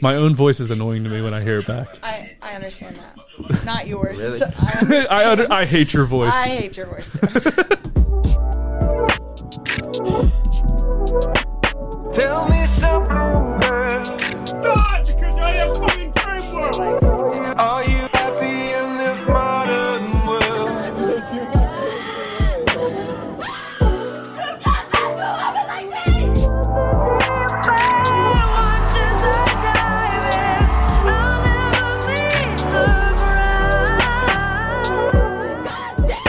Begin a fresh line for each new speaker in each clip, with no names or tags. My own voice is annoying to me when I hear it back.
I, I understand that. Not yours.
Really?
I, understand.
I under- I hate your voice.
I hate your voice. too.
Tell me something, girl.
God, because you're in fucking dream world.
Are you happy in this modern world?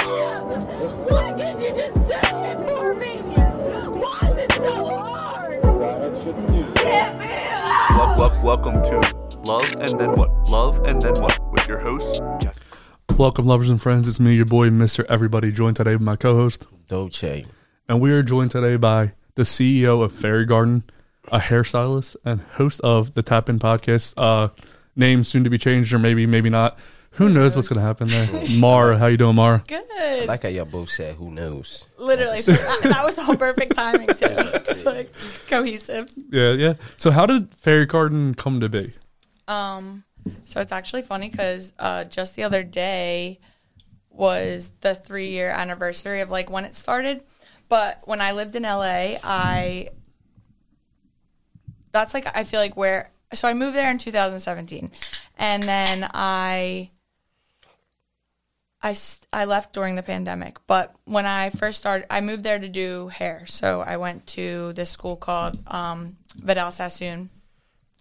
Why did you just do it for me? Why is it so hard? Get me out!
Wel- wel- welcome to Love and Then What? Love and Then What? With your host, Jeff.
Welcome, lovers and friends. It's me, your boy, Mr. Everybody, joined today by my co host.
Dolce.
And we are joined today by the CEO of Fairy Garden, a hairstylist and host of the Tap In podcast. Uh, name soon to be changed, or maybe, maybe not. Who knows what's going to happen there? Mara, how you doing, Mara?
Good.
Like how y'all both said, who knows?
Literally. that, that was all perfect timing, too. It's like cohesive.
Yeah, yeah. So, how did Fairy Garden come to be?
Um, so it's actually funny because uh, just the other day was the three year anniversary of like when it started. But when I lived in LA, I that's like I feel like where so I moved there in 2017, and then I. I, s- I left during the pandemic, but when I first started, I moved there to do hair. So I went to this school called um, Vidal Sassoon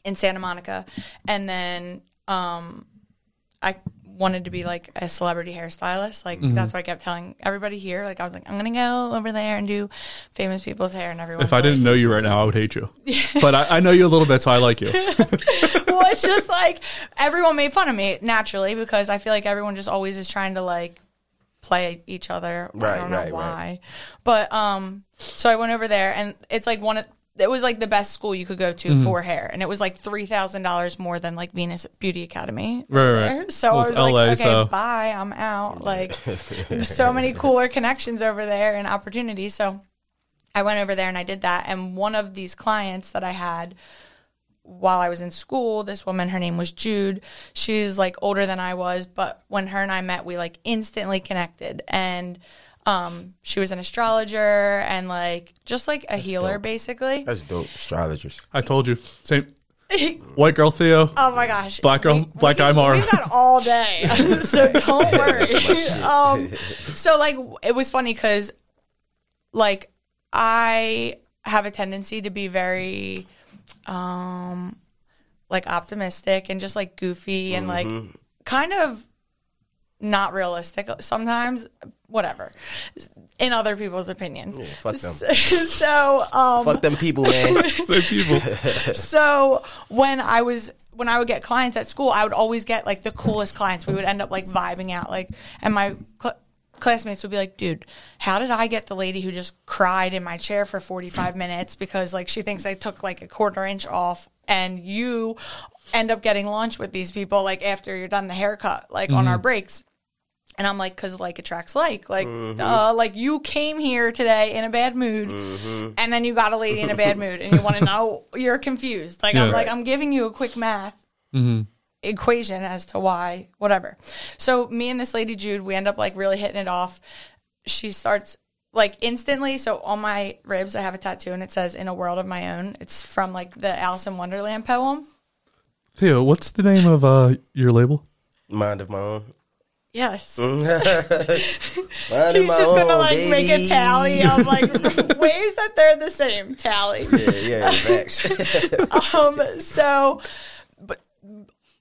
in Santa Monica, and then um, I wanted to be like a celebrity hairstylist. Like
Mm-hmm.
that's what I kept telling everybody here. Like I was like, I'm gonna go over there and do famous people's hair, and everyone.
If I didn't know you right now, I would hate you. But I, I know you a little bit, so I like you.
well, it's just like everyone made fun of me naturally because I feel like everyone just always is trying to like play each other.
Right,
I don't know
right, right.
why. But um so I went over there and it's like one of it was like the best school you could go to for hair and it was like $3,000 more than like Venus Beauty Academy.
Right, right.
there. So
Well,
I
it's
was
LA,
like, okay,
so-
bye, I'm out. Like so many cooler connections over there and opportunities. So I went over there and I did that. And one of these clients that I had while I was in school, this woman, her name was Jude. She's like older than I was, but when her and I met, we like instantly connected. And um, she was an astrologer and like just like a healer, basically.
That's dope. Astrologers.
I told you. Same. White girl Theo.
Oh my gosh.
Black girl- black eye Mara.
We've got all day. so don't worry. um, so, like, it was funny because, like, I have a tendency to be very, um, like, optimistic and just, like, goofy and, like, kind of not realistic sometimes, whatever, in other people's opinions.
Fuck them.
so, um,
Fuck them people, man.
Same people.
so when I was when I would get clients at school, I would always get like the coolest clients. We would end up like vibing out, like, and my cl- classmates would be like, "Dude, how did I get the lady who just cried in my chair for forty five minutes because like she thinks I took like a quarter inch off?" And you end up getting lunch with these people like after you're done the haircut, like on our breaks. And I'm like, because like attracts like, like, uh, like you came here today in a bad mood, and then you got a lady in a bad mood, and you want to know you're confused. Like I'm
Yeah.
like I'm giving you a quick math equation as to why whatever. So me and this lady Jude, we end up like really hitting it off. She starts like instantly. So on my ribs, I have a tattoo, and it says "In a World of My Own." It's from like the Alice in Wonderland poem.
Theo, what's the name of uh, your label?
Mind of my own.
Yes.
Mind of
He's
my
just
own,
gonna like
baby.
make a tally of like ways that they're the same tally.
Yeah, yeah, facts.
Um, so, but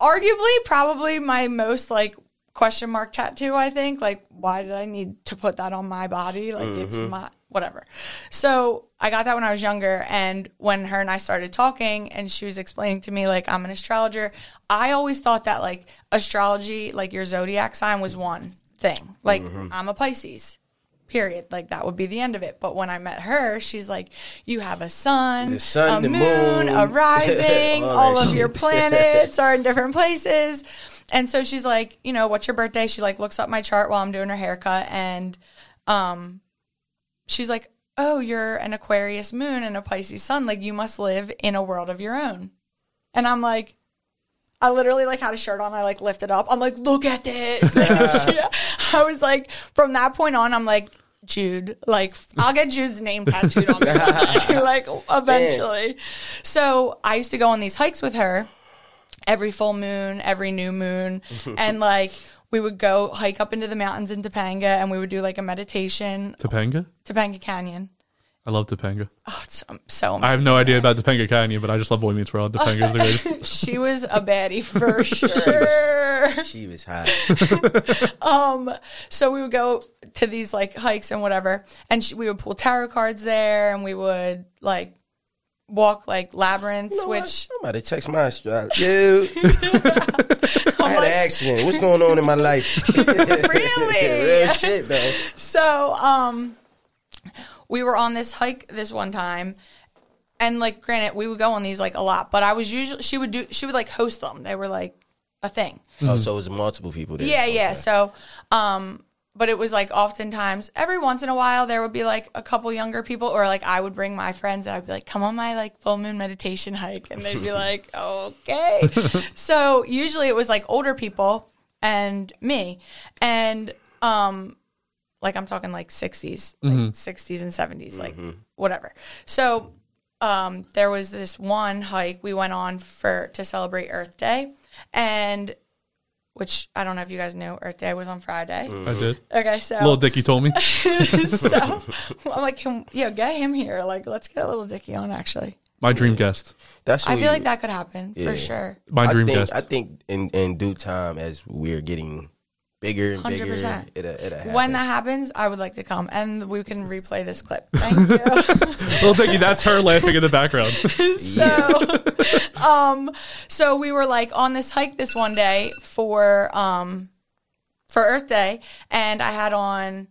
arguably, probably my most like question mark tattoo. I think like, why did I need to put that on my body? Like, it's
Mm-hmm.
my whatever. So I got that when I was younger, and when her and I started talking, and she was explaining to me like I'm an astrologer. I always thought that like astrology, like your zodiac sign, was one thing. Like
Mm-hmm.
I'm a Pisces period. Like that would be the end of it. But when I met her, she's like, "You have a sun,
The sun,
a
the
moon, a
moon."
rising.
All
all
that
of
shit.
your planets are in different places." And so she's like, "You know, what's your birthday?" She like looks up my chart while I'm doing her haircut, and um, she's like, "Oh, you're an Aquarius moon and a Pisces sun. Like you must live in a world of your own." And I'm like, I literally like had a shirt on. I like lifted up. I'm like, look at this. Yeah. I was like, from that point on, I'm like, Jude. Like, I'll get Jude's name tattooed on me. like, eventually. So I used to go on these hikes with her every full moon, every new moon, and like. We would go hike up into the mountains in Topanga, and we would do like a meditation.
Topanga?
Topanga Canyon.
I love Topanga.
Oh, it's um, so
I have no idea about Topanga Canyon, but I just love Boy Meets World. Topanga is the greatest.
she was a baddie for sure.
She was hot.
So we would go to these like hikes and whatever, and she, we would pull tarot cards there, and we would like walk like labyrinths, which
I'm about to text my astrologer. Dude, I had an accident. What's going on in my life?
really.
Real shit, though.
So um, we were on this hike this one time. And like, granted, we would go on these like a lot, but I was usually she would do she would like host them. They were like a thing.
Oh, so it was multiple people there.
Yeah, yeah. So, um, but it was like oftentimes every once in a while there would be like a couple younger people, or like I would bring my friends and I'd be like, "Come on my like full moon meditation hike," and they'd be like, "Okay." so usually it was like older people and me, and um, like I'm talking like 60s, like 60s and 70s, like whatever. So um, there was this one hike we went on for to celebrate Earth Day, and which I don't know if you guys knew, Earth Day was on Friday.
I did.
Okay, so
Little Dicky told me.
so I'm like, can, yo, get him here. Like, let's get little Dicky on. Actually,
My dream guest.
That's
I
who
feel
you-
like that could happen for sure.
My
I
dream
think,
guest.
I think in, in due time, as we're getting bigger and bigger,
100%.
it'll, it'll happen.
When that happens, I would like to come, and we can replay this clip. Thank you.
Little Dicky, that's her laughing in the background.
so um so we were like on this hike this one day for um for earth day and i had on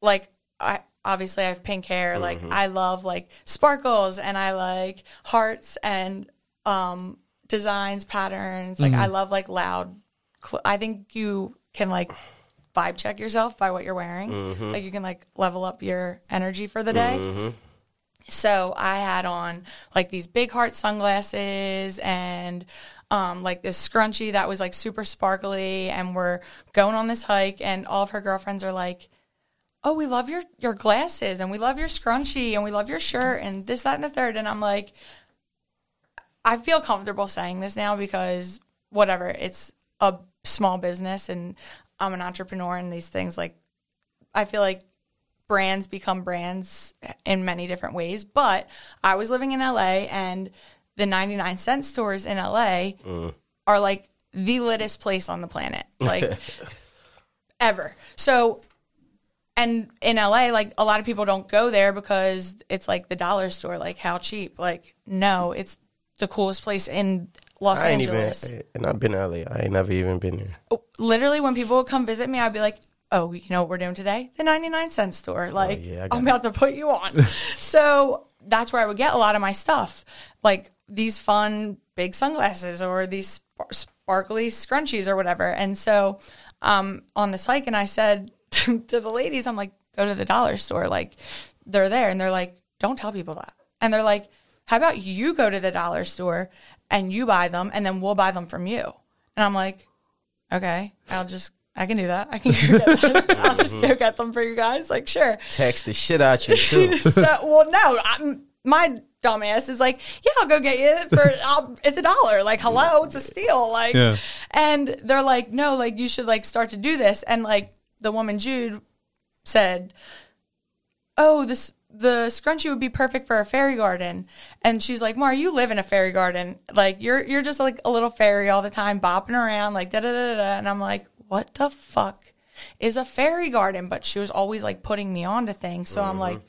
like i obviously i have pink hair like i love like sparkles and i like hearts and um designs patterns like i love like loud cl- i think you can like vibe check yourself by what you're wearing like you can like level up your energy for the day so I had on like these big heart sunglasses and um, like this scrunchie that was like super sparkly. And we're going on this hike, and all of her girlfriends are like, "Oh, we love your your glasses, and we love your scrunchie, and we love your shirt, and this, that, and the third. And I'm like, I feel comfortable saying this now because whatever, it's a small business, and I'm an entrepreneur, and these things like I feel like brands become brands in many different ways. But I was living in LA and the 99 cent stores in LA
Uh.
are like the littest place on the planet, like ever. So, and in LA, like a lot of people don't go there because it's like the dollar store, like how cheap. Like, no, it's the coolest place in Los
I ain't even,
Angeles
and I've been to LA. I ain't never even been there.
literally when people would come visit me, I'd be like, "Oh, you know what we're doing today? The ninety nine cent store. Like,
Oh, yeah, I got
I'm about to put you on." so that's where I would get a lot of my stuff, like these fun big sunglasses or these spark- sparkly scrunchies or whatever. And so, um, on this hike, and I said to the ladies, "I'm like, go to the dollar store. Like, they're there." And they're like, "Don't tell people that." And they're like, "How about you go to the dollar store and you buy them, and then we'll buy them from you?" And I'm like, okay, I'll just, I can do that. I can go get them. I'll just go get them for you guys. Like, sure.
Text the shit out you too.
So, well, no, I'm, my dumbass is like, yeah, I'll go get you for, I'll, it's a dollar. Like, hello, it's a steal. Like,
Yeah.
and they're like, no, like, you should like start to do this. And like, the woman, Jude, said, oh, this, the scrunchie would be perfect for a fairy garden. And she's like, Mar, you live in a fairy garden. Like you're you're just like a little fairy all the time, bopping around, like da da da da, da. And I'm like, what the fuck is a fairy garden? But she was always like putting me onto things. So I'm like,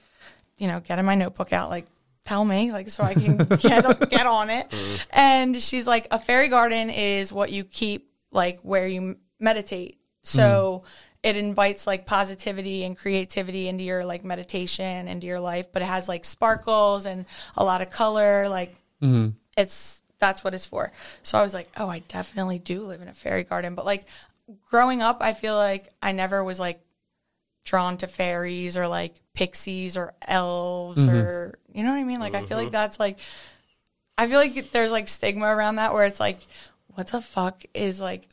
you know, getting my notebook out, like, tell me, like, so I can get, get on it. And she's like, a fairy garden is what you keep, like, where you meditate. So it invites, like, positivity and creativity into your, like, meditation, into your life, but it has, like, sparkles and a lot of color. Like, it's, that's what it's for. So I was like, oh, I definitely do live in a fairy garden. But, like, growing up, I feel like I never was, like, drawn to fairies or like pixies or elves or you know what I mean? Like I feel like that's like I feel like there's like stigma around that where it's like what the fuck is like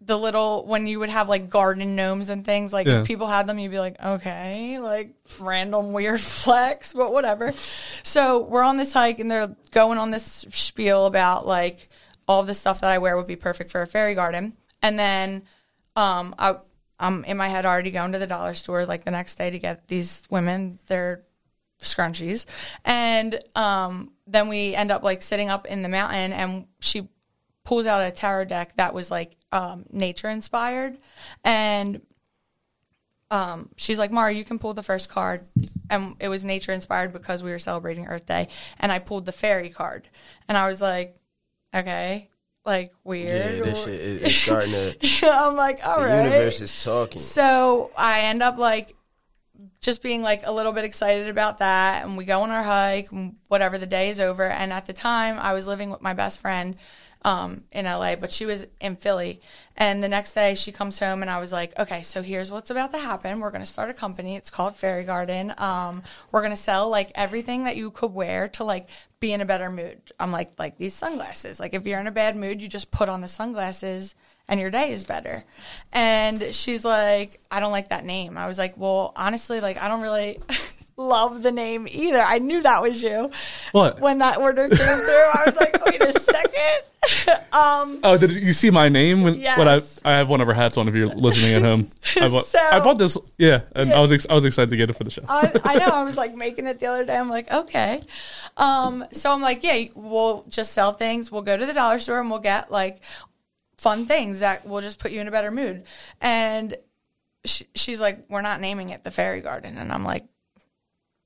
the little when you would have like garden gnomes and things like
Yeah.
if people had them you'd be like okay like random weird flex but whatever so we're on this hike and they're going on this spiel about like all the stuff that i wear would be perfect for a fairy garden and then um i i'm in my head already going to the dollar store like the next day to get these women their scrunchies. And um, then we end up like sitting up in the mountain, and she pulls out a tarot deck that was like um, nature inspired. And um, she's like, Mara, you can pull the first card. And it was nature inspired because we were celebrating Earth Day. And I pulled the fairy card. And I was like, okay, like
Yeah,
weird.
this shit is it's starting to.
I'm like, all
The
right.
universe is talking.
So I end up like just being like a little bit excited about that, and we go on our hike, and whatever the day is over. And at the time, I was living with my best friend um, in LA, but she was in Philly. And the next day, she comes home, and I was like, okay, so here's what's about to happen. We're gonna start a company. It's called Fairy Garden. Um, we're gonna sell like everything that you could wear to like be in a better mood. I'm like, like these sunglasses. Like if you're in a bad mood, you just put on the sunglasses and your day is better. And she's like, I don't like that name. I was like, well, honestly, like I don't really love the name either. I knew that was you.
What?
When that order came through, I was like, wait a second. um
Oh, did you see my name when, when I
Yes.
I have one of her hats on? If you're listening at home, I bought,
So- Uh,
I bought this. Yeah, and I was ex- I was excited to get it for the show.
I, I know. I was like making it the other day. I'm like, okay. Um, so I'm like, yeah, we'll just sell things. We'll go to the dollar store and we'll get like fun things that will just put you in a better mood. And she, she's like, we're not naming it the fairy garden. And I'm like,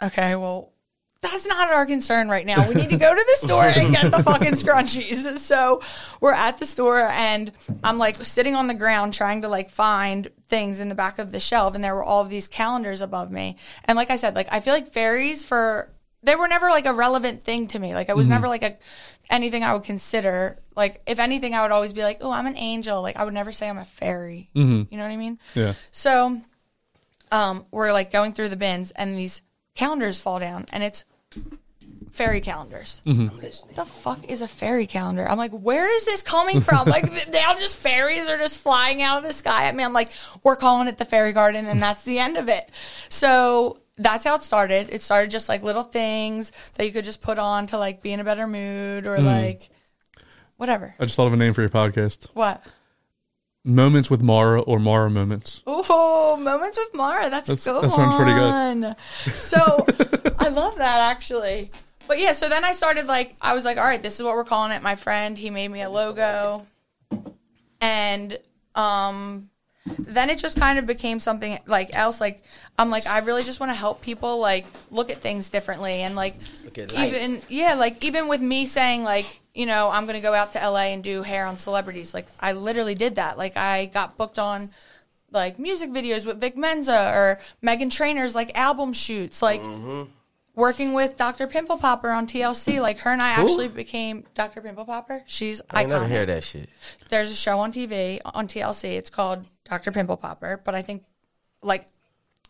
okay, well, that's not our concern right now. We need to go to the store and get the fucking scrunchies. So we're at the store and I'm like sitting on the ground trying to like find things in the back of the shelf. And there were all of these calendars above me. And like I said, like I feel like fairies for, they were never like a relevant thing to me. Like I was never like a, anything I would consider. Like if anything, I would always be like, oh, I'm an angel. Like I would never say I'm a fairy. You know what I mean?
yeah,
So um, we're like going through the bins and these calendars fall down and it's fairy calendars. The fuck is a fairy calendar? I'm like, where is this coming from? like th- now just fairies are just flying out of the sky at me. I'm like, we're calling it the fairy garden and that's the end of it. So that's how it started. It started just like little things that you could just put on to like be in a better mood or like whatever.
I just thought of a name for your podcast:
What?
Moments with Mara or Mara Moments.
Oh, moments with Mara. That's,
That's-
a good
that sounds pretty good.
one. So I love that actually. But yeah, so then I started like I was like, all right, this is what we're calling it. My friend, he made me a logo, and um, then it just kind of became something like else. Like I'm like, I really just want to help people like look at things differently and like
Look at life.
even yeah, like even with me saying like, you know, I'm gonna go out to LA and do hair on celebrities, like I literally did that. Like I got booked on like music videos with Vic Menza or Megan Trainor's like album shoots, like
Mm-hmm.
working with Dr. Pimple Popper on TLC. Like her and I actually became Dr. Pimple Popper. She's
I
iconic.
never hear that shit.
There's a show on TV on TLC. It's called Dr. Pimple Popper, but I think like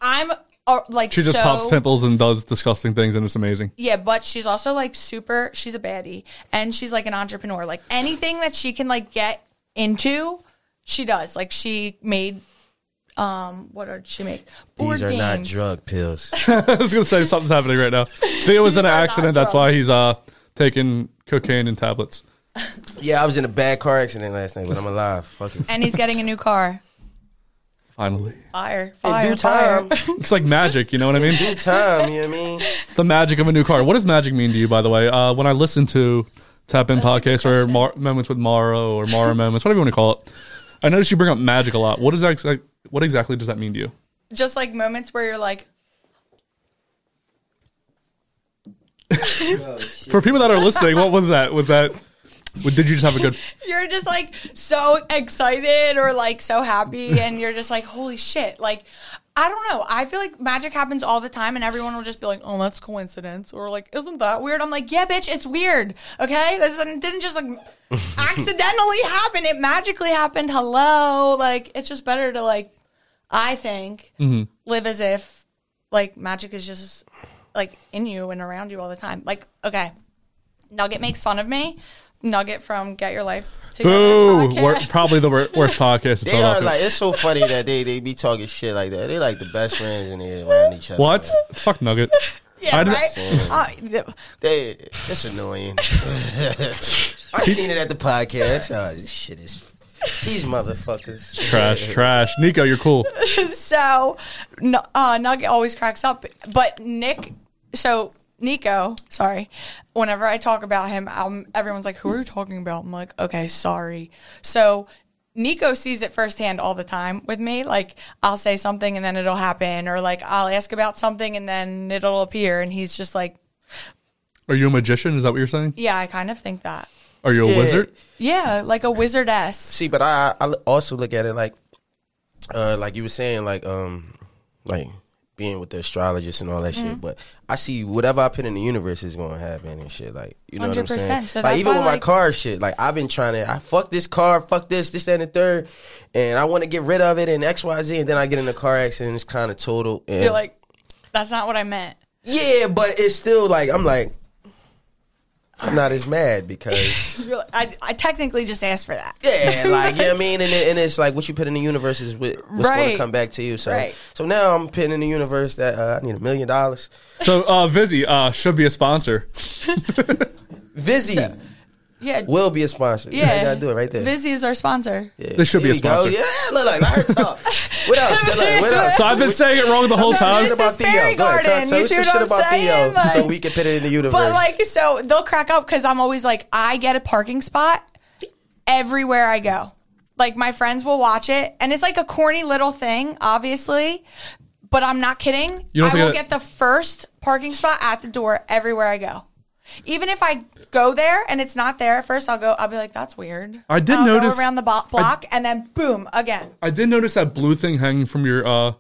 I'm uh, like
She just
so,
pops pimples and does disgusting things, and it's amazing.
yeah, but she's also like super. She's a baddie, and she's like an entrepreneur. Like anything that she can like get into, she does. Like she made, um, what did she make? Board
These are not
games.
drug pills.
I was gonna say something's happening right now. Theo was in an
are not
accident. That's why
drugs.
he's uh taking cocaine and tablets.
yeah, I was in a bad car accident last night, but I'm alive. Fuck it.
And he's getting a new car.
Finally,
Fire,
In
fire,
due
fire.
time.
it's like magic. You know what I mean?
Due time, you know what I mean?
the magic of a new car. What does magic mean to you, by the way? Uh, when I listen to Tap In Podcast or Mar- Moments with Mara or Mara Moments, whatever you want to call it, I notice you bring up magic a lot. What is that? ex- What exactly does that mean to you?
Just like moments where you're like,
For people that are listening, what was that? Was that? Did you just have a good?
you're just like so excited or like so happy and you're just like holy shit like i don't know i feel like magic happens all the time and everyone will just be like oh that's coincidence or like isn't that weird i'm like yeah bitch it's weird okay this isn't- didn't just like accidentally happen it magically happened hello like it's just better to like i think live as if like magic is just like in you and around you all the time like okay nugget makes fun of me nugget from Get Your Life Together
Boo!
podcast.
Wor- probably the wor- worst podcast in
They are
Philadelphia.
like it's so funny that they they be talking shit like that. They like the best friends when they around each other.
what? Fuck Nugget.
yeah,
I don't-
right? Uh, th-
They, it's annoying. I seen it at the podcast. Oh, this shit is these motherfuckers
Trash, trash. Nico, you're cool.
so Nu- uh, Nugget always cracks up, but Nick, so Nico, sorry, whenever I talk about him, i everyone's like, "Who are you talking about?" I'm like, "Okay, sorry." So Nico sees it firsthand all the time with me. Like I'll say something and then it'll happen, or like I'll ask about something and then it'll appear, and he's just like,
Are you a magician? Is that what you're saying?
"Yeah, I kind of think that."
Are you a
Yeah.
wizard?
Yeah, like a wizardess.
See, but I I also look at it like, uh, like you were saying, like um, like being with the astrologists and all that
Mm-hmm.
shit. But I see whatever I put in the universe is gonna happen and shit. Like you know what I'm saying.
100%. So
like
that's
even
why,
with my
like-
car shit, like I've been trying to I fuck this car, fuck this, this, that, and the third, and I want to get rid of it and X, Y, Z, and then I get in a car accident. It's kind of total. And
You're like, that's not what I meant.
yeah, but it's still like I'm like. I'm not as mad because
You're like, I, I technically just asked for that.
Yeah, like you know what I mean, and, it, and it's like what you put in the universe is what, what's going
Right.
to come back to you. So,
Right.
so now I'm putting in the universe that uh, I need a million dollars.
So, uh, Vizzy uh, should be a sponsor.
Vizzy
Yeah.
will be a sponsor.
yeah.
you gotta do it right there.
Vizzy is our sponsor.
yeah.
This should
Here
be a
we go.
sponsor.
Yeah, look like I heard talk. What else? Good luck. What else?
So I've been saying it wrong the whole
Tell us some
time.
shit
This
about
is Fairy
Theo. Go ahead. Tell,
Garden.
tell
You
us
see
some
what
shit
I'm
about Theo
saying?
so
Like-
we can put it in the universe.
But like, so they'll crack up because I'm always like, I get a parking spot everywhere I go. Like my friends will watch it, and it's like a corny little thing, obviously. But I'm not kidding.
You don't
I
think
will
that-
get the first parking spot at the door everywhere I go. Even if I go there and it's not there at first, I'll go. I'll be like, "That's weird."
I did
I'll go
notice-
around the bo- block, and then boom again.
I did notice that blue thing hanging from your uh,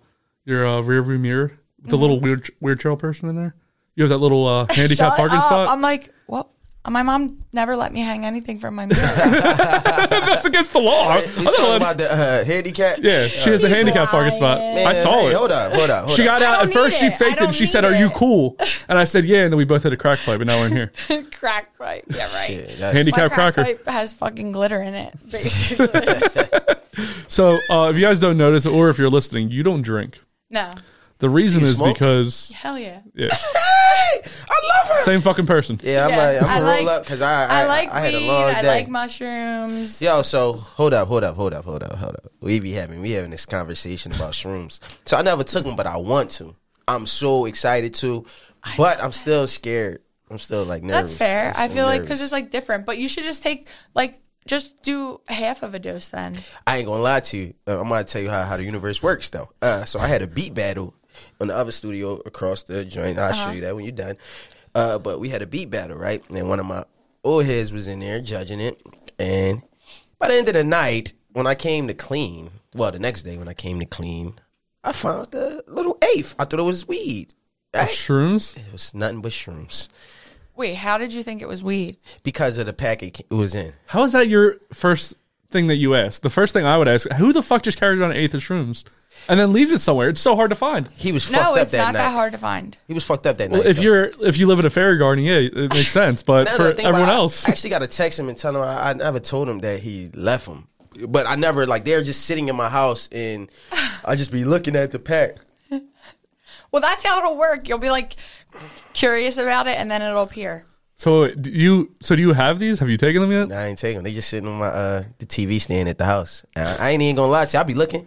your uh, rearview mirror. The little weird weird trail person in there. You have that little uh, handicap
Shut
parking
up.
spot.
I'm like, what? My mom never let me hang anything from my mirror.
That's against the law. I-
we
I don't
talking
know.
about the uh, handicap.
yeah, she has the
He's
handicap parking spot.
lying.
I saw
Hey,
it.
Hold up, hold up. Hold
She
up.
got
I
out.
don't
At first,
need
she
it. I
faked it. and
don't
She said,
need
"Are you
it."
cool?" And I said, "Yeah." And then we both had a crack pipe, and now we're in here.
crack pipe. Yeah, right.
Shit, that's-
My
Handicap
crack
cracker.
pipe has fucking glitter in it, basically.
So, uh, if you guys don't notice, or if you're listening, you don't drink.
no.
The reason
you
is
smoke?
because
Hell yeah.
yeah,
I love her.
same fucking person.
Yeah, I'm
Yeah,
like, I'm gonna
I
roll
like-
up because I, I,
I, like
I had a
weed.
long day.
I like mushrooms.
Yo, so hold up, hold up, hold up, hold up, hold up. We be having we having this conversation about shrooms. So I never took them, but I want to. I'm so excited to, but I'm still scared. I'm still like nervous.
That's fair.
I'm
I
still
feel like
nervous.
because it's like different, but you should just take like just do half of a dose then.
I ain't gonna lie to you. Uh, I'm gonna tell you how, how the universe works though. Uh, so I had a beat battle on the other studio across the joint. I'll
Uh-huh.
show you that when you're done. Uh, but we had a beat battle, right? And one of my old heads was in there judging it. And by the end of the night, when I came to clean, well, the next day when I came to clean, I found the little eighth. I thought it was weed. Right?
Shrooms.
It was nothing but shrooms
Wait, how did you think it was weed?
because of the pack it ca- it was in.
How is that your first thing that you ask? The first thing I would ask: Who the fuck just carried on an eighth of shrooms and then leaves it somewhere? It's so hard to find.
He was
No,
fucked up
it's
that
not
night.
that hard to find.
He was fucked up that night.
If
though.
you're if you live in a fairy garden, yeah, it makes sense. But
Now
for
that I think about
everyone
it, I-
else,
I actually got to text him and tell him I, I never told him that he left him. But I never like they're just sitting in my house and I just be looking at the pack.
Well, that's how it'll work. You'll be like curious about it, and then it'll appear.
so do you so do you have these? Have you taken them yet?
I ain't taking them. They just sitting on my uh the TV stand at the house. And I, I ain't even gonna lie to you. I be looking.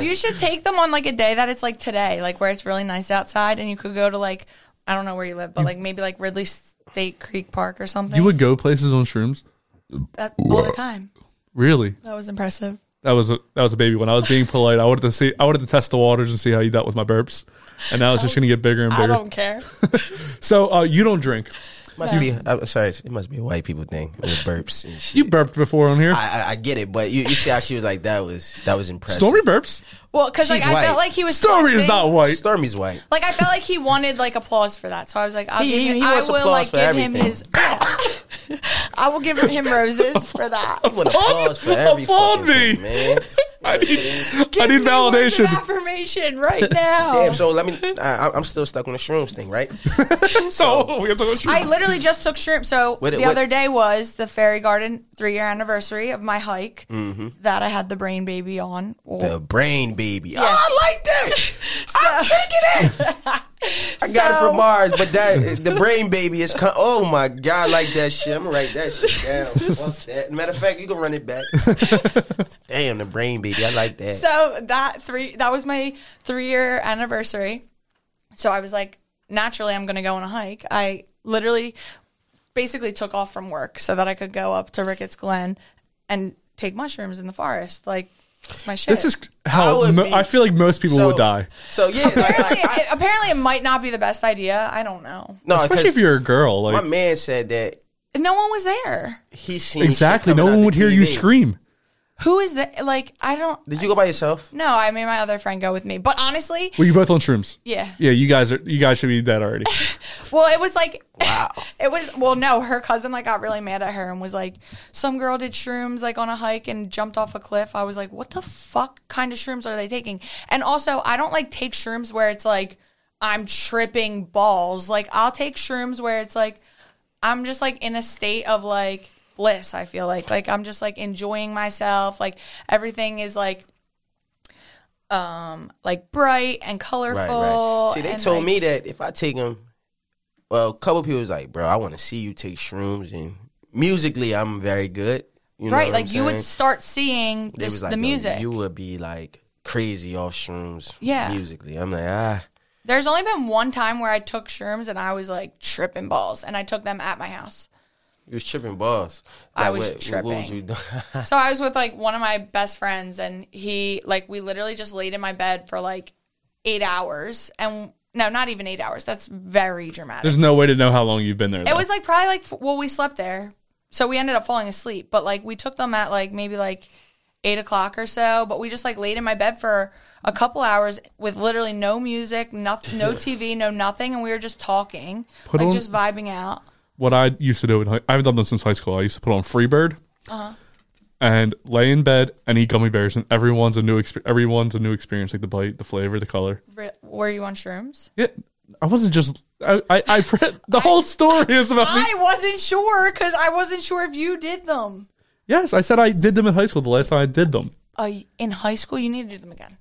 You should take them on like a day that it's like today, like where it's really nice outside, and you could go to like I don't know where you live, but like maybe like Ridley State Creek Park or something.
You would go places on shrooms.
that all the time.
Really?
That was impressive.
That was a that was a baby. When I was being polite, I wanted to see I wanted to test the waters and see how you dealt with my burps, and now it's just gonna get bigger and
I
bigger.
don't care.
So uh, you don't drink.
Must be I'm sorry, it must be a white people thing with burps and shit.
You burped before on here.
I, I, I get it, but you, you see how she was like that was that was impressive.
Stormy burps.
Well, because like
She's
I
white.
felt like he was
Stormy is
flexing.
not white.
Stormy's white.
Like I felt like he wanted like applause for that, so I was like, I'll
He-
give
he-
him,
he
I
wants
will
applause
like
for
give
everything.
him his. I will give him roses for that.
I want applause for every
Applaud
fucking
me.
thing, man.
I need, I
Give
need
me words of
validation.
affirmation right now.
Damn. So let me. I, I'm still stuck on the shrooms thing, right?
So we have to go.
I literally just took shrimp. So
Wait,
the
wait.
other day was the Fairy Garden three year anniversary of my hike that I had the brain baby on. Or-
Mm-hmm. The brain baby. Oh, I like that. I'm taking it. I got it
So-
from Mars, but that the brain baby is. Co- oh my god, I like that shit. I'm gonna write that shit down. Fuck that. Matter of fact, you can run it back. Damn, the brain baby. I like that.
so that three that was my three year anniversary. So I was like, naturally, I'm going to go on a hike. I literally, basically took off from work so that I could go up to Ricketts Glen and take mushrooms in the forest. Like it's my shit.
This is how
I
I,
would
mo-
be-
I feel like most people would die,
So yeah, like, like,
apparently,
I,
it, apparently, it might not be the best idea. I don't know.
no,
especially if
you're.
you're a girl.
My
Like
man said that
No one was there.
he seen shit
exactly,
coming
no
out
one
the
would hear you
TV.
scream.
Who is that? Like I don't.
Did you go by yourself?
No, I made my other friend go with me. But honestly,
Were you both on shrooms?
yeah.
Yeah, you guys are. You guys should be dead already.
Well, it was like it was well, no, her cousin like got really mad at her and was like, some girl did shrooms like on a hike and jumped off a cliff. I was like, what the fuck kind of shrooms are they taking? And also, I don't like take shrooms where it's like I'm tripping balls. Like I'll take shrooms where it's like I'm just like in a state of like bliss, I feel like. Like I'm just like enjoying myself. Like everything is like um like bright and colorful.
Right, right. See, they
and,
told
like-
me that if I take them, well, a couple people was like, "Bro, I want to see you take shrooms." And musically, I'm very good. You know
right,
what
like
I'm
you would
saying?
start seeing
They
this,
was like,
the
"Yo,
music.
You would be like crazy off shrooms.
Yeah.
musically. I'm like, ah,
There's only been one time where I took shrooms and I was like tripping balls, and I took them at my house.
you was tripping balls.
I
Like,
was
what, What was
tripping.
you doing?
so I was with like one of my best friends, and he like we literally just laid in my bed for like eight hours, and no, not even eight hours. That's very dramatic.
There's no way to know how long you've been there.
it
though.
was like probably like f- well, we slept there, so we ended up falling asleep. But like we took them at like maybe like eight o'clock or so. But we just like laid in my bed for a couple hours with literally no music, nothing, no TV, no nothing, and we were just talking,
Put
like
on-
just vibing out.
what I used to do. In, hi- I haven't done this since high school. I used to put on Freebird
Uh-huh.
and lay in bed and eat gummy bears, and everyone's a new exp- everyone's a new experience, like the bite, the flavor, the color.
Re- Were you on shrooms?
Yeah, I wasn't just. I I, I read- the whole story is about me.
I wasn't sure because I wasn't sure if you did them.
Yes, I said I did them in high school. The last time I did them,
Uh, in high school, you need to do them again.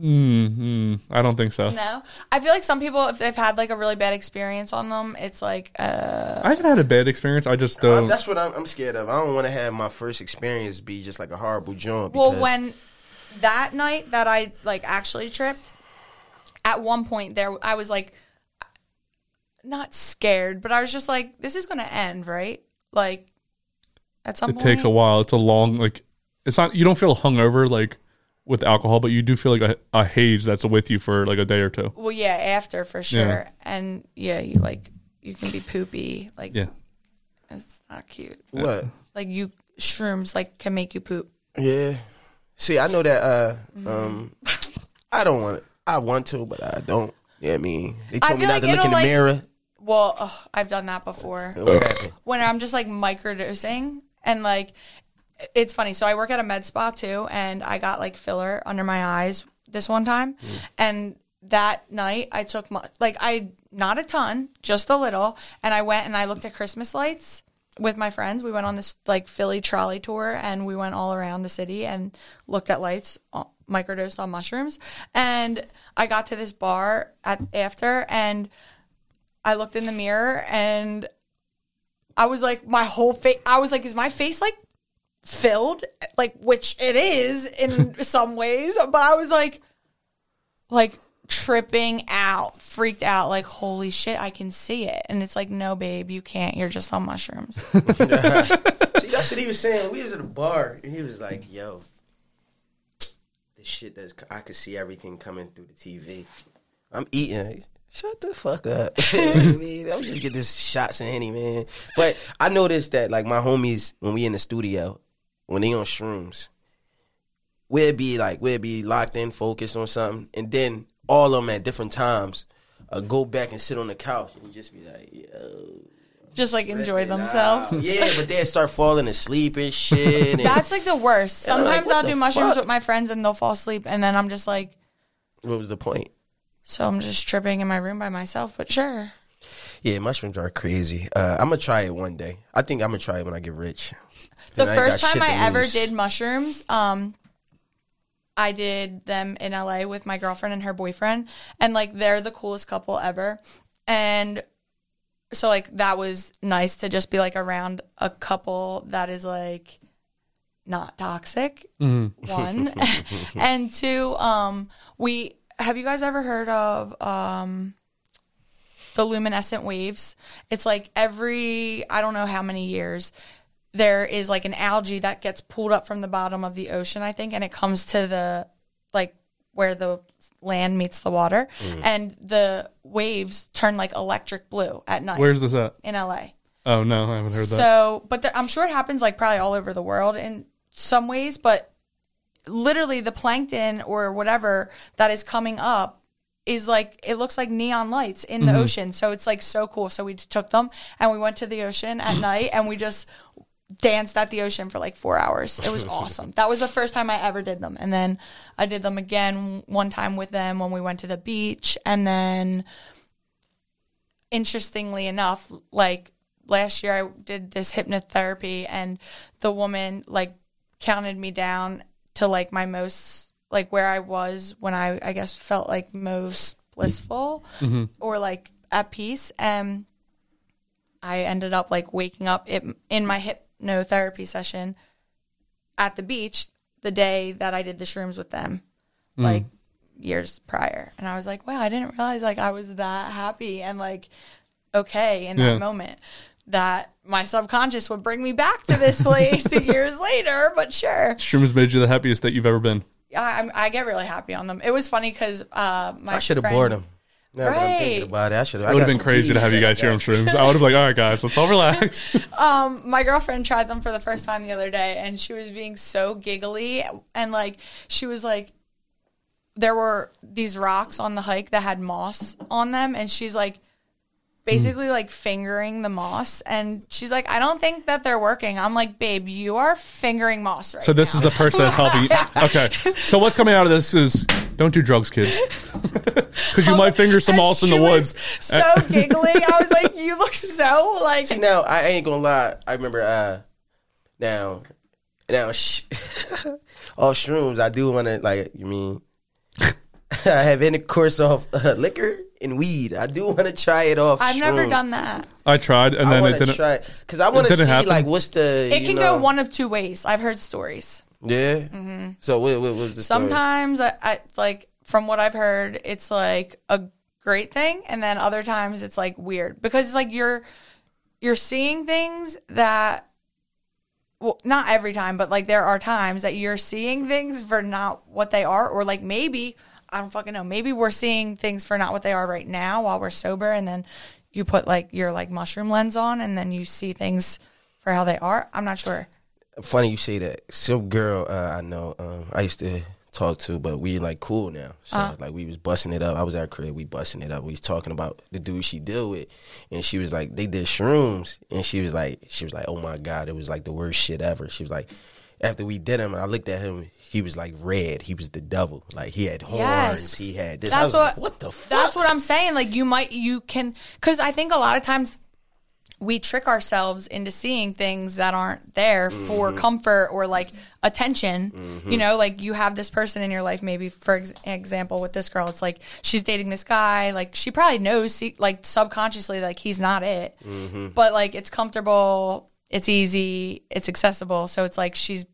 Mm-hmm, I don't think so.
No, I feel like some people, if they've had like a really bad experience on them, it's like uh,
I haven't had a bad experience. I just don't.
That's what I'm, I'm scared of. I don't want to have my first experience be just like a horrible joint.
Well,
because-
when that night that I like actually tripped, at one point there I was like not scared, but I was just like, this is gonna end, right? Like at some
it
point
takes a while. It's a long like. It's not. You don't feel hungover like with alcohol, but you do feel like a, a haze that's with you for like a day or two.
Well yeah, after for sure. And yeah, you like you can be poopy. Like
Yeah.
it's not cute.
what?
Like you shrooms like can make you poop.
Yeah. See, I know that. Uh,
Mm-hmm.
um, I don't want it. I want to, but I don't. Yeah, I mean, they told me
feel like
not to look
it'll,
in the
like-
mirror.
Well, ugh, I've done that before.
What happened?
when I'm just like microdosing and like it's funny. So I work at a med spa too, and I got like filler under my eyes this one time, and that night I took mu- like I not a ton, just a little, and I went and I looked at Christmas lights with my friends. We went on this like Philly trolley tour, and we went all around the city and looked at lights. uh, Microdosed on mushrooms, and I got to this bar at after, and I looked in the mirror, and I was like, my whole face. I was like, is my face like filled? Like, which it is in some ways, but I was like, like tripping out, freaked out, like, holy shit, I can see it. And it's like, no, babe, you can't. You're just on mushrooms.
See, that's what he was saying. We was at a bar, and he was like, "Yo, this shit that's I could see everything coming through the TV. I'm eating." Shut the fuck up. I mean, I'm just get this shots and henny, man. But I noticed that like my homies when we in the studio, when they on shrooms, we'll be like we'll be locked in, focused on something, and then all of them at different times. Uh, go back and sit on the couch and just be like, yo,
just like enjoy themselves.
yeah, but they start falling asleep and shit. And
That's like the worst.
like,
Sometimes
what
I'll
the
do mushrooms
fuck?
with my friends and they'll fall asleep, and then I'm just like,
what was the point?
so I'm just tripping in my room by myself. But sure,
Yeah, mushrooms are crazy. Uh, I'm gonna try it one day. I think I'm gonna try it when I get rich.
the
Then ain't
first
got
time
shit
I
to
ever
lose.
did mushrooms, um, I did them in LA with my girlfriend and her boyfriend, and like they're the coolest couple ever. And so like that was nice to just be like around a couple that is like not toxic. One and two. Um, we have you guys ever heard of um the luminescent waves. It's like every I don't know how many years there is like an algae that gets pulled up from the bottom of the ocean, I think, and it comes to the like where the land meets the water and the waves turn like electric blue at night
Where's this at?
in LA.
Oh no, I haven't heard that.
So, but there, I'm sure it happens like probably all over the world in some ways, but literally the plankton or whatever that is coming up is like it looks like neon lights in
Mm-hmm.
the ocean. So it's like so cool. So we took them and we went to the ocean at night and we just danced at the ocean for like 4 hours. It was awesome. That was the first time I ever did them. And then I did them again one time with them when we went to the beach and then interestingly enough, like last year I did this hypnotherapy and the woman like counted me down to like my most like where I was when I I guess felt like most blissful or like at peace and I ended up like waking up it, in my hypnotherapy session at the beach the day that I did the shrooms with them like years prior and i was like wow i didn't realize like i was that happy and like okay in
Yeah.
that moment that my subconscious would bring me back to this place years later but sure
Shrooms made you the happiest that you've ever been.
i, I'm- I get really happy on them it was funny because uh, my
I should have
friend-
bored him. Now that I'm
Right.
thinking about it, I should have.
It would have been crazy to have you guys here on shrooms. I would have like, all right, guys, let's all relax.
my girlfriend tried them for the first time the other day and she was being so giggly and like she was like there were these rocks on the hike that had moss on them and she's like basically like fingering the moss and she's like I don't think that they're working. I'm like babe, you are fingering moss right
So this is the person that's helping. you. Okay. So what's coming out of this is don't do drugs, kids, because you might finger some moss in the woods.
So giggly. I was like you look so like
Now I ain't gonna lie. I remember. Uh, now, now, sh- all shrooms. I do want to like. You mean I have intercourse off uh, liquor and weed. I do want to try it off.
I've never
shrooms.
done that.
I tried, and
I
then it
want to
didn't.
try because I want to see
didn't happen.
like what's the.
It
you
can
know-
go one of two ways. I've heard stories.
Yeah. So what, what, what was the story?
Mm-hmm. Sometimes I, I like from what I've heard, it's like a great thing, and then other times it's like weird because it's like you're you're seeing things that well, not every time, but like there are times that you're seeing things for not what they are, or like maybe I don't fucking know. Maybe we're seeing things for not what they are right now while we're sober, and then you put like your like mushroom lens on, and then you see things for how they are. I'm not sure.
Funny you say that. Some girl uh, I know, um, I used to talk to, but we like cool now. So
Uh-huh.
like we was busting it up. I was at her crib, we busting it up. We was talking about the dude she deal with, and she was like, they did shrooms, and she was like, she was like, oh my god, it was like the worst shit ever. She was like. After we did him, and I looked at him, he was like red. He was the devil. Like he had horns.
Yes.
He had this. I
That's
was like,
what-
what the fuck?
That's what I'm saying. Like you might you can because I think a lot of times we trick ourselves into seeing things that aren't there for
Mm-hmm.
comfort or like attention. You know, like you have this person in your life. Maybe for ex- example, with this girl, it's like she's dating this guy. Like she probably knows, see, like subconsciously, like he's not it.
Mm-hmm.
But like it's comfortable, it's easy, it's accessible. So it's like she's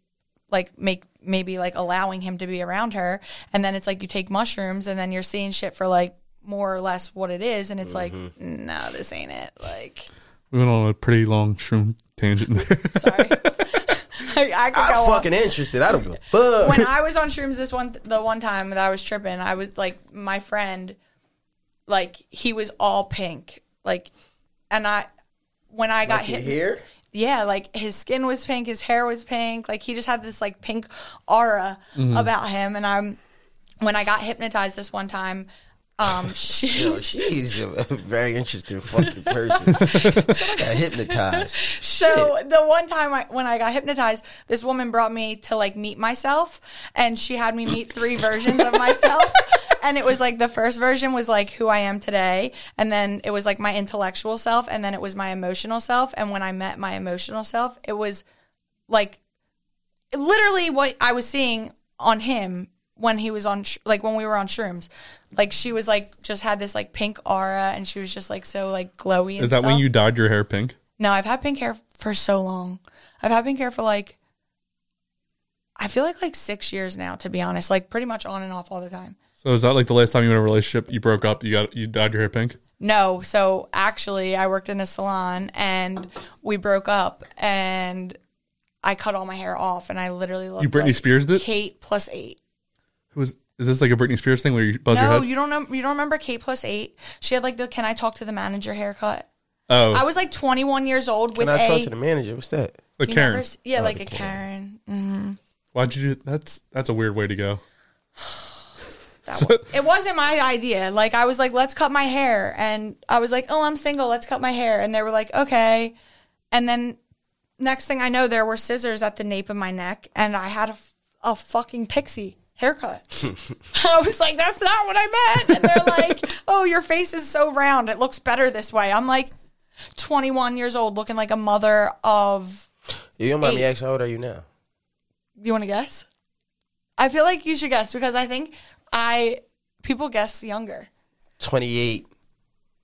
like make maybe like allowing him to be around her and then it's like you take mushrooms and then you're seeing shit for like more or less what it is and it's like no this ain't it like
We went on a pretty long shroom tangent there.
sorry I, I could go on.
I'm fucking interested. I don't give a fuck.
when I was on shrooms this one the one time that I was tripping, I was like my friend, like he was all pink, like, and I when I got
your
hit
hair?
yeah, like his skin was pink, his hair was pink, like he just had this like pink aura about him, and I'm when I got hypnotized this one time. Um, she
Yo, Oh, she's a very interesting fucking person. she got hypnotized.
So the one time I, when I got hypnotized, this woman brought me to like meet myself, and she had me meet three versions of myself. And it was like the first version was like who I am today, and then it was like my intellectual self, and then it was my emotional self. And when I met my emotional self, it was like literally what I was seeing on him when he was on sh- like when we were on shrooms. Like she was like just had this like pink aura, and she was just like so like glowy. And
Is that when
stuff.
you dyed your hair pink?
No, I've had pink hair for so long. I've had pink hair for like I feel like like 6 years now to be honest, like pretty much on and off all the time.
So is that like the last time you were in a relationship? You broke up. You got you dyed your hair pink.
No, so actually I worked in a salon and we broke up and I cut all my hair off and I literally looked
Britney
like
Spears did?
Kate plus 8.
Who is is this like a Britney Spears thing where you buzz your
No,
head?
you don't know you don't remember Kate plus 8? She had like the can I talk to the manager haircut.
oh,
I was like 21 years old with
When I
a
talked to the manager, what's that?
the
you
Karen.
never s- yeah, like a Karen.
Why'd you do? That's that's a weird way to go.
it wasn't my idea. Like I was like, let's cut my hair, and I was like, oh, I'm single, let's cut my hair, and they were like, okay, and then next thing I know, there were scissors at the nape of my neck, and I had a, f- a fucking pixie haircut. I was like, that's not what I meant, and they're like, oh, your face is so round, it looks better this way. I'm like, 21 years old, looking like a mother of.
You don't mind me
Eight.
asking, how old are you now?
You want to guess? I feel like you should guess because I think I people guess younger.
28.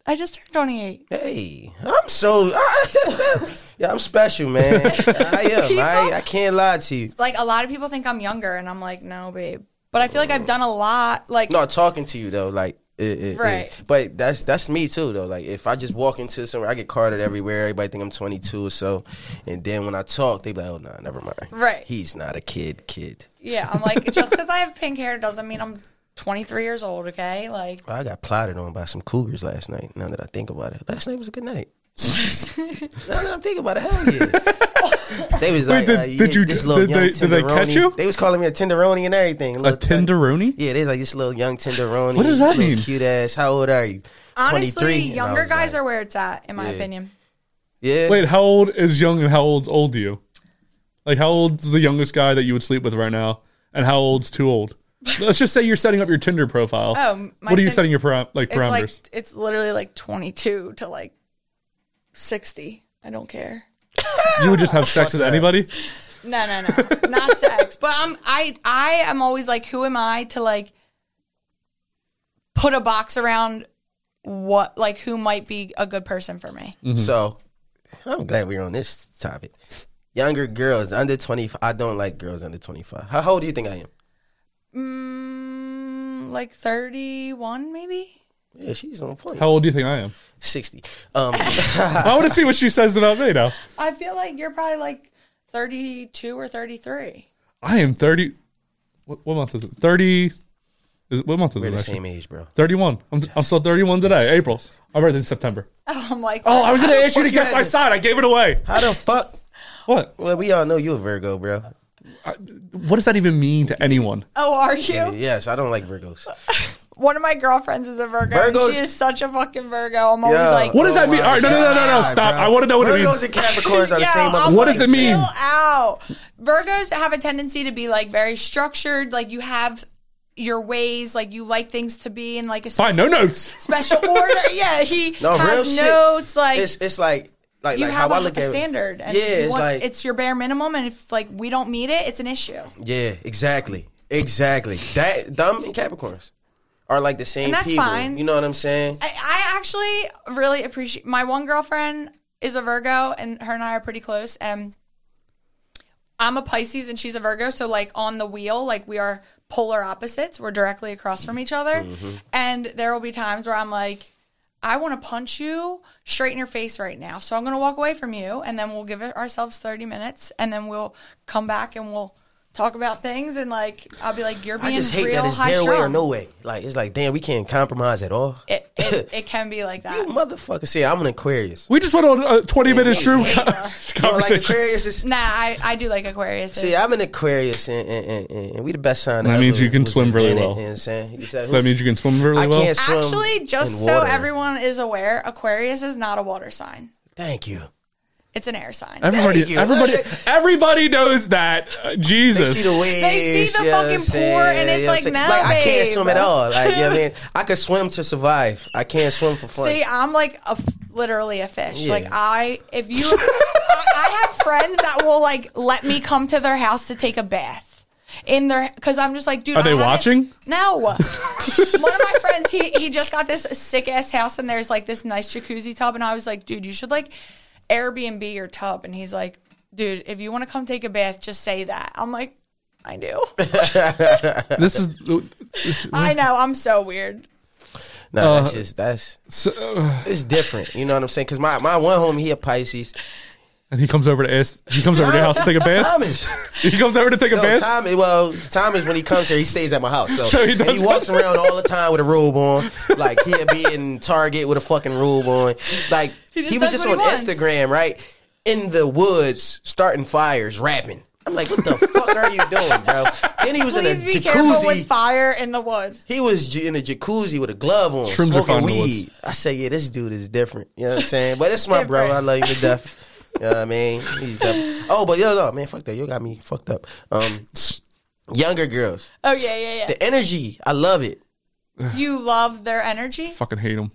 I just turned 28.
Hey, I'm so. yeah, I'm special, man. I am. I, I can't lie to you.
like a lot of people think I'm younger, and I'm like, no, babe. But I feel like I've done a lot. Like,
No, talking to you though, like it, it,
Right.
It. But that's that's me too though. Like if I just walk into somewhere, I get carded everywhere. Everybody think I'm 22 or so, and then when I talk, they be like, oh no, nah, never mind.
Right.
He's not a kid, kid.
yeah, I'm like, just because I have pink hair doesn't mean I'm 23 years old. Okay, like,
I got plotted on by some cougars last night. Now that I think about it, last night was a good night. now that I'm thinking about it, hell yeah. they was like,
did-
uh,
did you-
this little
did
young
they- did they catch
tenderoni.
you?
They was calling me a tenderoni and everything.
A
little ti-
tenderoni?
Yeah, they was like this little young tenderoni.
What does that
little
mean?
Cute ass. How old are you?
honestly,
23. And I
younger
was
guys
like,
are where it's at, in my
Yeah.
opinion.
Yeah.
Wait, how old is young and how old's old to you? Like how old's the youngest guy that you would sleep with right now, and how old's too old? Let's just say you're setting up your Tinder profile.
Oh,
what
my
are you
Tin-
setting your param- like
It's like
parameters?
it's literally like 22 to like 60. I don't care.
you would just have sex with anybody.
No, no, no, not sex. But I'm I I am always like, who am I to like put a box around what like who might be a good person for me?
So I'm glad we're on this topic. Younger girls under 25. I don't like girls under 25. How how old do you think I am?
Mm, like 31 maybe?
Yeah, she's on point.
How old do you think I am?
60. Um,
I want to see what she says about me now.
I feel like you're probably like 32 or 33.
I am thirty. What, what month is it? Thirty. Is, what month is
we're
it?
the
Actually?
same age, bro.
Thirty-one. I'm, I'm still thirty-one today. April. My birthday's September.
I'm like,
Oh, I was gonna ask you to
fuck you
guess my
had-
side. I gave it away.
How the fuck?
What?
Well, we all know you a Virgo, bro.
What does that even mean to anyone?
oh, are you?
Yes, I don't like Virgos.
One of my girlfriends is a Virgo. and
Virgos-
she is such a fucking Virgo. I'm always
Yo.
like,
What does that
Oh
mean?
my
All right, no, no, no, no, no.
God,
Stop.
bro.
I want to know what it
Virgos
means.
and Capricorns are the
Yo,
same.
I'm
What does
like,
it mean?
Chill out. Virgos have a tendency to be like very structured. Like you have your ways. Like you like things to be in like a
Fine, no notes.
special order. Yeah, he
No, real
has
shit.
notes. Like
it's it's like like
you
like
have
how I
a,
look
a
at
standard. And
Yeah,
if you
it's
want-
like
it's your bare minimum. And if like we don't meet it, it's an issue.
yeah, exactly, exactly. That dumb and Capricorns are like the same
And that's
people.
fine.
You know what I'm saying?
I, I actually really appreciate my one girlfriend is a Virgo and her and I are pretty close and I'm a Pisces and she's a Virgo so like on the wheel like we are polar opposites we're directly across from each other
Mm-hmm.
and there will be times where I'm like I want to punch you straight in your face right now so I'm going to walk away from you and then we'll give it ourselves 30 minutes and then we'll come back and we'll talk about things and like I'll be like you're being
I just hate
real
that it's
high
their way or
strung
no way. Like it's like, damn, we can't compromise at all.
it it, it can be like that.
Motherfucker, see, I'm an Aquarius.
we just went on a 20 minute true
You know, like
conversation.
Aquarius is.
Nah, I, I do like Aquarius.
See, I'm an Aquarius, and, and, and, and we the best sign.
That
ever
means you can
was
swim really
invented,
well.
You know what I'm saying? You said,
That means you can swim really
I
well.
can't swim
Actually,
in
just so
water.
everyone is aware, Aquarius is not a water sign.
Thank you.
It's an air sign.
Thank
Everybody,
you.
everybody, everybody knows that. Uh,
They see the
Jesus,
waves.
They see the
you know what
fucking
I'm saying?
pool, and it's
You know what
like,
I'm saying?
no,
I can't
babe.
swim at all. Like, you know what I mean? I could swim to survive. I can't swim for fun.
See, I'm like a f- literally a fish.
Yeah.
Like I, if you, I, I have friends that will like let me come to their house to take a bath in their because I'm just like, dude,
Are
I
they
haven't-
watching?
No. One of my friends, he he just got this sick ass house, and there's like this nice jacuzzi tub, and I was like, dude, you should like Airbnb your tub, and he's like, dude, if you want to come take a bath, just say that. I'm like. I do.
this is uh,
I know. I'm so weird.
no,
Uh,
that's just that's
so, uh,
it's different. You know what I'm saying? Because my, my one homie, he a Pisces.
and he comes over to ask. He comes over to your house to take a bath.
Thomas.
He comes over to take a
No,
bath.
Thomas. Well, Thomas, when he comes here, he stays at my house. So,
So he
and he
does-
walks around all the time with a robe on. Like he'll be in Target with a fucking robe on. Like he,
just
was
does
just
what
on
he wants.
Instagram, right? In the woods, starting fires, rapping. I'm like, what the fuck are you doing, bro? Then he was
Please
in a
be careful with
jacuzzi.
fire in the wood.
He was ju- in a jacuzzi with a glove on,
Shrooms are fine
smoking
in the
weed. I say, yeah, this dude is different. You know what I'm saying? But it's my bro. I
Different.
love you to death. You know what I mean? He's deaf. Oh, but yo, no, man, fuck that. You got me fucked up. Um, younger girls,
Oh yeah, yeah,
the energy, I love it.
yeah. You love their energy.
Fucking hate him.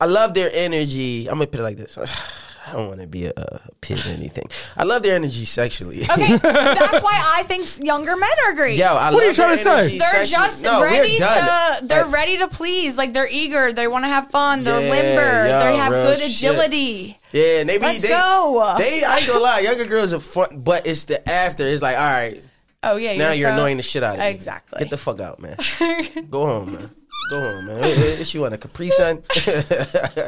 I love their energy. I'm gonna put it like this. I don't want to be a, a pit or anything. I love their energy sexually.
Okay, that's why I think younger men are great.
Yo, I
What are you
love
trying
their
to say?
energy
they're
sexually.
just
No, we're
ready to.
done.
They're
Like,
ready to please. Like they're eager. They want to have fun. They're
Yeah,
limber.
yo,
they have
real
good
shit.
agility.
Yeah, and they be
Let's
they,
go.
They, I ain't gonna lie, younger girls are fun, but it's the after. It's like, all right,
Oh yeah.
now you're
so-
annoying the shit out of me.
Exactly.
Get the fuck out, man. Go home, man. Go home, man. What- What what you want a Capri Sun?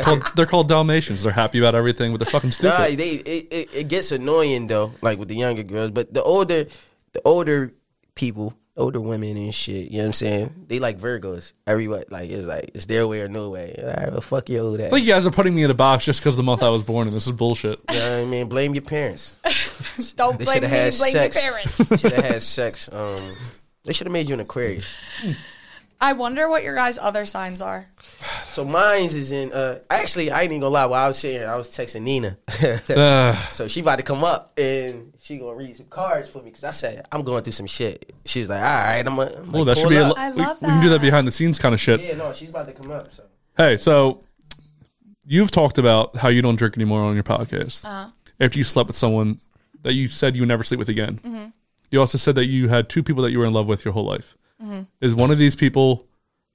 Called, they're called Dalmatians. They're happy about everything, but they're fucking stupid.
Nah, they it, it, it gets annoying though, like with the younger girls, but the older the older people, older women and shit, you know what I'm saying? They like Virgos. Everybody like it's like it's their way or no way. All right, well fuck your old ass.
Like you guys are putting me in a box just because the month I was born, and this is bullshit.
you know what I mean? Blame your parents.
Don't
They
blame me.
shoulda had
Blame
sex.
your parents.
They should have had sex. Um they should have made you an Aquarius.
I wonder what your guys' other signs are.
So mine's is in uh actually I ain't even gonna lie, while I was sitting here, I was texting Nina.
Uh,
So she about to come up and she gonna read some cards for me because I said I'm going through some shit. She was like, "All right, I'm." Gonna, I'm
well, that
like,
should
"Pull
be. A,
up."
li-
I
we,
love
we can do that
that.
behind the scenes kind of shit.
yeah, no, she's about to come up. So
Hey, so you've talked about how you don't drink anymore on your podcast
Uh-huh.
after you slept with someone that you said you would never sleep with again.
Mm-hmm.
You also said that you had two people that you were in love with your whole life.
Mm-hmm.
Is one of these people?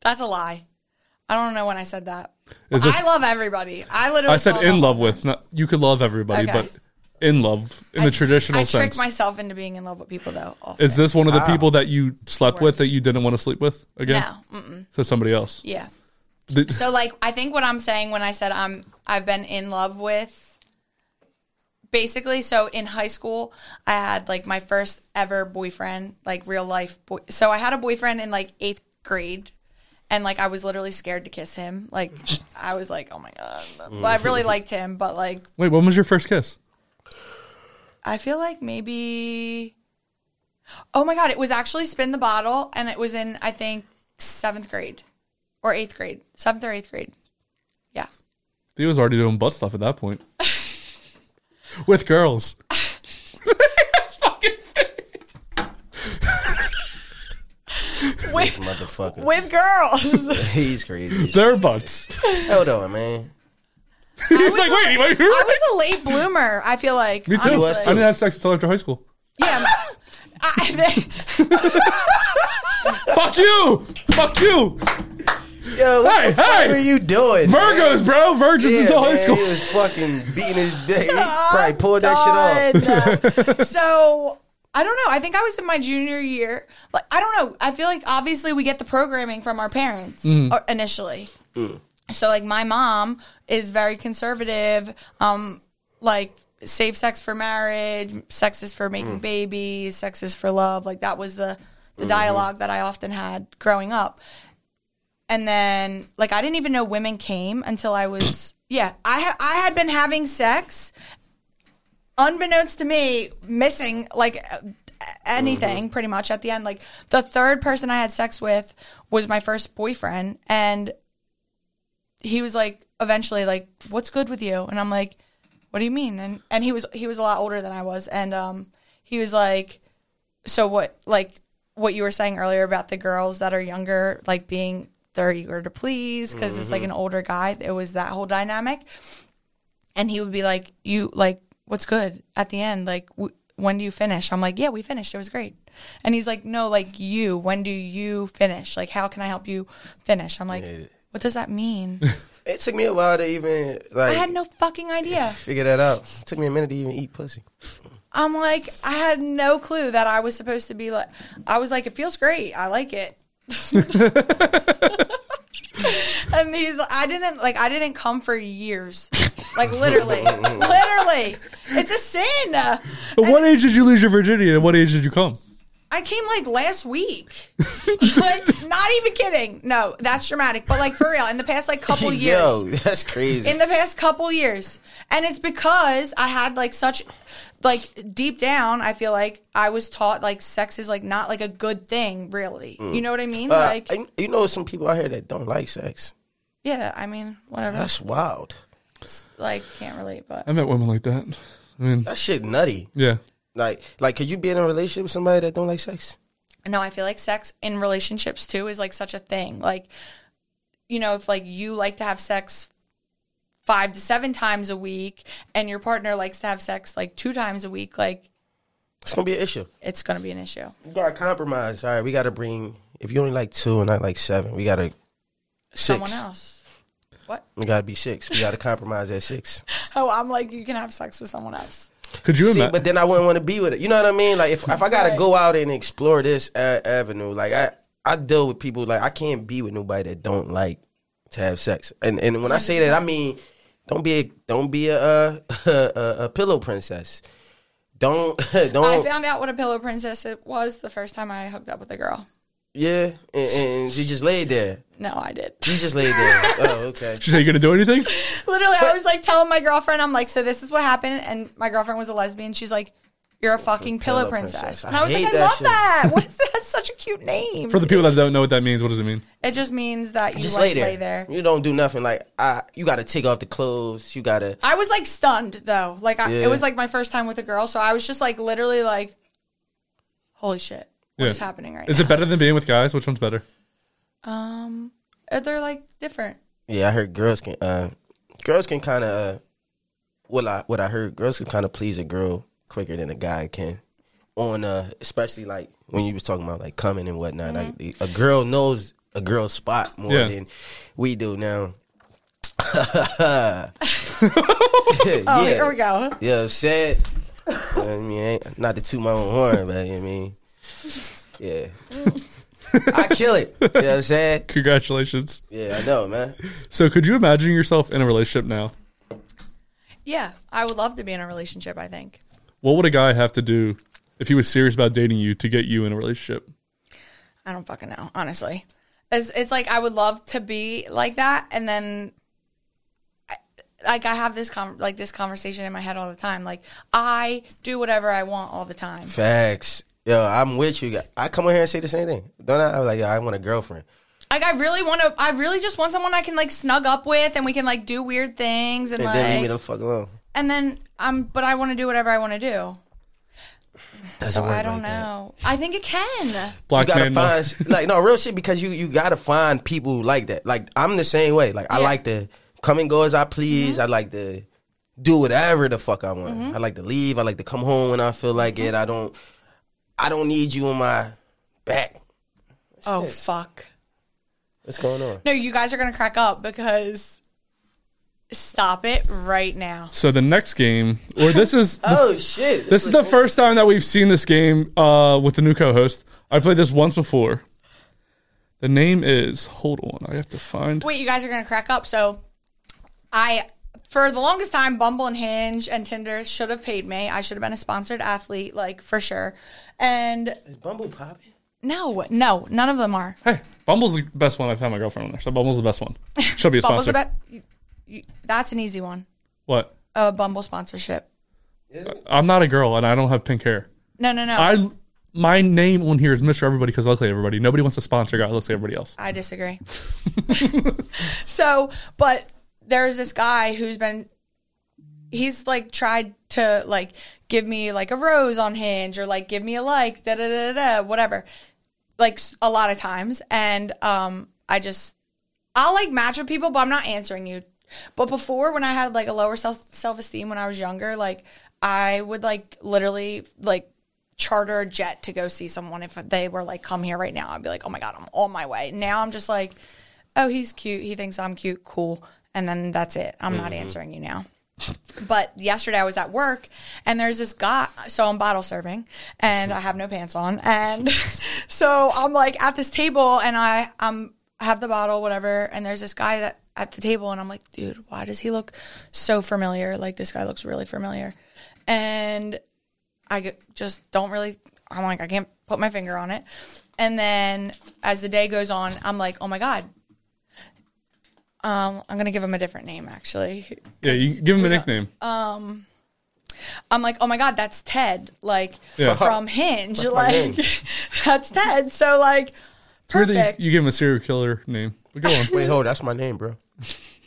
That's a lie. I don't know when I said that.
Is this?
I love everybody. I literally.
I said
fall
in love with. Not, you could love everybody,
Okay.
but in love in the traditional
I trick
sense.
myself into being in love with people though. often.
Is this one of the people that you slept with
Worse.
that you didn't want to sleep with again?
no? Mm-mm.
So somebody else.
mm, Yeah.
Did-
So like I think what I'm saying when I said I'm I've been in love with basically so in high school I had like my first ever boyfriend, like real life boy. So I had a boyfriend in like 8th grade and like I was literally scared to kiss him. Like I was like, "Oh my god." Well, I really liked him, but like
Wait, when was your first kiss?
I feel like maybe. Oh my god! It was actually spin the bottle, and it was in I think seventh grade or eighth grade, seventh or eighth grade. Yeah,
He was already doing butt stuff at that point. With girls.
this motherfucker,
with girls.
he's crazy.
Their butts.
Hold on, man.
He's like, wait, wait, you're
I
right.
was a late bloomer. I feel like
Me too.
honestly.
I didn't have sex until after high school.
Yeah. I,
Fuck you! Fuck you!
Yo, what
Hey,
the fuck
hey!
are you doing?
Virgos, bro! Virgins
man? Yeah,
until high
man,
school.
He was fucking beating his dick. He probably pulled that shit off.
off. Oh, Uh, so I don't know. I think I was in my junior year. Like I don't know. I feel like obviously we get the programming from our parents
Mm-hmm.
or initially. So like my mom is very conservative. Um, like safe sex for marriage, sex is for making babies, sex is for love. Like that was the the dialogue that I often had growing up. and then like I didn't even know women came until I was yeah I ha- I had been having sex, unbeknownst to me, missing like uh, anything pretty much at the end. Like the third person I had sex with was my first boyfriend, and he was like eventually like what's good with you and i'm like what do you mean and and he was he was a lot older than i was and um he was like so what like what you were saying earlier about the girls that are younger like being they're eager to please because it's like an older guy it was that whole dynamic and he would be like you like what's good at the end like w- when do you finish i'm like yeah we finished it was great and he's like no like you when do you finish like how can i help you finish i'm like what does that mean
It took me a while to even like
I had no fucking idea.
figure that out. It took me a minute to even eat pussy.
I'm like, I had no clue that I was supposed to be like, I was like, it feels great. I like it. and he's, I didn't, like, I didn't come for years. Like, literally. literally. It's a sin.
But what age did you lose your virginity and what age did you come?
I came like last week. like, not even kidding. No, that's dramatic. But, like, for real, in the past, like, couple years.
Yo, that's crazy.
in the past couple years and it's because i had like such like deep down i feel like i was taught like sex is like not like a good thing really you know what i mean
Uh,
like
I- you know, some people out here that don't like sex.
yeah i mean whatever
That's wild.
like can't relate but
I met women like that. I mean,
That shit nutty.
yeah.
Like, like, could you be in a relationship with somebody that don't like sex?
no i feel like sex in relationships too is like such a thing like you know if like you like to have sex five to seven times a week and your partner likes to have sex like two times a week like
It's gonna be an issue.
it's gonna be an issue
You gotta compromise. All right, we gotta bring. If you only like two and I like seven, we gotta six.
someone else what
We gotta be six. We gotta compromise at six.
Oh, I'm like, you can have sex with someone else.
Could you
See,
imagine?
but then I wouldn't want to be with it. You know what I mean? Like if if I gotta
Right.
go out and explore this uh, avenue, like I I deal with people like I can't be with nobody that don't like to have sex. And and when I say that, I mean don't be a, don't be a, uh, a, a a pillow princess. Don't
I
don't
found out what a pillow princess it was the first time I hooked up with a girl.
yeah. And, and she just laid there.
No, I did.
You just laid there. oh okay.
She said, you going to do anything?
Literally, I was like telling my girlfriend, I'm like, so this is what happened. And my girlfriend was a lesbian. She's like, you're a fucking pillow,
Pillow
princess.
princess.
And I was
I
like, I
hate that
love
shit.
that. What is that? That's such a cute name.
For the people that don't know what that means, what does it mean?
it just means that you
Just
like
lay there.
lay there.
You don't do nothing. Like I, you gotta take off the clothes. You gotta.
I was like stunned though. Like I,
Yeah.
it was like my first time with a girl, so I was just like literally like, holy shit, what's
Yeah.
happening right
Is
now?
it better than being with guys? Which one's better?
um, they're like different.
Yeah, I heard girls can. Uh, girls can kind of. Uh, what I what I heard, girls can kind of please a girl quicker than a guy can. On uh, especially like when you was talking about like coming and whatnot. Like
Mm-hmm.
a girl knows a girl's spot more
Yeah.
than we do now.
Oh,
yeah.
here we go.
Yeah, I'm sad. You know what I mean, I ain't- not to toot my own horn, but you know what I mean, yeah, I kill it. You know what I'm saying?
Congratulations.
Yeah, I know, man.
So, could you imagine yourself in a relationship now?
Yeah, I would love to be in a relationship. I think
What would a guy have to do if he was serious about dating you to get you in a relationship?
I don't fucking know, honestly. It's, it's like I would love to be like that, and then, I, like I have this con like this conversation in my head all the time. Like I do whatever I want all the time.
Facts. Yo, I'm with you. I come on here and say the same thing. Don't I? I was like, yo, I want a girlfriend.
Like I really want to. I really just want someone I can like snug up with, and we can like do weird things, and,
And
like,
then leave me the fuck alone.
and then um, but I want to do whatever I want to do.
Doesn't
So
work
I don't
like that.
know. I think it can.
Black
you gotta
man, no.
find like no real shit because you you gotta find people like that. Like I'm the same way. Like I
Yeah. Mm-hmm.
like to come and go as I please. I like to do whatever the fuck I want.
Mm-hmm.
I like to leave. I like to come home when I feel like it. I don't I don't need you on my back.
Oh fuck.
What's going on?
No, you guys are gonna crack up because stop it right now.
So the next game, or this is
Oh shit!
this is the first time that we've seen this game uh, with the new co-host. I played this once before. The name is. Hold on, I have to find.
Wait, you guys are gonna crack up. So I for the longest time, Bumble and Hinge and Tinder should have paid me. I should have been a sponsored athlete, like for sure. And
Is Bumble popping?
No, no, none of them are.
Hey, Bumble's the best one. I found my girlfriend on there, so Bumble's the best one. She'll be a
Bumble's
sponsor.
about. You, you, that's an easy one.
what?
A uh, Bumble sponsorship.
I'm not a girl, and I don't have pink hair.
No, no, no. I,
I my name on here is Mr. Everybody because I look like everybody. Nobody wants to sponsor a guy that looks like everybody else.
disagree. so, but there's this guy who's been. He's like tried to like give me like a rose on Hinge or like give me a like da da da da da, whatever, like s- a lot of times, and um I just I'll like match with people, but I'm not answering you. But before, when I had like a lower self self esteem when I was younger, like I would like literally like charter a jet to go see someone if they were like come here right now. I'd be like, oh my god, I'm on my way. Now I'm just like, oh he's cute, he thinks I'm cute, cool, and then that's it. I'm not answering you now. But yesterday I was at work and there's this guy. So I'm bottle serving and I have no pants on. And so I'm like at this table and I I'm, have the bottle, whatever. And there's this guy that at the table and I'm like, dude, why does he look so familiar? Like this guy looks really familiar. And I g- just don't really, I'm like, I can't put my finger on it. And then as the day goes on, I'm like, oh my God. Um, I'm going to give him a different name actually.
Yeah, you give him a nickname.
Uh, I'm like, oh my god, that's Ted, like
Yeah.
from Hinge,
name.
like that's Ted. So like,
It's weird that you-
perfect.
you give him a serial killer name. But go on.
Wait, hold. That's my name, bro.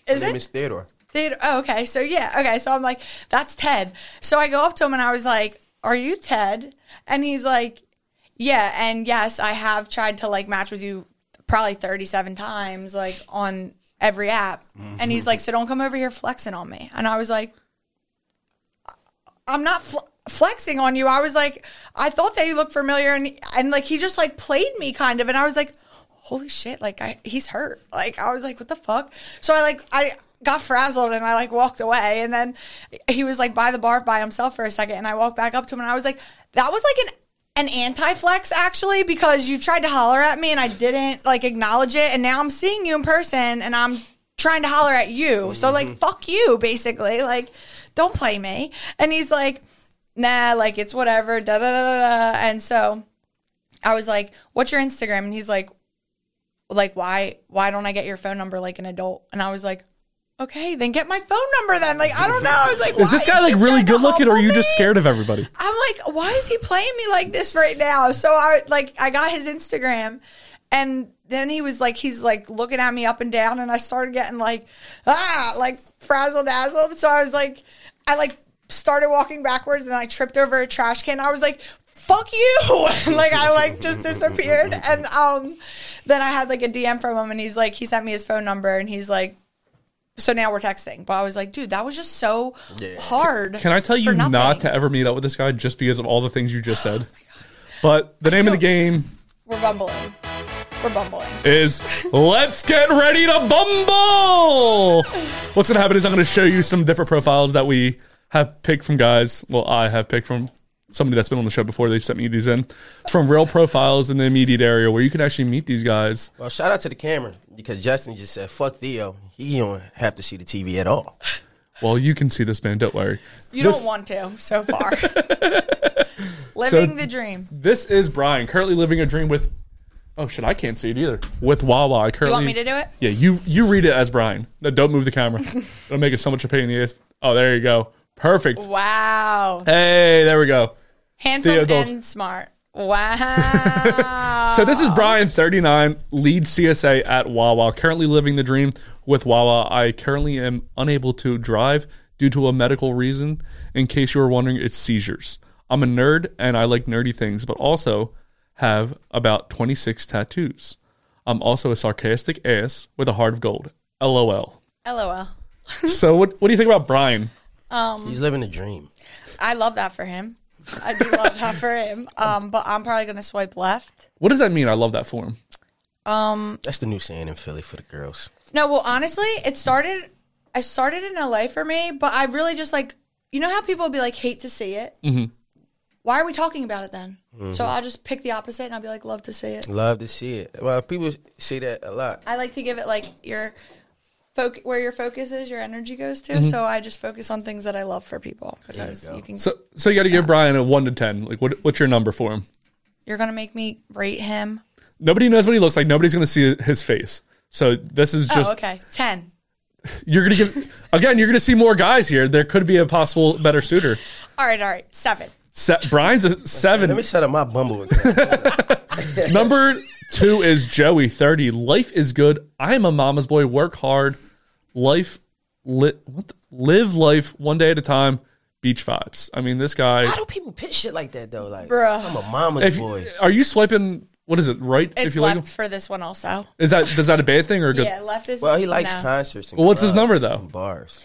Is
My name is
it?
Theodore.
They- oh, okay, so yeah, okay, so I'm like, that's Ted. So I go up to him and I was like, are you Ted? And he's like, yeah, and yes, I have tried to like match with you probably 37 times, like on every app. And he's like, so don't come over here flexing on me. And I was like, I'm not fl- flexing on you. I was like, I thought that you looked familiar, and and like he just like played me kind of, and I was like, holy shit, like I he's hurt. Like I was like, what the fuck? So I like I got frazzled and I like walked away, and then he was like by the bar by himself for a second, and I walked back up to him, and I was like, that was like an an anti-flex actually because you tried to holler at me and I didn't like acknowledge it, and now I'm seeing you in person, and I'm trying to holler at you. So
Mm-hmm.
like fuck you basically. Like don't play me. And he's like nah, like it's whatever da da da da. da. And so I was like, what's your Instagram? And he's like like why why don't I get your phone number like an adult? And I was like Okay, then get my phone number then. Like I don't know. I was like,
Is this
why
guy
you
like really
trying to
good looking, or are
humble
you just
me?
scared of everybody?
I'm like, why is he playing me like this right now? So I like I got his Instagram and then he was like he's like looking at me up and down and I started getting like ah like frazzled dazzled. So I was like I like started walking backwards and I tripped over a trash can. I was like fuck you and like I like just disappeared and um then I had like a DM from him and he's like he sent me his phone number and he's like so now we're texting. But I was like, dude, that was just so hard.
Can I tell you
for nothing. Oh
not to ever meet up with this guy just because of all the things you just said? But the name of the game
We're bumbling. We're bumbling.
is Let's Get Ready to Bumble. What's going to happen is I'm going to show you some different profiles that we have picked from guys. Well, I have picked from somebody that's been on the show before. They sent me these in from real profiles in the immediate area where you can actually meet these guys.
Well, shout out to the camera because Justin just said, "Fuck Theo." He don't have to see the TV at all.
Well, you can see this man, don't worry.
You
This-
don't want to so far. Living
So-
the dream.
This is Brian, currently living a dream with. Oh shit, I can't see it either. With Wawa, I currently.
You want me to do it?
Yeah, you you read it as Brian. No, don't move the camera. It'll make it so much a pain in the ass. Oh, there you go. Perfect.
Wow.
Hey, there we go. The
Handsome
adult.
and smart. Wow.
So this is Brian, 39, lead CSA at Wawa, currently living the dream with Wawa. I currently am unable to drive due to a medical reason. In case you were wondering, it's seizures. I'm a nerd and I like nerdy things, but also have about 26 tattoos. I'm also a sarcastic ass with a heart of gold. LOL.
LOL.
So what what do you think about Brian?
Um,
He's living a dream.
I love that for him. I do love that for him. Um, but I'm probably gonna swipe left.
What does that mean? I love that for him.
That's the new saying in Philly for the girls.
No, well, honestly, it started. I started in LA for me, but I really just like you know how people be like hate to see it. Mm-hmm. Why are we talking about it then?
Mm-hmm.
So I'll just pick the opposite, and I'll be like, love to see it.
Love to see it. Well, people say that a lot.
I like to give it like your foc where your focus is, your energy goes to.
Mm-hmm.
So I just focus on things that I love for people because you, can.
So so you got to give Brian a 1 to 10. Like what what's your number for him?
You're gonna make me rate him.
Nobody knows what he looks like. Nobody's going to see his face. So this is just
oh, okay. Ten.
you're going to give again. You're going to see more guys here. There could be a possible better suitor.
All right, all right. Seven.
Se- Brian's a
Let
seven.
me set up my Bumble account.
Number two is Joey thirty. Life is good. I'm a mama's boy. Work hard. Life li- what the- live life one day at a time. Beach vibes. I mean, this guy.
How do people pitch shit like that though? Like,
Bruh.
I'm a mama's
If,
boy.
are you swiping? What is it? Right?
It's
like
left for this one also.
Is that is that a bad thing or a good?
Yeah, left is.
Well, he likes
no.
concerts. And
Well, what's his
clubs
number, though?
and Bars.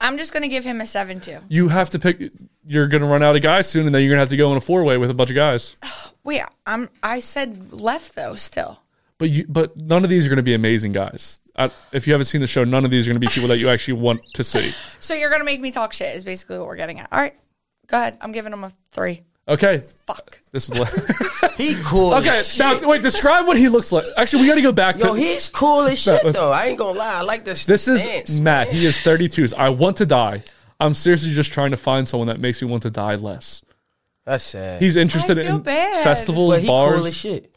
I'm just gonna give him a seven too.
You have to pick. You're gonna run out of guys soon, and then you're gonna have to go in a four way with a bunch of guys.
Wait, I'm. I said left though. Still.
But you, but none of these are gonna be amazing guys. I, if you haven't seen the show, none of these are gonna be people that you actually want to see.
So you're gonna make me talk shit is basically what we're getting at. All right, go ahead. I'm giving him a three.
Okay,
Fuck.
this is la-
He cool.
okay.
as shit.
Now wait, describe what he looks like. Actually, we gotta go back to.
Yo, he's cool as shit though. I ain't gonna lie. I like this.
this is
stance.
Matt. He is 32. I want to die. I'm seriously just trying to find someone that makes me want to die less.
That's sad.
He's interested
I feel
in
bad.
festivals,
but he cool as
bars.
shit.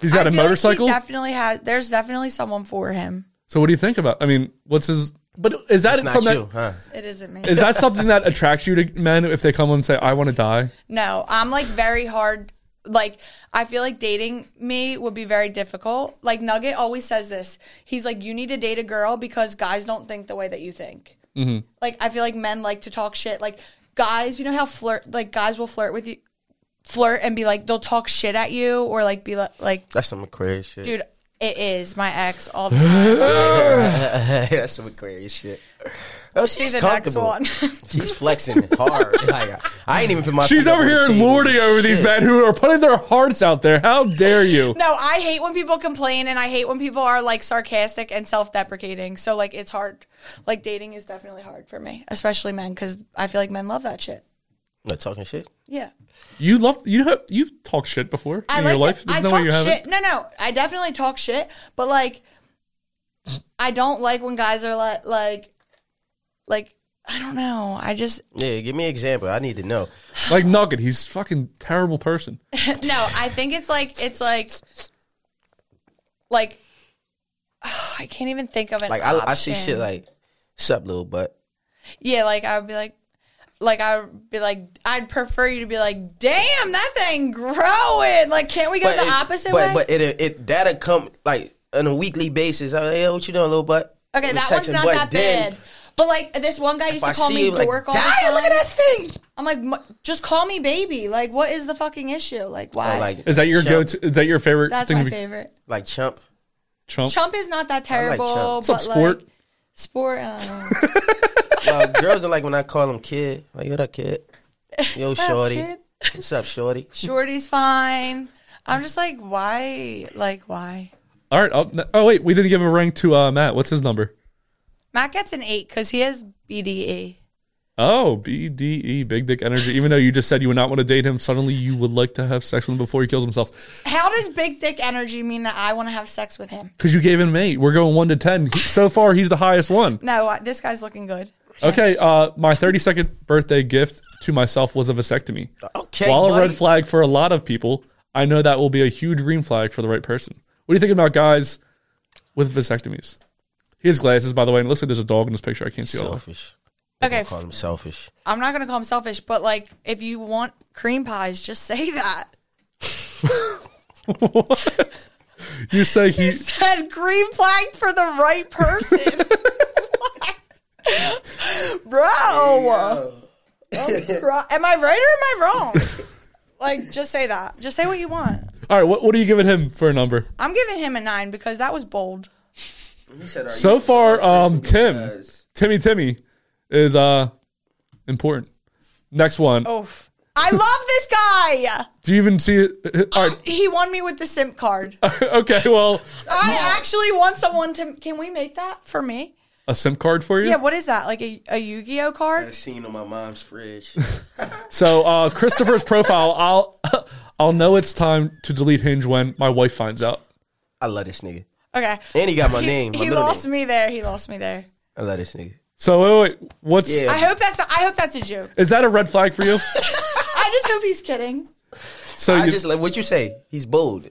He's got
I
a
feel like he
motorcycle.
definitely has. There's definitely someone for him.
so what do you think about? I mean, what's his? But is that
It's not
something?
you,
that-
huh?
It isn't me.
is that something that attracts you to men if they come and say, "I want to die"?
No, I'm like very hard. Like I feel like dating me would be very difficult. Like Nugget always says this. He's like, you need to date a girl because guys don't think the way that you think. Like I feel like men like to talk shit. Like guys, you know how flirt. Like guys will flirt with you, flirt and be like they'll talk shit at you or like be like, like
That's some Aquarius shit.
dude, it is my ex all the time.
That's some Aquarius shit. Oh,
She's
she's
the next
comfortable.
one.
She's flexing hard. Like, I, I ain't even put my.
She's
foot up
over
on the
here
table.
lording over these
Shit.
men who are putting their hearts out there. How dare you?
No, I hate when people complain and I hate when people are like sarcastic and self deprecating. So, like, it's hard. Like, dating is definitely hard for me, especially men, because I feel like men love that shit.
Not talking shit.
Yeah.
You love you have you've talked shit before
I
in
like
your life.
I
There's no way
talk
you haven't.
shit. No, no. I definitely talk shit, but like, I don't like when guys are like, like, like, I don't know. I just,
Yeah, give me an example. I need to know.
Like Nugget, he's a fucking terrible person.
no, I think it's like, it's like, like, I can't even think of it.
Like I, I see shit like, sup, little butt.
Yeah, like I would be like, like I would be like, I'd prefer you to be like, damn, that thing growing. Like, can't we go the
it-
opposite
but,
way?
But it it that'll come like on a weekly basis. I'm like, hey, what you doing, little butt?
okay,
We
that one's
texting,
not
but
that
then-
bad. But like this one guy used
I
to call
see
me
you, like,
dork all the
"Dad,
time.
look at that
thing. I'm like, "Mu- just call me baby. Like, what is the fucking issue? Like, why?
Oh, like
Is that your
chump,
go to is that your favorite
That's
thing
my
to be
favorite.
Like chump.
chump?
Chump is not that terrible,
chump.
but
What's up, sport?
like sport. I don't know.
Uh, girls are like when I call them kid. Like yo, that kid. Yo, shorty.
kid.
What's up, shorty?
Shorty's fine. I'm just like, why? Like, why?
All right. Up, oh wait, we didn't give a rank to uh, Matt. What's his number?
Matt gets an eight because he has E. BDE.
Oh, BDE, big dick energy. Even though you just said you would not want to date him, suddenly you would like to have sex with him before he kills himself.
How does big dick energy mean that I want to have sex with him?
Because you gave him an eight. We're going one to ten. He- So far, he's the highest one.
No, I- this guy's looking good.
Okay, uh, my 32nd birthday gift to myself was a vasectomy.
Uh, Okay,
While a
buddy.
red flag for a lot of people, I know that will be a huge green flag for the right person. What do you think about guys with vasectomies? He has glasses, by the way, and it looks like there's a dog in this picture. I can't see all of it.
Selfish.
Okay,
Call him selfish.
I'm not gonna call him selfish, but like, if you want cream pies, just say that.
You say he.
Said green flag for the right person, bro. I'm bro- Am I right or am I wrong? like, just say that. Just say what you want.
All right, what, what are you giving him for a number?
I'm giving him a nine because that was bold.
He said,
So far, um, Tim, Timmy, Timmy is uh important. Next one.
Oof. I love this guy.
Do you even see it? All right.
He won me with the simp card.
Okay. Well,
I actually want someone to. Can we make that for me?
a SIM card for you.
Yeah, what is that? Like a, a Yu Gi Oh card?
seen on my mom's fridge.
So uh, Christopher's profile, I'll I'll know it's time to delete Hinge when my wife finds out.
I love this nigga.
Okay.
And he got my name. My
He
middle
lost
name.
me there. He lost me there.
I love this nigga.
So wait, wait, wait what's
Yeah.
I hope that's. A, I hope that's a joke.
is that a red flag for you?
I just hope he's kidding.
So
I
you-
just like what you say. He's bold.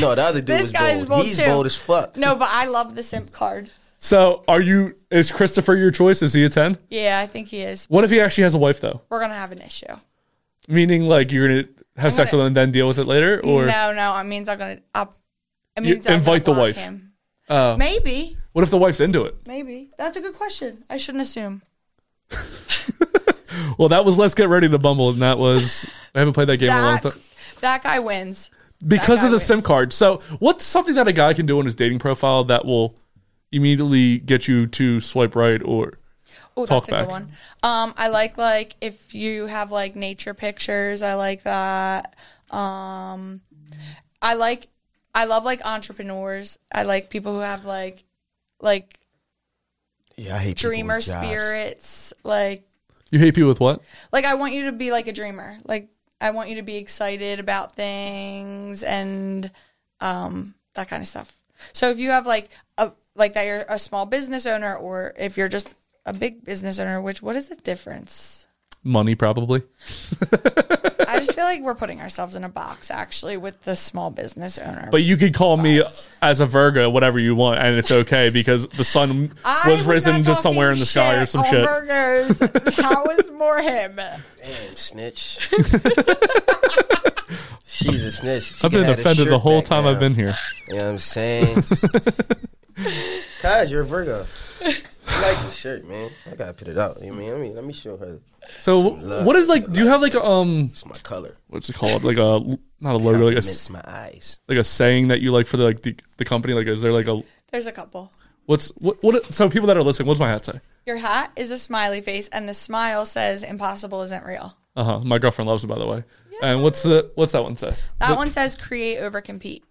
No, the other dude
This
is
guy's
bold.
bold
He's
too.
bold as fuck.
No, but I love the simp card.
So are you? Is Christopher your choice? Is he a ten?
Yeah, I think he is.
What if he actually has a wife though?
We're gonna have an issue.
Meaning like you're gonna have sex
gonna-
with him and then deal with it later, or
no, no, it means I'm gonna. I'll, it
You
means I'm
invite
gonna
the wife.
block Him.
Oh.
maybe,
what if the wife's into it?
maybe that's a good question. I shouldn't assume.
Well, that was let's get ready to bumble, and that was I haven't played that game in a long
That
time
that guy wins.
because
guy
of the SIM
wins.
card. So what's something that a guy can do on his dating profile that will immediately get you to swipe right or
Oh,
Talk
that's a
back.
good one. Um, I like like if you have like nature pictures. I like that. Um, I like I love like entrepreneurs. I like people who have like like
Yeah, I hate people with
dreamer
jobs.
spirits. Like
you hate people with what?
like I want you to be like a dreamer. Like I want you to be excited about things and um that kind of stuff. So if you have like a like that you're a small business owner or if you're just a big business owner, which what is the difference?
Money probably.
I just feel like we're putting ourselves in a box actually with the small business owner.
But you could call me as a Virgo, whatever you want, and it's okay because the sun
I
was, risen
not
to somewhere in the sky or
talking shit
some
on
shit.
Virgos. That was more him.
Damn, snitch. She's a snitch. She
I've
could
been
have
offended
shirt
the whole
back
time I've
now.
been here.
You know what I'm saying? Kaj, you're a Virgo. I like this shirt, man. I gotta put it out. You mean? I mean, let me show her.
So
love.
what is like? Do you have like um
It's my color.
what's it called? Like a not a logo, like a
It's
s-
my eyes.
like a saying that you like for the like the, the company. Like is there like a
There's a couple.
what's what what? So people that are listening, what's my hat say?
Your hat is a smiley face and the smile says impossible isn't real.
Uh huh. My girlfriend loves it, by the way. And what's the what's that one say?
That one says create over compete.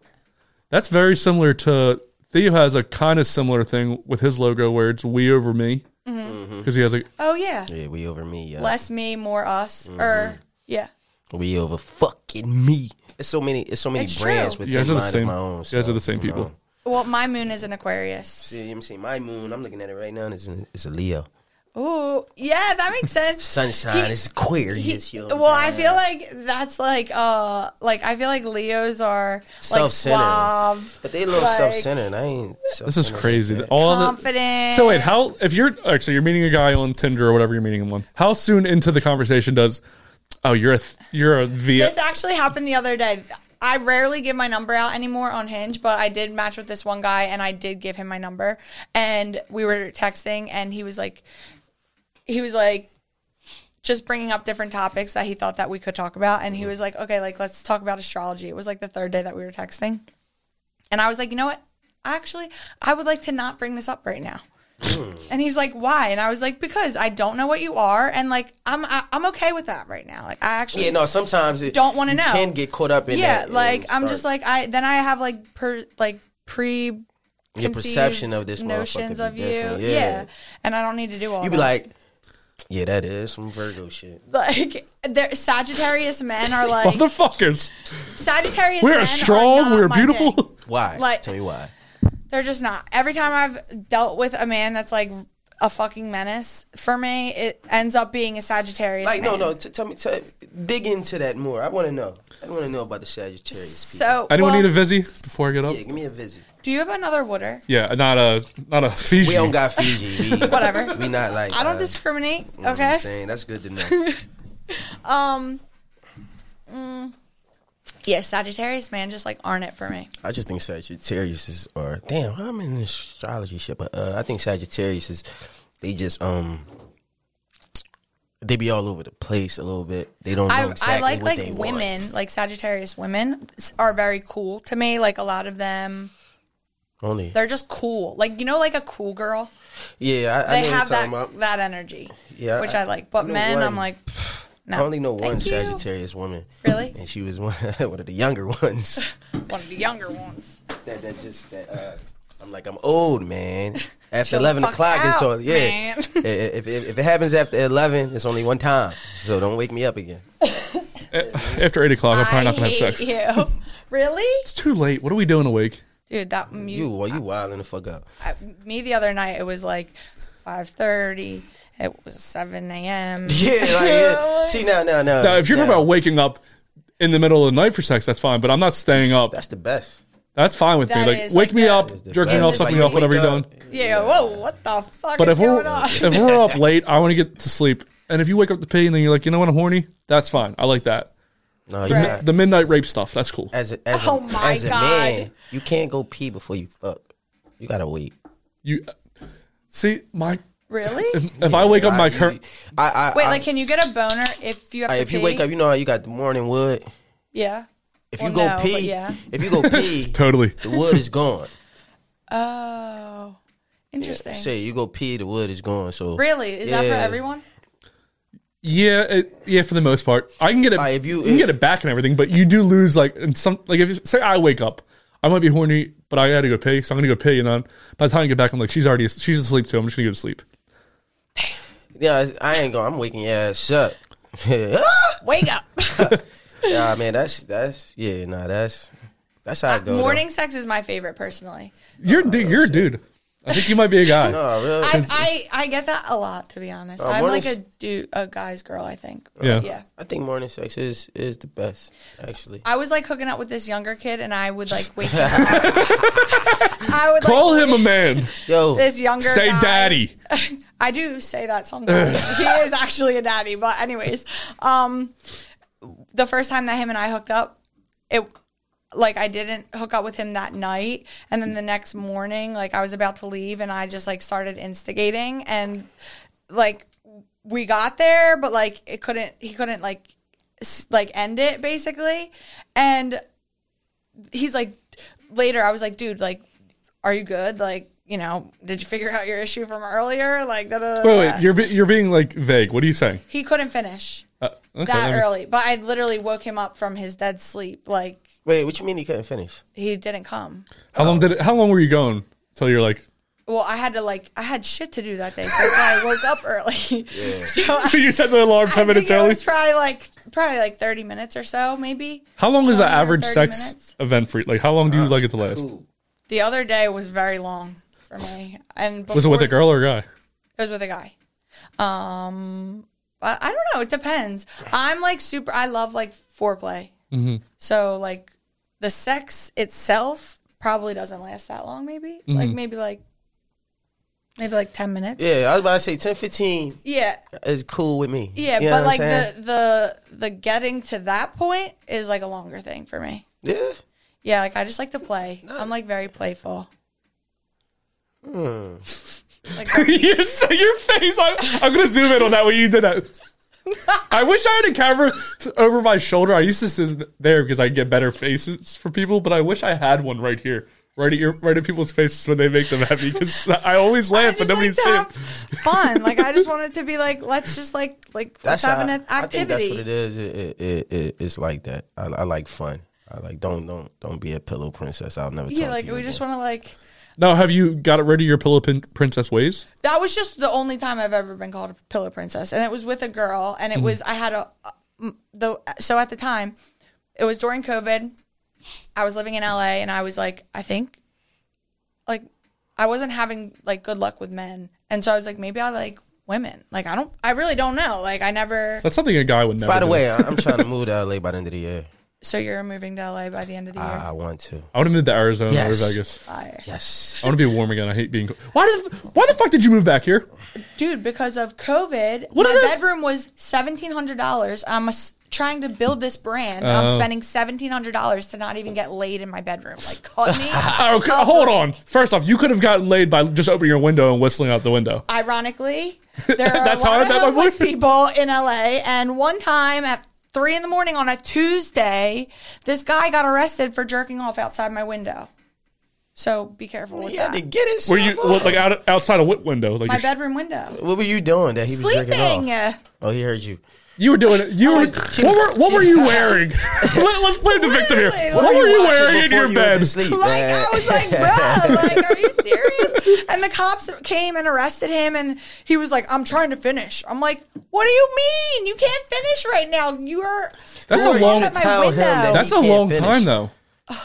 That's very similar to Theo has a kind of similar thing with his logo where it's we over me
Mm-hmm.
because he has like
Oh yeah.
Yeah, we over me, yeah.
Less me, more us.
Mm-hmm.
Or yeah.
We over fucking me. It's so many. It's so many
It's
brands
true.
with
you guys are the
mind of
same.
my own.
you guys
so,
are the same
you know.
people.
Well, my moon is an Aquarius.
See, you see my moon.
Mm.
I'm looking at it right now. And it's, an, it's a Leo.
Ooh, yeah, that makes sense.
Sunshine
He-
is Aquarius.
He-
yo.
well, I feel like that's like uh like I feel like Leos are like
Self-centered.
suave,
but they a little
like-
self-centered. I ain't.
This is crazy. All the
confident.
so wait, how if you're all right, so you're meeting a guy on Tinder or whatever you're meeting him on? How soon into the conversation does oh you're a th- you're a V
This actually happened the other day. I rarely give my number out anymore on Hinge, but I did match with this one guy and I did give him my number. And we were texting and he was like, he was like, just bringing up different topics that he thought that we could talk about. And he was like, okay, like, let's talk about astrology. It was like the third day that we were texting. And I was like, you know what? Actually, I would like to not bring this up right now. And he's like, "Why?" And I was like, "Because I don't know what you are, and like I'm I, I'm okay with that right now. Like I actually
Yeah, no. Sometimes it,
Don't wanna
you
know.
Can get caught up in
yeah
that and
like i'm
start-
just like i then i have like per like pre
Your perception of this
notions
motherfucker
of
be
you
different,
yeah.
yeah.
and i don't need to do all
you
that.
be like, yeah, that is some Virgo shit.
like they're- sagittarius men are like
motherfuckers.
sagittarius men
We're
are
strong.
not
We're
my thing.
beautiful.
Why?
Like-
Tell me why.
they're just not every time i've dealt with a man that's like a fucking menace for me it ends up being a sagittarius
Like, no,
man.
no. T- tell me. T- dig into that more. I want to know. I want to know about the Sagittarius. people.
so
Anyone
well,
need a Vizzy before I get up?
yeah, give me a visit.
do you have another wooder
Yeah, not a not a Fiji.
We don't got Fiji. We,
Whatever.
We not like.
i don't
uh,
discriminate
you know what
okay
I'm saying that's good to know.
Um, mm, yeah, Sagittarius man just like aren't it for me.
I just think Sagittarius is, or damn, I'm in astrology shit, but uh, I think Sagittarius is, they just um, they be all over the place a little bit. They don't know
I,
exactly
I like
what
like
they want.
women, like Sagittarius women s- are very cool to me. Like a lot of them,
Only
they're just cool. Like you know, like a cool girl.
yeah, I, I
They
know
have
what you're
that
talking about.
that energy,
Yeah,
which
I-
I, like. But
I know
men,
one.
I'm like, pff, no.
I only know one
Thank you.
Sagittarius woman,
Really?
and she was one one of the younger ones.
One of the younger ones.
that that just that. Uh, I'm like I'm old man. After
Chill
eleven
the fuck
o'clock, it's
out,
all yeah.
man.
I- I- if, if if it happens after eleven, it's only one time. So don't wake me up again.
After eight o'clock, I'm probably
I
not gonna have
hate
sex.
you. really,
It's too late. What are we doing awake?
dude? That you,
You well, you wilding the fuck up.
I- me the other night it was like 5.30 it was 7 a.m
Yeah, like yeah. See now, now, now.
Now, if you're
now,
talking about waking up in the middle of the night for sex, that's fine. But I'm not staying up.
That's the best.
That's fine with
That
me. Like,
is,
wake
like,
me
that
up,
is
the
jerking
best.
off,
Just
sucking
like
off, whatever
wake
you're doing.
up.
Yeah. Whoa. What the fuck
But if
is
we're
going on?
if we're up late, I want to get to sleep. And if you wake up to pee and then you're like, you know what, I'm horny. That's fine. I like that.
No, you're
The midnight rape stuff. That's cool.
As a, as
Oh
a,
my
as a
God.
man, you can't go pee before you fuck. You gotta wait.
You see my
Really?
if I wake up my current
I, I,
Wait.
I-
Like, can you get a boner if you have
I-
to
if you
pee?
wake up, you know how you got the morning wood.
Yeah.
If
Well,
you go
no, but
pee,
yeah.
if you go pee,
totally.
the wood is gone.
Oh, interesting.
Say you go pee, the wood is gone. So
really? Is that
Yeah.
for everyone?
Yeah, it, yeah, for the most part, I can get it.
Like, if you-
you can get it back and everything, but you do lose like and some like if you, say I wake up, I might be horny, but I got to go pee, so I'm gonna go pee, and then by the time I get back, I'm like she's already she's asleep too. I'm just gonna go to sleep.
Yeah, I ain't going. I'm waking your ass up.
Wake up.
yeah, man, that's that's yeah, nah, that's that's how I go. though.
Uh, Morning sex is my favorite personally.
You're dude,
Oh,
you're a dude. I think you might be a guy.
Nah, really.
I, I I get that a lot to be honest.
Uh,
I'm
mornings-
like a dude, a guy's girl. I think.
Yeah.
Yeah.
I think morning sex is is the best, actually.
I was like hooking up with this younger kid, and I would like wake him up. I would
Call
like,
him a man.
Yo,
This younger
Say
guy.
daddy.
I do say that sometimes. he is actually a daddy, but anyways, um, the first time that him and I hooked up, it like I didn't hook up with him that night, and then the next morning, like I was about to leave, and I just like started instigating, and like we got there, but like it couldn't, he couldn't like s- like end it basically, and he's like later I was like, dude, like, are you good? Like. You know, did you figure out your issue from earlier? Like, da, da, da,
Wait,
da."
wait, you're be- you're being like vague. What are you saying?
he couldn't finish
Uh, okay,
that
let me-
early. But I literally woke him up from his dead sleep. Like
wait, what you mean you couldn't finish?
he didn't come.
How long did it? How long were you going till you're like?
Well, I had to like I had shit to do that day, so that's why I woke up early. So I,
So you set the alarm ten
I
minutes
think it
early.
was probably like probably like thirty minutes or so, maybe.
How long is the
20 or
average
30
sex
minutes.
event for you? Like, how long
Uh,
do you like it to last?
The other day was very long for me, and before,
Was it with a girl or a guy?
It was with a guy. Um, I, I don't know. It depends. I'm like super. I love like foreplay.
Mm-hmm.
So like the sex itself probably doesn't last that long. Maybe
Mm-hmm.
like maybe like maybe like ten minutes. Yeah,
Yeah, I was about to say 10, 15
yeah.
is cool with me. You know
but
what
like
I'm saying?
the the the getting to that point is like a longer thing for me.
yeah.
Yeah, like I just like to play. I'm like very playful.
Hmm.
Like
your, so your face. I, I'm gonna zoom in on that when you did that. I wish I had a camera t- over my shoulder. I used to sit there because I get better faces for people, but I wish I had one right here, right at your, right at people's faces when they make them happy. Because I always
I
laugh,
just
but nobody
like to
sees.
have fun. Like I just want it to be like let's just like like let's have an
how- I think that's what it
activity.
is. It, it, it, it, it's like that. I, I like fun. I like don't don't don't be a pillow princess. I'll never.
Yeah,
talk
like
to you
we just
again.
want to like.
Now, have you got it rid of your pillow pin- princess ways?
That was just the only time I've ever been called a pillow princess, and it was with a girl, and it was I had a m- the so at the time it was during COVID. I was living in LA, and I was like, I think, like, I wasn't having like good luck with men, and so I was like, maybe I like women. Like I don't, I really don't know. Like I never.
That's something a guy would never.
By the
do.
way, I- I'm trying to move to LA by the end of the year.
So you're moving to LA by the end of the year.
I, I want to.
I would have moved to Arizona
Yes.
or Vegas.
Fire.
Yes.
I want to be warm again. I hate being cold. Why the Why the fuck did you move back here?
Dude, because of COVID,
What
my
are those-
bedroom was seventeen hundred dollars. I'm a s- trying to build this brand. I'm
Oh.
spending seventeen hundred dollars to not even get laid in my bedroom. Like, cut me.
Oh, c- hold on. First off, you could have gotten laid by just opening your window and whistling out the window.
Ironically, there are
That's
a
how
lot
I
of
met my
homeless
boyfriend.
people in LA. And one time at three in the morning on a Tuesday, this guy got arrested for jerking off outside my window. So be careful with
You had to
that.
get it.
Were you what, like out, outside a wit window? Like
My
you, sh-
bedroom window.
What were you doing that he was jerking
Sleeping.
off? Oh, he heard you.
you were doing it. You were.
Like,
what were What were you wearing? Let, us play the victim here.
Literally,
What
like-
were you
Watch it
wearing in
before
your
you went to
bed?
sleep,
Like I
man.
was like, bro, like, are you serious? And the cops came and arrested him, and he was like, "I'm trying to finish." I'm like, "What do you mean? You can't finish right now. You are."
That's
you
a
are
long-
at my
Tell him
window."
that-
That's a
He can't
long
finish.
time though.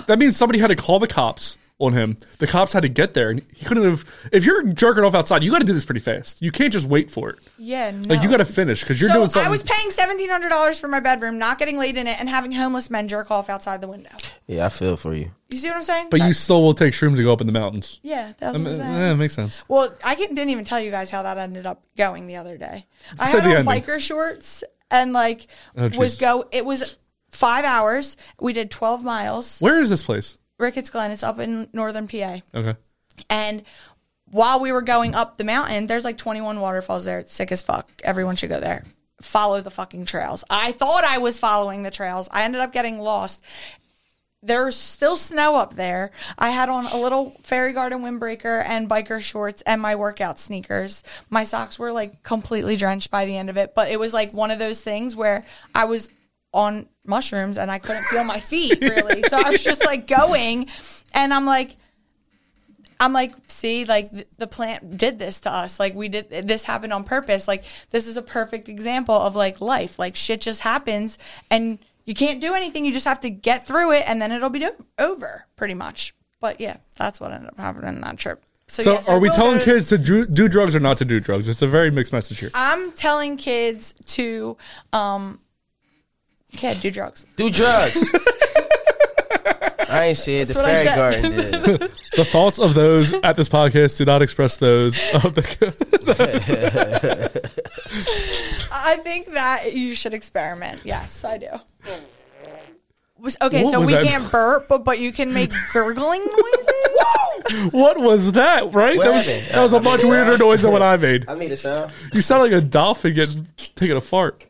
That means somebody had to call the cops on him. The cops had to get there, and he couldn't have. If you're jerking off outside, you got to do this pretty fast. You can't just wait for it.
Yeah, no.
Like you got to finish because you're
so
doing something.
I was paying seventeen hundred dollars for my bedroom, not getting laid in it, and having homeless men jerk off outside the window.
Yeah, I feel for you.
You see what I'm saying?
but you still will take shrooms to go up in the mountains.
yeah, that was
Um,
what I'm saying.
eh, makes sense.
Well, I can, didn't even tell you guys how that ended up going the other day. I
Say
had
the
on
ending.
biker shorts and like
Oh,
was
jeez.
go. It was five hours. We did twelve miles.
Where is this place?
Ricketts Glen. It's up in northern PA.
Okay.
And while we were going up the mountain, there's like 21 waterfalls there. It's sick as fuck. Everyone should go there. Follow the fucking trails. I thought I was following the trails. I ended up getting lost. There's still snow up there. I had on a little fairy garden windbreaker and biker shorts and my workout sneakers. My socks were like completely drenched by the end of it, but it was like one of those things where I was on mushrooms and I couldn't feel my feet really. So I was just like going and I'm like, I'm like, see, like th- the plant did this to us. Like we did this happened on purpose. Like this is a perfect example of like life. Like shit just happens and you can't do anything. You just have to get through it and then it'll be do- over pretty much. But yeah, that's what ended up happening on that trip.
So
yes, I
are we
will
telling
go to-
kids to do, do drugs or not to do drugs? It's a very mixed message here.
I'm telling kids to um yeah, do drugs.
Do drugs. I ain't said the
what I
fairy
said.
garden did.
the thoughts of those at this podcast do not express those of the.
I think that you should experiment. Yes, I do. Was- Okay,
What
so
was
we
that?
can't burp, but, but you can make gurgling noises.
what was that? Right?
What
that was
happened?
that was a
I made
much
a
weirder
sound.
noise than what I made.
I made a sound.
You sound like a dolphin getting taking a fart.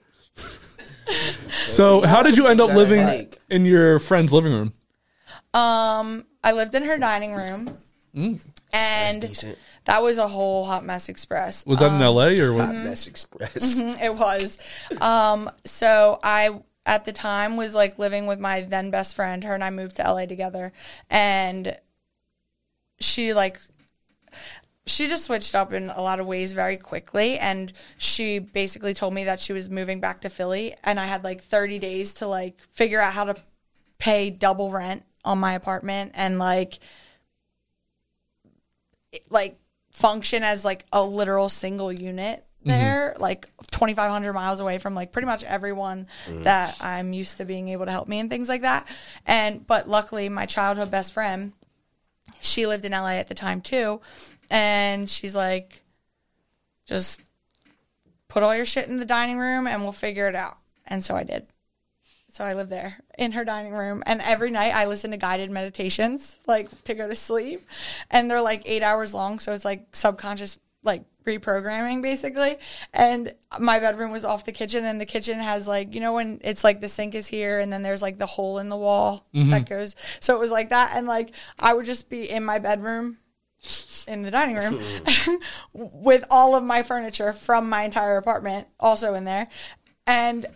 So how did you end up
Got a
living
headache.
in your friend's living room?
um, I lived in her dining room, and
Mm.
decent.
that was a whole hot mess express.
Was
Um,
that in L.A. or
Hot
what?
mess express.
It was. Um, so I at the time was like living with my then best friend. Her and I moved to LA together, and she like she just switched up in a lot of ways very quickly and she basically told me that she was moving back to Philly and I had like 30 days to like figure out how to pay double rent on my apartment and like like function as like a literal single unit there like 2500 miles away from like pretty much everyone that I'm used to being able to help me and things like that and but luckily my childhood best friend she lived in LA at the time too and she's like just put all your shit in the dining room and we'll figure it out and so I did so I lived there in her dining room. And every night I listen to guided meditations, like to go to sleep. And they're like eight hours long. So it's like subconscious, like reprogramming basically. And my bedroom was off the kitchen. And the kitchen has like, you know, when it's like the sink is here and then there's like the hole in the wall that goes. So it was like that. And like I would just be in my bedroom. In the dining room, with all of my furniture from my entire apartment also in there. And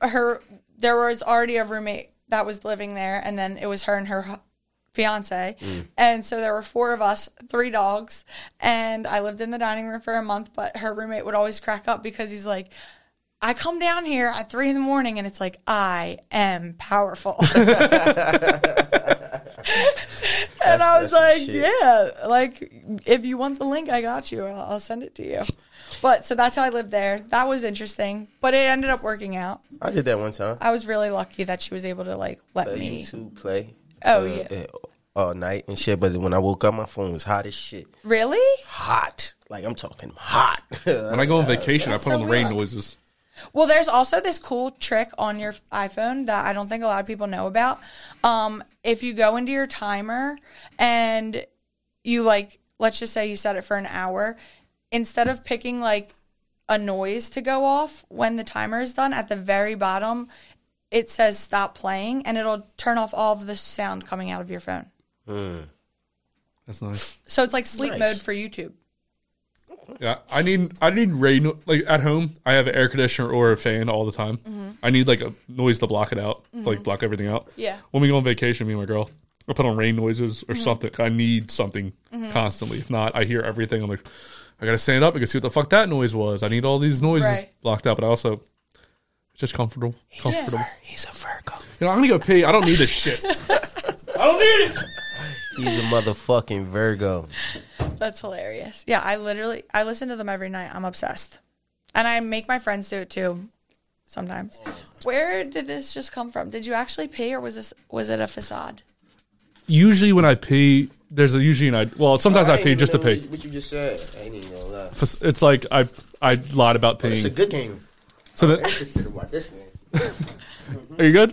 her there was already a roommate that was living there and then it was her and her hu- fiance. And so there were four of us, three dogs, and I lived in the dining room for a month, but her roommate would always crack up because he's like I come down here at three in the morning and it's like I am powerful. and I was like,
shit.
yeah, like if you want the link, I got you. I'll, I'll send it to you. But so that's how I lived there. That was interesting, but it ended up working out.
I did that one time.
I was really lucky that she was able to like let
Let
me.
YouTube play.
Oh,
uh,
yeah.
uh, All night and shit. But when I woke up, my phone was hot as shit.
Really?
Hot. Like I'm talking hot.
When I go on vacation, I put on the rain
weird.
noises.
Well, there's also this cool trick on your iPhone that I don't think a lot of people know about. Um, if you go into your timer and you like, let's just say you set it for an hour, instead of picking like a noise to go off when the timer is done, at the very bottom, it says stop playing and it'll turn off all of the sound coming out of your phone.
That's nice.
So it's like sleep
Nice.
mode for YouTube.
Yeah, I need I need rain like at home. I have an air conditioner or a fan all the time.
Mm-hmm.
I need like a noise to block it out, like block everything out.
Yeah. Mm-hmm.
When we go on vacation, me and my girl, I put on rain noises or something. I need something constantly. If not, I hear everything. I'm like, I gotta stand up. I can see what the fuck that noise was. I need all these noises
Right.
blocked out. But I also, it's just comfortable. Comfortable.
He's a Virgo.
You know, I'm gonna go pee. I don't need this shit. I don't need it.
He's a motherfucking Virgo.
That's hilarious. Yeah, I literally I listen to them every night. I'm obsessed. And I make my friends do it too sometimes. Where did this just come from? Did you actually pee or was this was it a facade?
Usually when I pee, there's a usually an I well sometimes I pee just to pee.
What you just said, I ain't even gonna lie.
F- It's like I I lied about
It's a
peeing.
good game.
So that,
Interested to watch this game.
are you good?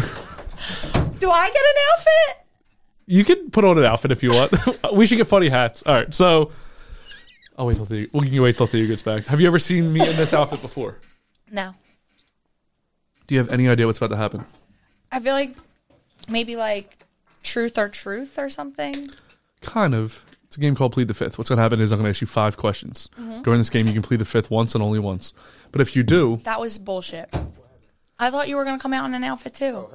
Do I get an outfit?
You can put on an outfit if you want. we should get funny hats. All right, so I'll wait till the we can wait till Theo gets back. Have you ever seen me in this outfit before?
No.
Do you have any idea what's about to happen?
I feel like maybe like truth or truth or something.
Kind of. It's a game called Plead the Fifth. What's going to happen is I'm going to ask you five questions. During this game, you can plead the fifth once and only once. But if you do,
That was bullshit. I thought you were gonna come out in an outfit too.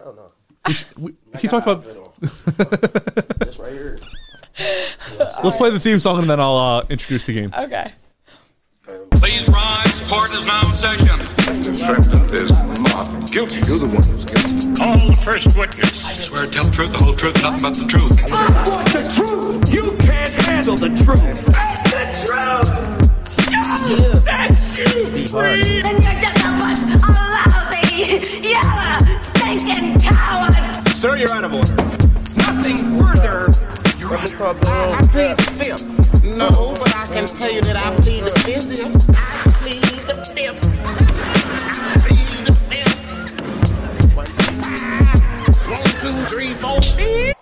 we, he talked about.
That's right here.
Let's play the theme song and then I'll uh, introduce the game.
Okay.
Please rise. Court is now in session.
Guilty. You're the one who's guilty.
Call the first witness. I swear to tell the truth, the whole truth, nothing but the truth.
the truth. You can't handle the truth.
Then you're just a bunch of lousy, yellow, stinking cowards.
Sir, you're out of order. Nothing further.
plead the fifth. No, but I can tell you that I plead the fifth. I plead the fifth. I plead the fifth. One, two, three, four, fifth.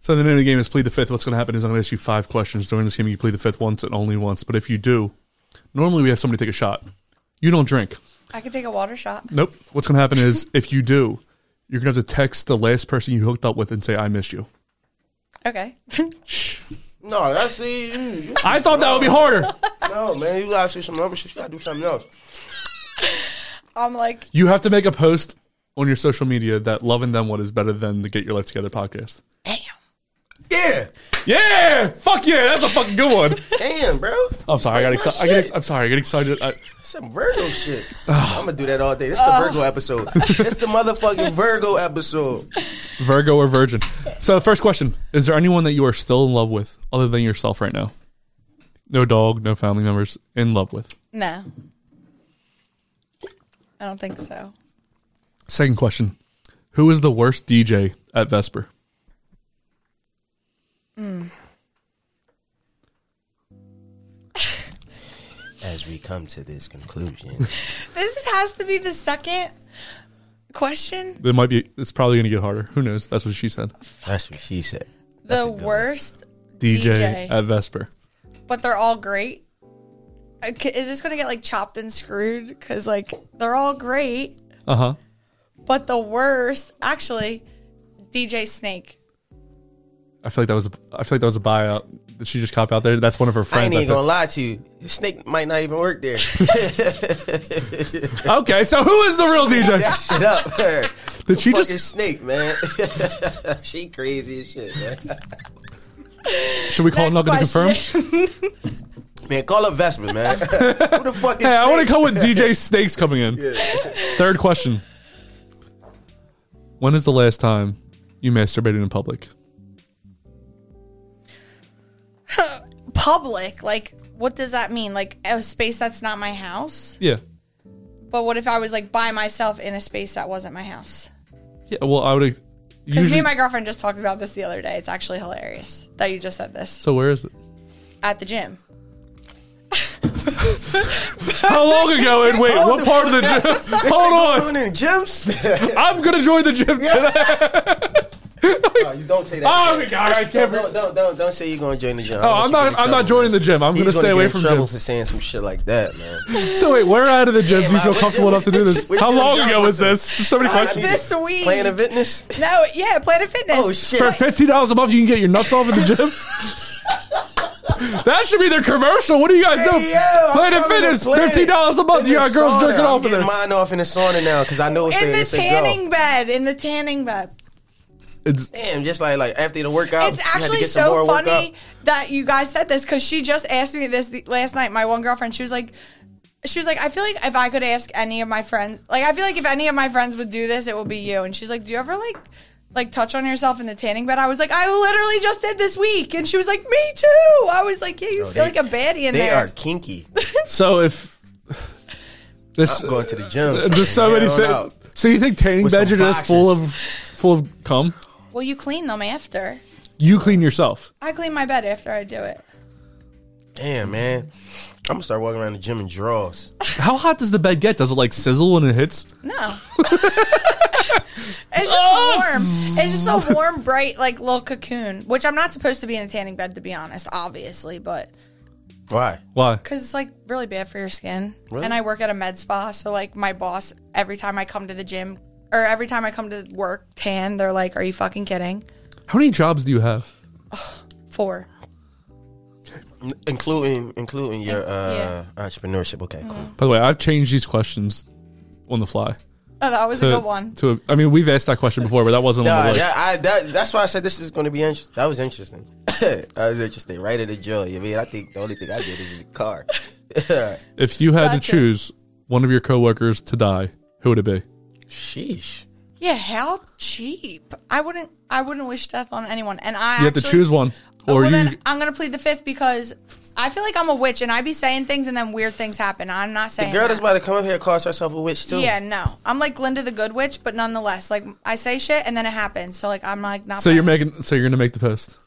So the name of the game is Plead the Fifth. What's going to happen is I'm going to ask you five questions. During this game, you plead the fifth once and only once. But if you do, normally we have somebody take a shot. You don't drink.
I could take a water shot.
Nope. What's going to happen is if you do, you're going to have to text the last person you hooked up with and say, I miss you.
Okay.
No, that's see. Mm, you-
I thought that would be harder.
No, Oh, man, you gotta see some other shit. You gotta do something else.
I'm like,
You have to make a post on your social media that loving them what is better than the Get Your Life Together podcast.
damn.
Yeah,
Yeah, fuck yeah, that's a fucking good one.
damn, bro.
I'm sorry, I got excited. I got ex- I'm sorry, I got excited. I,
Some Virgo shit.
Ah.
I'm gonna do that all day. This is the Virgo episode. It's the motherfucking Virgo episode.
Virgo or Virgin. So, first question: Is there anyone that you are still in love with other than yourself right now? No dog, no family members. In love with.
No. I don't think so.
Second question: Who is the worst DJ at Vesper?
As we come to this conclusion,
This has to be the second question.
It might be. It's probably going to get harder. Who knows? That's what she said.
that's what she said. That's a
The
good one. Uh,
worst,
DJ,
DJ.
at Vesper.
but they're all great. I c- Is this going to get like chopped and screwed? Because like they're all great,
Uh huh.
but the worst, actually, DJ Snake.
I feel like that was a, I feel like that was a buyout. Did she just cop out there? That's one of her
I
friends.
ain't
I
even gonna
think.
lie to you. Your snake might not even work there.
okay, so who is the real DJ?
Shut up.
Did she
Fucking
just?
snake, man. she crazy as shit, man.
Should we call it
Next
Nugget to confirm?
question.
Man, call up Vesper, man. Who the fuck is
Hey, I want
Snake?
to come with DJ Snakes coming in. Third question: When is the last time you masturbated in public?
Public, like, what does that mean? Like a space that's not my house?
Yeah,
But what if I was like by myself in a space that wasn't my house?
yeah. Well, I would.
Because me
Usually,
and my girlfriend just talked about this the other day. It's actually hilarious that you just said this
so where is it?
at the gym.
How long ago? And wait, what part of the gym? Hold on,
Doing in gyms?
I'm gonna join the gym today.
no, you don't say that.
Oh my god, I can't.
Don't, don't, don't, don't say you're going to join the gym.
Oh, I'm not. I'm not joining the gym. I'm
He's
gonna stay
get
away
in
from
trouble
gyms.
for saying some shit like that, man.
So wait, we're out of the gym.
Damn,
Do you feel
I wish
comfortable
it-
enough to do this?
wish
How
it was
long
your
ago was
button.
this? So many questions.
This week.
Playing a fitness?
No, yeah, Planet Fitness.
Oh shit!
For fifteen dollars a month, you can get your nuts off at the gym. that should be their commercial. What do you guys do?
Hey, yo, I'm
Planet
coming to
Fitness,
play.
fifteen dollars a month.
In
You
the
got girls
sauna.
jerking
I'm
off in there.
getting mine off in the sauna now because I know it's
in
a,
the
it's a go.
tanning bed. In the tanning bed.
It's,
Damn, just like like after the workout,
It's
Oh, you had to
actually
get some
so
more work
funny
up.
that you guys said this because she just asked me this the, last night. My one girlfriend, she was like, she was like, I feel like if I could ask any of my friends, like I feel like if any of my friends would do this, it would be you. And she's like, Do you ever like like touch on yourself in the tanning bed. I was like, I literally just did this week, and she was like, me too. I was like, yeah, you
Bro,
feel
they-
like a baddie in
They
there.
are kinky.
So if this
I'm going to the gym.
there's so many
Hell no.
things. So you think tanning
With
beds are
some
just full of full of cum?
Well, you clean them after.
You clean yourself.
I clean my bed after I do it.
Damn, man. I'm gonna start walking around the gym in drawers.
How hot does the bed get? Does it like sizzle when it hits?
No. it's just
Oh.
warm. It's just a warm, bright, like little cocoon, which I'm not supposed to be in a tanning bed, to be honest, obviously, but
Why?
Why?
because it's like really bad for your skin.
Really?
And I work at a med spa, so like my boss, every time I come to the gym or every time I come to work tan, they're like, "Are you fucking kidding?"
How many jobs do you have?
Four.
N- Including including your uh,
Yeah.
entrepreneurship. Okay, cool.
By the way, I've changed these questions on the fly.
Oh, that was
To,
a good one.
To a, I mean, we've asked that question before, but that wasn't on the
Nah,
list.
yeah, I, that, that's why I said this is going to be interesting. That was interesting. that was interesting. Right at the jail. I mean, I think the only thing I did is in the car.
If you had to
Gotcha.
choose one of your coworkers to die, who would it be?
Sheesh.
Yeah, how cheap? I wouldn't. I wouldn't wish death on anyone. And I
You have to choose one, or
uh, well,
you.
then I'm gonna plead the fifth because I feel like I'm a witch and I be saying things and then weird things happen. I'm not saying
Girl
that.
that's about to come up here and calls herself a witch too.
Yeah, no. I'm like Glinda the Good Witch, but nonetheless, like I say shit and then it happens. So like I'm like not.
so you're
bad.
making. So you're gonna make the post.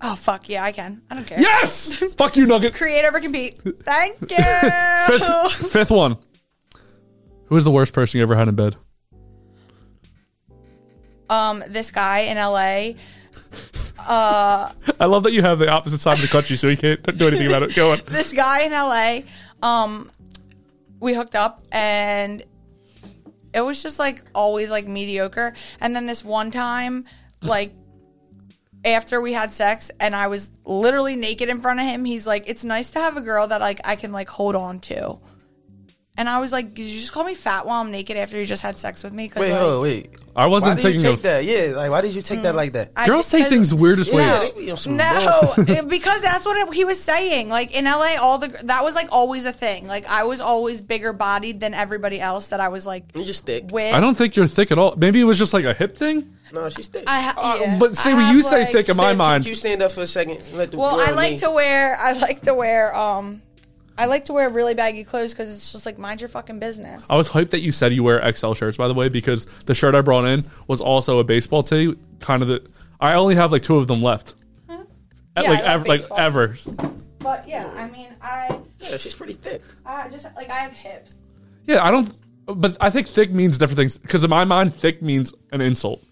Oh fuck yeah, I can. I don't care.
Yes. Fuck you, Nugget.
Create over compete. Thank you.
Fifth, fifth one. Who was the worst person you ever had in bed?
um, this guy in LA.
I love that you have the opposite side of the country, so you can't do anything about it. Go on.
This guy in LA. Um, we hooked up and it was just like always like mediocre. And then this one time, like after we had sex and I was literally naked in front of him, he's like, "It's nice to have a girl that like I can like hold on to." And I was like, "Did you just call me fat while I'm naked after you just had sex with me?" Because
Wait,
like,
oh wait.
I
Why
wasn't
did you
thinking
take
of
that? Yeah, like why did you take that like that?
Mm. I-
girls take
because-
things weirdest
Yeah,
ways.
they be on some
No,
bullshit.
it- because that's what it, he was saying. Like in LA, all the that was like always a thing. Like I was always bigger bodied than everybody else that I was like
You just thick.
with.
I don't think you're thick at all. Maybe it was just like a hip thing.
No, she's thick.
I ha-
Uh,
yeah.
but see,
I
when you
have,
say
like-
thick in my
Stand-
mind,
Can you stand up for a second? and Let the
Well,
world
I like
in?
to wear. I like to wear. Um, I like to wear really baggy clothes because it's just like mind your fucking business.
I was hyped that you said you wear XL shirts, by the way, because the shirt I brought in was also a baseball tee. Kind of the. I only have like two of them left.
Yeah,
like
I love
ever, like
baseball.
ever.
But yeah, I mean, I,
Yeah, she's pretty thick.
I just like I have hips.
Yeah, I don't. But I think thick means different things because in my mind, thick means an insult.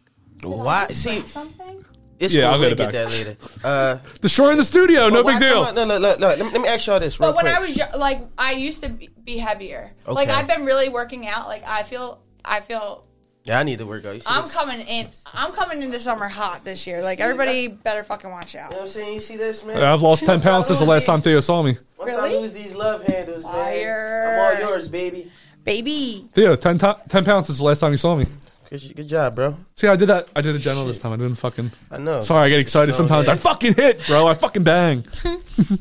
Why? See,
Something.
it's
Yeah,
cool.
I'll
We'll
get it
get that later. Uh,
Destroying the studio, no
but why-
big deal.
No, no, no, no. Let me, let me ask y'all this real
But when
quick.
I was yo- like, I used to be- be heavier. Like
Okay.
I've been really working out. Like I feel, I feel
yeah, I need to work out. You see
I'm
this?
coming in. I'm coming into summer hot this year. Like everybody better fucking watch out.
You know what I'm saying? You see this, man?
I've lost ten pounds since the last time
Once
Theo saw me.
I
Really?
lose these love handles, man,
Fire.
I'm all yours, baby.
Baby,
Theo, 10, to- 10 pounds since the last time you saw me.
Good, good job, bro.
See, I did that. I did a general this time. I didn't fucking.
I know.
Sorry, I get excited sometimes. I fucking hit, bro. I fucking bang.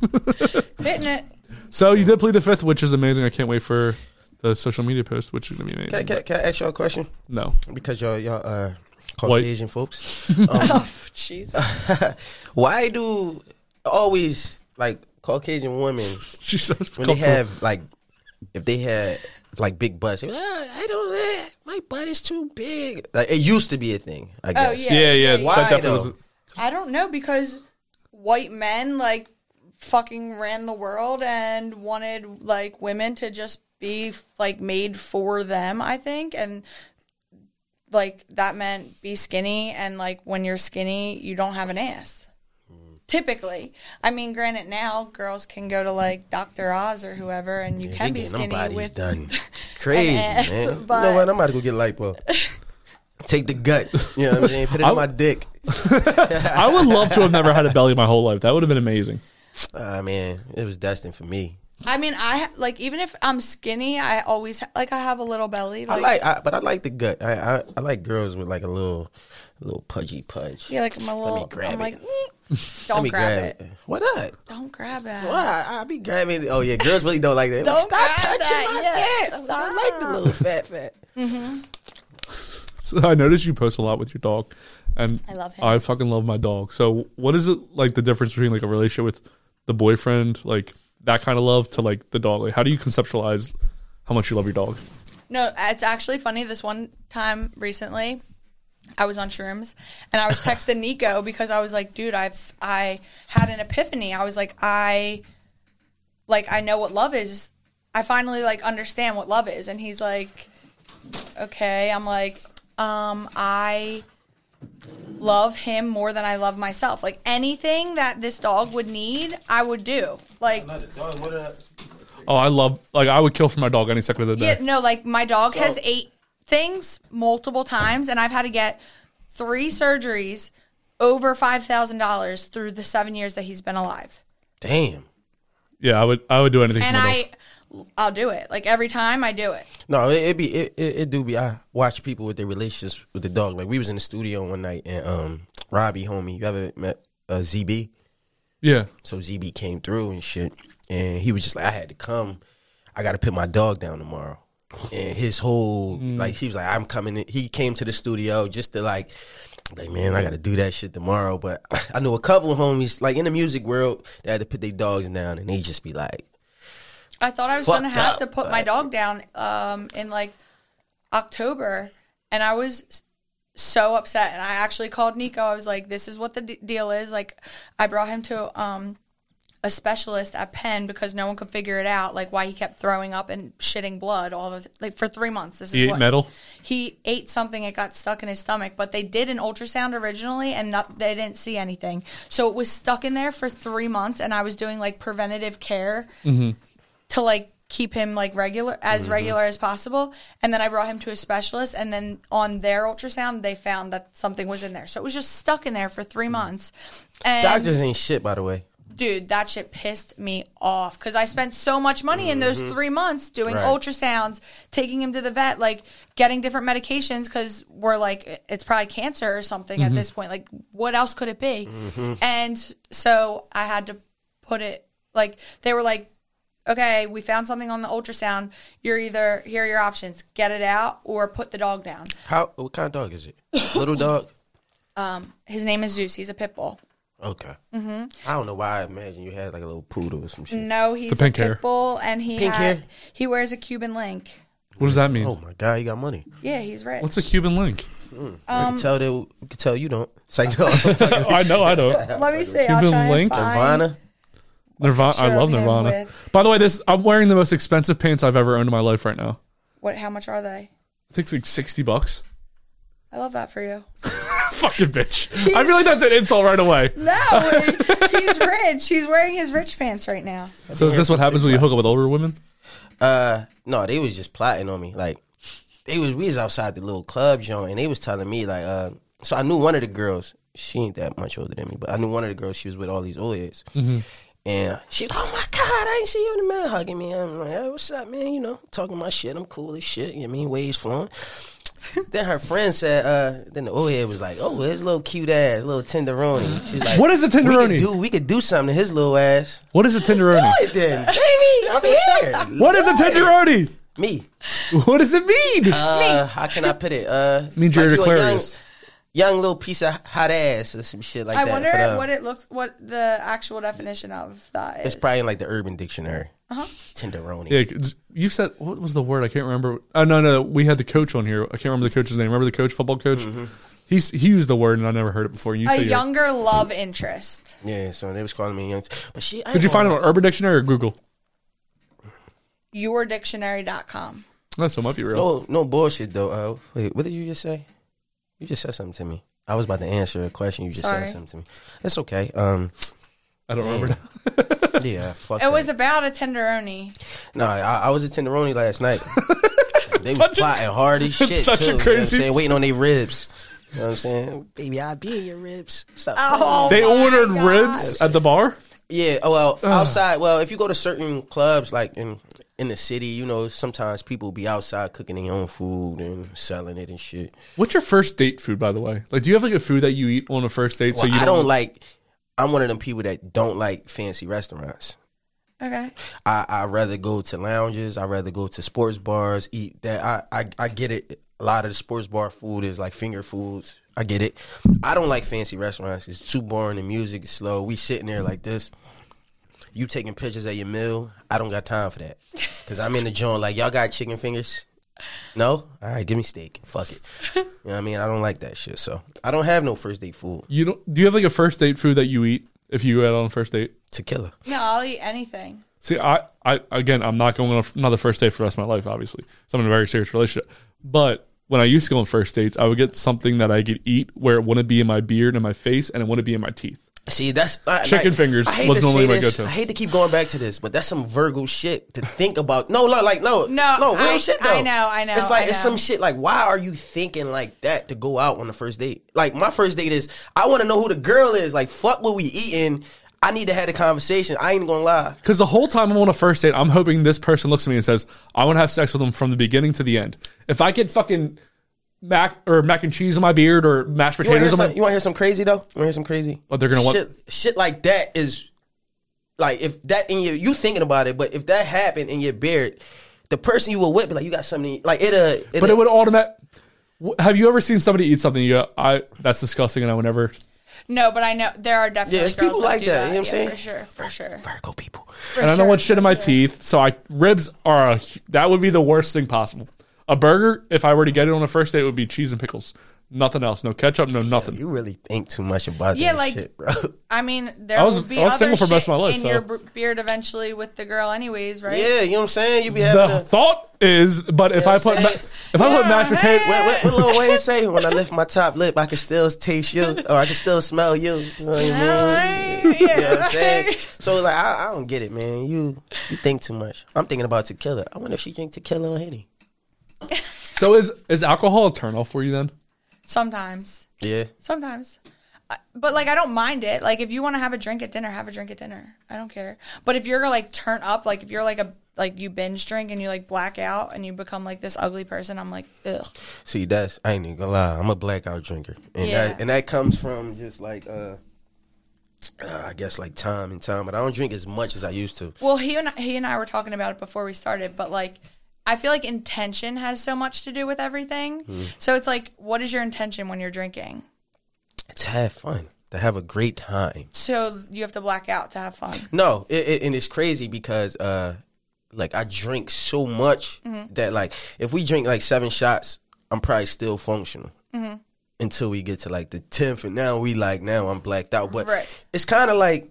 hitting it.
So you did plead the fifth, which is amazing. I can't wait for the social media post, which is gonna be amazing.
Can, can, can I ask y'all a question?
No,
Because y'all, y'all uh, Caucasian folks. Um,
Oh, Jesus.
Why do always like Caucasian women
she's so
when they
comfortable.
have like if they had like big butts? they be like, "Ah, I don't. eh, My butt is too big. Like it used to be a thing. I guess.
Oh yeah.
yeah, yeah.
Why
that definitely
though?
was.
I don't know because white men like fucking ran the world and wanted like women to just be like made for them, I think. And like that meant be skinny and like when you're skinny, you don't have an ass. Typically, I mean, granted, now girls can go to like Dr. Oz or whoever, and you
Yeah,
can
they
be
getting
skinny
them bodies
with.
done. Crazy,
ass,
man. you know
but-
what? I'm about to go get lipo. Take the gut. You know what I'm saying? Put it in my dick.
I would love to have never had a belly my whole life. That would have been amazing.
Ah, man. It was destined for me.
I mean, I ha- like even if I'm skinny, I always ha- like I have a little belly.
I
Like,
like, I, but I like the gut. I, I, I like girls with like a little, little pudgy pudge.
yeah, like I'm a little.
grab
I'm
it.
like, mm, don't grab it.
Why not?
Don't grab it.
Why? I, I be grabbing. it. Oh yeah, girls really don't like that.
Don't
Stop
grab
touching
that,
my
yeah,
fat. I like the little fat fat.
So I noticed you post a lot with your dog, and
I love him.
I fucking love my dog. So what is it like the difference between like a relationship with the boyfriend, like that kind of love, to like the dog? Like how do you conceptualize how much you love your dog?
No, it's actually funny. This one time recently, I was on shrooms and I was texting Nico because I was like, dude, I've I had an epiphany. I was like, I like I know what love is. I finally like understand what love is. And he's like, okay. I'm like, um, I love him more than I love myself. Like anything that this dog would need, I would do. Like
Oh, I love like I would kill for my dog any second of the day.
yeah, no, like my dog has ate things multiple times, and I've had to get three surgeries over five thousand dollars through the seven years that he's been alive.
Damn.
Yeah, I would I would do anything.
And
for my dog.
I, I'll do it. Like every time I do it.
No, it, it be it, it, it do be. I watch people with their relationships with the dog. Like we was in the studio one night and um Robbie, homie, you ever met uh, ZB?
yeah,
So ZB came through and shit, and he was just like, I had to come. I got to put my dog down tomorrow. And his whole like, he was like, I'm coming. In. He came to the studio just to like, like man, I got to do that shit tomorrow. But I know a couple of homies like in the music world that had to put their dogs down, and they just be like,
I thought I was
Fucked
gonna have
up,
to put my dog down um, in like October, and I was s- so upset. And I actually called Nico. I was like, "This is what the d- deal is." Like, I brought him to um, a specialist at Penn because no one could figure it out, like why he kept throwing up and shitting blood all the like for three months. This is
he ate
what-
metal.
he ate something it got stuck in his stomach but they did an ultrasound originally and not, they didn't see anything so it was stuck in there for three months and i was doing like preventative care to like keep him like regular as regular as possible and then i brought him to a specialist and then on their ultrasound they found that something was in there so it was just stuck in there for three months and
doctors ain't shit, by the way.
dude, that shit pissed me off because I spent so much money in those
Mm-hmm.
three months doing
Right.
ultrasounds, taking him to the vet, like getting different medications because we're like, it- it's probably cancer or something
Mm-hmm.
at this point. Like, what else could it be? And so I had to put it like, they were like, okay, we found something on the ultrasound. You're either, here are your options get it out or put the dog down.
How? What kind of dog is it? Little dog.
His name is Zeus. He's a pit bull.
Okay. Mm-hmm. I don't know why I imagine you had like a little poodle or some shit.
No, he's
The pink
a
hair.
pit bull and he
Pink
had-
hair?
he wears a Cuban link.
What does that mean?
Oh my god, you got money.
Yeah, he's rich.
What's a Cuban link?
I can tell that you can tell you don't. It's like no,
I know, I don't.
Let me see. I'll
Cuban
try
link?
and find.
Nirvana.
Nirvana.
Sure,
I love
I'm here
Nirvana.
with-
By the way, this I'm wearing the most expensive pants I've ever owned in my life right now.
What? How much are they?
I think it's like sixty bucks.
I love that for you.
Fucking bitch. I feel like that's an insult right away.
No, he's rich. He's wearing his rich pants right now.
So is this what happens when you hook up with older women?
Uh, no, they was just plotting on me. Like they was we was outside the little club joint, and they was telling me like, uh, so I knew one of the girls. She ain't that much older than me, but I knew one of the girls. She was with all these old heads.
Mm-hmm.
And she was, oh my God, I ain't see you in the man hugging me. I'm like, hey, what's up, man? You know, talking my shit. I'm cool as shit. You know what I mean? Waves flowing. then her friend said, uh, then the old head was like, oh, his little cute ass, little tenderoni. She's like,
What is a
We
tenderoni?
could do, we could do something to his little ass.
What is a tenderoni?
Do it then, baby. I'm here.
What is a tenderoni?
Me.
What does it mean?
Uh, how can I put it? Uh,
Me and Jared
you a young-
Aquarius.
Young, little piece of hot ass or some shit like
I
that.
wonder
for them.
what it looks, what the actual definition of that is.
it's probably in like the Urban Dictionary. Uh-huh. Tenderoni.
Yeah, 'cause you said what was the word? I can't remember. Oh no, no, we had the coach on here. I can't remember the coach's name. Remember the coach, football coach? He's he used the word and I never heard it before. You
a
said you-
younger love interest.
Yeah, so they was calling me young. But she, I
Did you
don't
find it
know.
on Urban Dictionary or Google?
Yourdictionary.com.
No, so it might be real.
Oh,
No, no bullshit though. Uh, wait, what did you just say? You just said something to me. I was about to answer a question. You just
Sorry.
said something to me. It's okay. Um,
I don't remember.
Oh
yeah, fuck.
It was
that.
about a tenderoni.
no. I, I was at tenderoni last night. they was plotting hard as shit.
such a
too, you know what I'm
crazy-
saying? Waiting on their ribs. You know what I'm saying, baby, I'll be in your ribs. Stop.
Oh,
They
my
ordered
God.
ribs at the bar.
Yeah. Oh well, outside. Well, if you go to certain clubs like in in the city, you know, sometimes people be outside cooking their own food and selling it and shit.
What's your first date food, by the way? Like, do you have like a food that you eat on a first date?
Well,
so you
I don't like. I'm one of them people that don't like fancy restaurants.
Okay.
I I rather go to lounges. I rather go to sports bars. Eat that. I I, I get it. a lot of the sports bar food is like finger foods. I get it. I don't like fancy restaurants. It's too boring. The music is slow. We sitting there like this. You taking pictures at your meal. I don't got time for that because I'm in the joint. Like y'all got chicken fingers. No, all right, give me steak. Fuck it. You know what I mean? I don't like that shit. So I don't have no first date food.
You don't? Do you have like a first date food that you eat if you go out on a first date?
Tequila.
No, I'll eat anything.
See, I, I again, I'm not going on another first date for the rest of my life, obviously. So I'm in a very serious relationship. But when I used to go on first dates, I would get something that I could eat where it wouldn't be in my beard and my face, and it wouldn't be in my teeth.
See, that's I-
Chicken
like,
fingers
I hate
was
to
normally
say
my
this.
go-to.
I hate to keep going back to this, but that's some Virgo shit to think about. No, no, like no,
No,
no, real
I-
shit though.
I know, I know,
It's like
I
it's
know.
some shit. Like, why are you thinking like that to go out on the first date? Like, my first date is I want to know who the girl is. Like, fuck what we eating. I need to have a conversation. I ain't gonna lie.
Because the whole time I'm on a first date, I'm hoping this person looks at me and says, "I want to have sex with them from the beginning to the end." If I get fucking mac or mac and cheese on my beard or mashed
You want
potatoes
to
on my,
hear, some crazy though? You want to hear some crazy?
What, they're gonna want-
shit, shit like that is like if that in your you thinking about it, but if that happened in your beard, the person you were with be like you got something like it. Uh,
but it would automatic. Have you ever seen somebody eat something? You go, "I that's disgusting," and I would never.
No, but I know there are definitely
Yeah, it's
girls
people
that
like
do
that,
that.
you know what I'm
Yeah,
saying?
For sure, for sure.
Virgo people.
and I don't want shit in my teeth, so I ribs are a, hu- that would be the worst thing possible. A burger, if I were to get it on a first date, it would be cheese and pickles. Nothing else. No ketchup. No nothing.
You really think too much about
Yeah,
that
like-
shit, bro.
I mean, there
I was-
will be
I was
other
single for most of
shit
my life,
in
so-
your b- beard eventually with the girl, anyways, right?
Yeah, you know what I'm saying? You be having
The
a.
thought is, but if I put
I'm
ma-
saying.
if I put mashed potato,
What, what, what Lil Wayne say? When I lift my top lip, I can still taste you, or I can still smell you. You know what I mean?
Right? Yeah.
You know what I'm saying? So like, I, I don't get it, man. You you think too much. I'm thinking about tequila. I wonder if she drink tequila or henny.
so is is alcohol a turnoff for you then?
Sometimes,
Yeah,
sometimes. I- But like I don't mind it. Like if you want to have a drink at dinner, have a drink at dinner. I don't care. But if you're like turn up, like if you're like a like you binge drink and you like black out and you become like this ugly person, I'm like ugh.
See, that's I ain't even gonna lie. I'm a blackout drinker, and
Yeah.
that and that comes from just like uh, uh, I guess like time and time. But I don't drink as much as I used to.
Well, he and he and I were talking about it before we started, but like I feel like intention has so much to do with everything.
Mm.
So it's like what is your intention when you're drinking?
To have fun, to have a great time.
So you have to black out to have fun.
No, it, it, and it's crazy because uh, like I drink so much
Mm-hmm.
that like if we drink like seven shots, I'm probably still functional.
Mm-hmm.
Until we get to like the tenth, and now we like now I'm blacked out. But
Right.
it's kind of like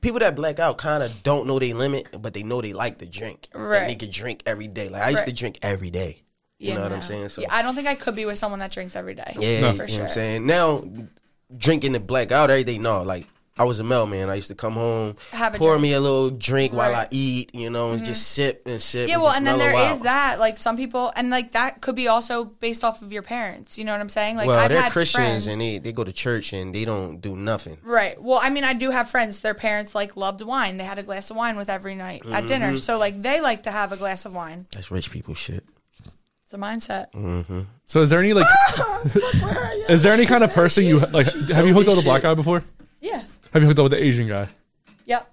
people that black out kind of don't know they limit, but they know they like to drink.
Right.
and they can drink every day. Like I used to
Right.
drink every day. You know what I'm saying? So
yeah, I don't think I could be with someone that drinks every day.
yeah, you know
for
what I'm
sure.
saying. Now drinking the blackout every day, no, like I was a mailman. I used to come home,
Have a
pour
drink.
me a little drink while I
Right. Mm-hmm.
eat, you know, and just sip and sip.
Yeah, well,
just
and then
mellow
there is
out.
that. Like some people, and like that could be also based off of your parents. You know what I'm saying? Like
well,
I've
they're
had
Christians
friends.
and they, they go to church and they don't do nothing.
Right. Well, I mean, I do have friends. Their parents like loved wine. They had a glass of wine with every night
Mm-hmm.
at dinner. So like they like to have a glass of wine.
That's rich people shit.
It's a mindset.
Mm.
So is there any like is there any kind of person you like? Have you hooked up with a black guy before?
Yeah.
Have you hooked up with an Asian guy?
Yep.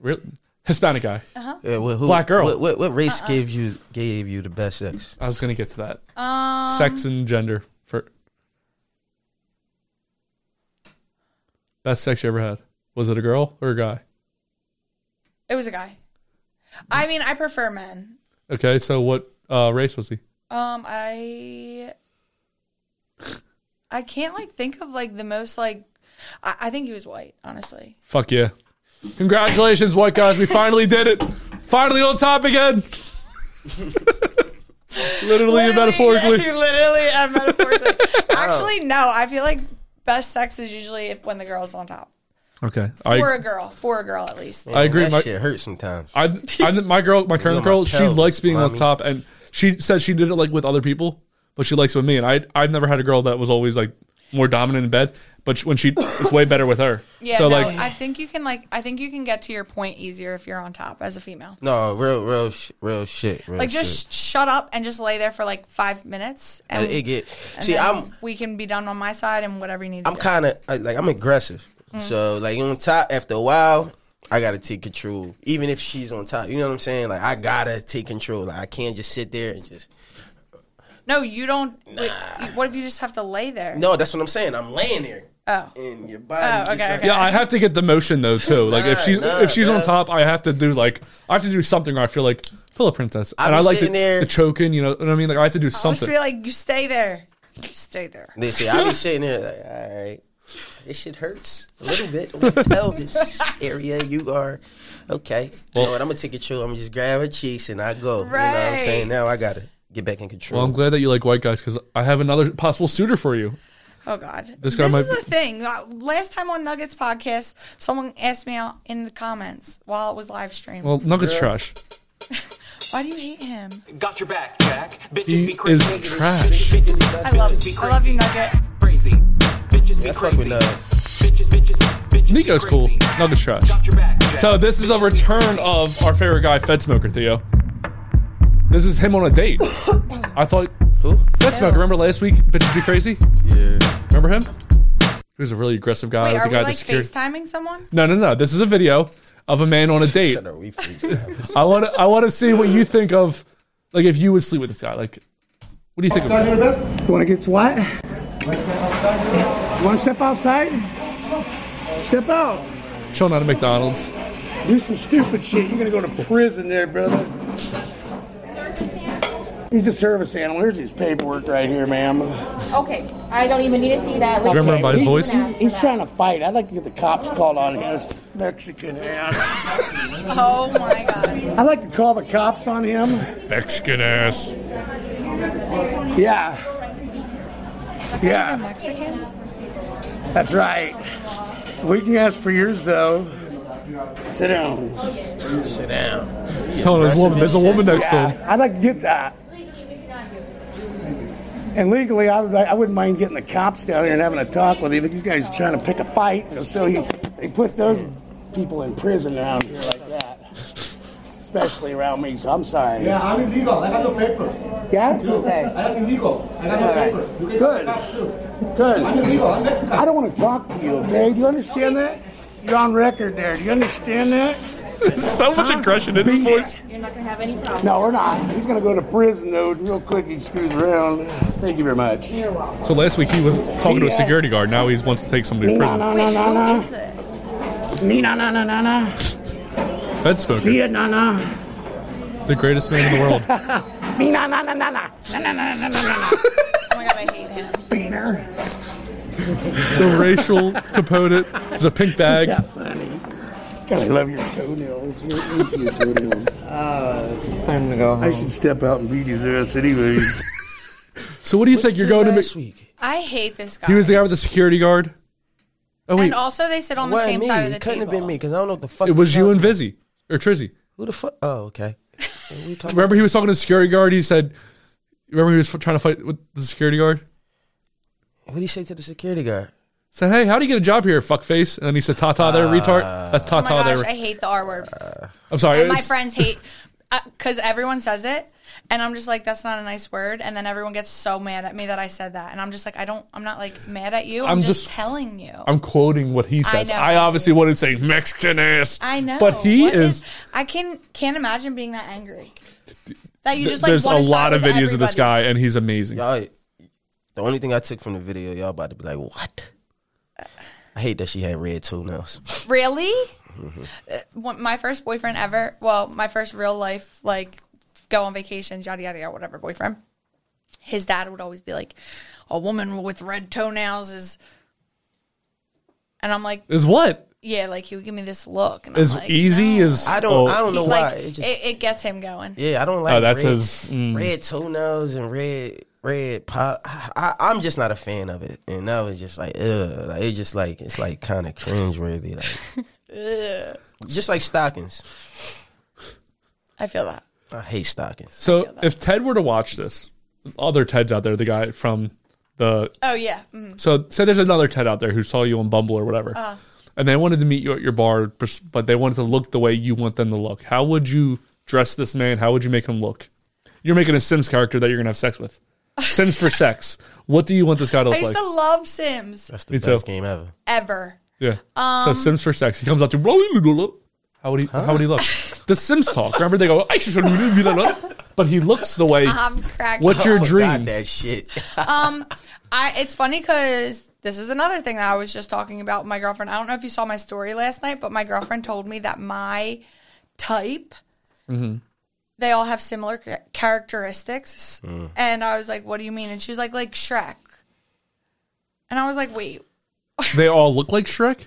Real Hispanic guy.
Yeah, well, who,
Black girl.
What, what, what
Uh-uh.
race gave you gave you the best sex?
I was gonna get to that.
Um,
Sex and gender for best sex you ever had. Was it a girl or a guy?
It was a guy. I mean, I prefer men.
Okay, so what uh, race was he?
Um, I I can't like think of like the most like I, I think he was white, honestly.
Fuck yeah! Congratulations, white guys. We finally did it. Finally on top again. Literally and metaphorically.
literally and metaphorically.
Oh.
Actually, no. I feel like best sex is usually if when the girl's on top
Okay,
for
I
a girl, for a girl at least.
I agree.
That
My,
shit hurts sometimes.
I, I, my girl, my
You're
current
my
girl, she
pals,
likes being on
mommy.
top, and she said she did it like with other people, but she likes it with me. And I, I've never had a girl that was always like more dominant in bed, but she, when she, it's way better with her.
Yeah,
so
no,
like,
I think you can like I think you can get to your point easier if you're on top as a female.
no, real, real, sh- real shit. Real
Like just sh- shut up and just lay there for like five minutes
shit.
and,
it get.
and
See,
then
I'm
we can be done on my side and whatever you need to
I'm
do.
kind of like I'm aggressive.
Mm.
So like on top, after a while, I gotta take control. Even if she's on top, you know what I'm saying? Like I gotta take control. Like I can't just sit there and just.
No, you don't. Wait, you- what if you just have to lay there?
No, that's what I'm saying. I'm laying there.
Oh.
And your body.
Oh,
keeps
okay,
on-
okay.
Yeah, I have to get the motion though too. Like if she's
nah,
if she's on
nah.
top, I have to do like I have to do something. Or I feel like pillow princess,
I
and
be
I like the,
sitting there-
the choking. You know what I mean? Like I have to do
I'll just
something.
be like, you stay there. Stay there.
They say, I be sitting there like, all right, this shit hurts a little bit on the pelvis area. You are okay. you know what? I'm gonna take a chill. I'm gonna just grab her cheeks and I go. You know what I'm
Right.
saying? Now I gotta get back in control.
well, I'm glad that you like white guys because I have another possible suitor for you.
Oh God,
This guy might
is
be-
the thing. Uh, Last time on Nuggets podcast, someone asked me out in the comments while it was live streamed.
Well, uh, Nuggets trash.
Why do you hate him?
Got your back, Jack. Bitches
He
be crazy.
is trash.
Bitches,
I love,
bitches be
I love
crazy.
you, Nugget.
Crazy. Bitches
Yeah,
be
I fuck with
crazy.
love.
Bitches, bitches, bitches.
Nico's
be
cool.
crazy.
Nuggets trash.
Got your back, Jack.
So this is a return of our favorite guy, Fed Smoker Theo. This is him on a date. I thought
Who?
Fed Smoker. Remember last week? Bitches be crazy.
Yeah.
Remember him? He was a really aggressive guy.
Wait,
with
are
the
we
guy
like
that's secure-
FaceTiming someone?
No, no, no. This is a video of a man on a date.
Shut up. We freestyle.
I want to. I want to see what you think of, like, if you would sleep with this guy. Like, what do you think of him?
Want to get what? Want to step outside? Step out.
Chilling out at McDonald's.
Do some stupid shit. You're gonna go to prison there, brother. He's a service animal. Here's his paperwork right here, ma'am.
Okay, I don't even need to see that.
Do you remember him by his
he's,
voice?
He's, he's trying to fight. I'd like to get the cops called on his Mexican ass.
Oh my God.
I'd like to call the cops on him.
Mexican ass.
Yeah,
A
yeah,
Mexican?
that's right. We can ask for yours though. Sit down.
Sit down.
He's telling his woman. There's a woman next to him.
Yeah, I'd like to get that. And legally, I, would, I wouldn't mind getting the cops down here and having a talk with him. But these guys are trying to pick a fight, so he, they put those people in prison around here like that, especially around me. So I'm sorry. Yeah,
I'm illegal. I got no paper.
okay,
I'm illegal. I got
All right. good, good.
illegal. I'm Mexican.
I don't want to talk to you. Okay, do you understand that? You're on record there. Do you understand that?
So much aggression in his voice.
You're not gonna have any problems.
No, we're not. He's gonna go to prison though. Real quick, he screws around. Thank you very much.
So last week he was talking to a security guard. Now he wants to take somebody to prison.
No, no,
Wait,
no, no.
who is this?
Me na na na na na.
Fed
See
Smoker,
ya na na.
the greatest man in the world.
Me na na na na na. Na na na na na na.
Oh my God, I hate him.
Beaner.
The racial component. There's a pink
Is
bag.
that funny? God, I love your toenails. Your your toenails.
Time to go
I should step out and beat his ass anyways.
So what do you think? You're going to.
Last
Mc-
week.
I hate this guy.
he was the guy with the security guard. Oh wait,
And also, they sit on the
Why
same
me?
side of the
it couldn't
table.
have been me because I don't know what the fuck.
it was
you're
you and
talking-
Vizzy or Trizzy.
Who the fuck? Oh, okay. What we talking
Remember he was talking to the security guard. He said, "Remember he was f- trying to fight with the security guard."
What did he say to the security guard?
Said, "Hey, how do you get a job here, fuckface?" And then he said, "Tata there, retard." That's
Oh my
Tata
gosh,
there.
I hate the R word.
I'm sorry.
and my
it's-
friends hate because everyone says it and i'm just like that's not a nice word and then everyone gets so mad at me that i said that and i'm just like i don't i'm not like mad at you i'm,
I'm
just,
just-
telling you i
I'm quoting what he says.
know.
I, obviously wouldn't say Mexican ass.
know
but he
What
is.
i can can't imagine being that angry that you
th-
just like
there's a
wanna start
lot of videos
with
of this
everybody.
guy, and he's amazing.
Y'all, the only thing I took from the video, y'all about to be like, what? I hate that she had red toenails.
really Uh, one- my first boyfriend ever well my first real life like go on vacations yada yada yada whatever boyfriend his dad would always be like a woman with red toenails is and i'm like
Is what
yeah, like he would give me this look. And
is
I'm like,
easy
no.
is.
I don't.
oh,
I don't know
Like,
why. It
it,
just.
it, gets him going.
yeah, I don't like.
Oh, that's
red,
his- mm.
red toenails and red red pop. I, I, am just not a fan of it, and that was just like, ugh. Like, it just like it's like kind of cringeworthy. Like, just like stockings.
I feel that.
I hate stockings.
So if Ted were to watch this, other Teds out there, the guy from the
Oh yeah, mm.
So say there's another Ted out there who saw you on Bumble or whatever,
Uh.
and they wanted to meet you at your bar, pers- but they wanted to look the way you want them to look. How would you dress this man? How would you make him look? You're making a Sims character that you're gonna have sex with. Sims for sex. What do you want this guy to
I
look
used
like?
to love Sims
That's the
Me too.
best game ever.
ever.
yeah.
Um,
so Sims for sex. He comes up to you. How would he? How would he look? the Sims talk. Remember they go. I should. but he looks the way.
I'm cracking
What's your
up.
dream?
That shit.
um, I it's funny because this is another thing that I was just talking about with my girlfriend. I don't know if you saw my story last night, but my girlfriend told me that my type they all have similar cha- characteristics,
Mm.
and I was like, "What do you mean?" And she's like, "Like Shrek," and I was like, "Wait."
They all look like Shrek.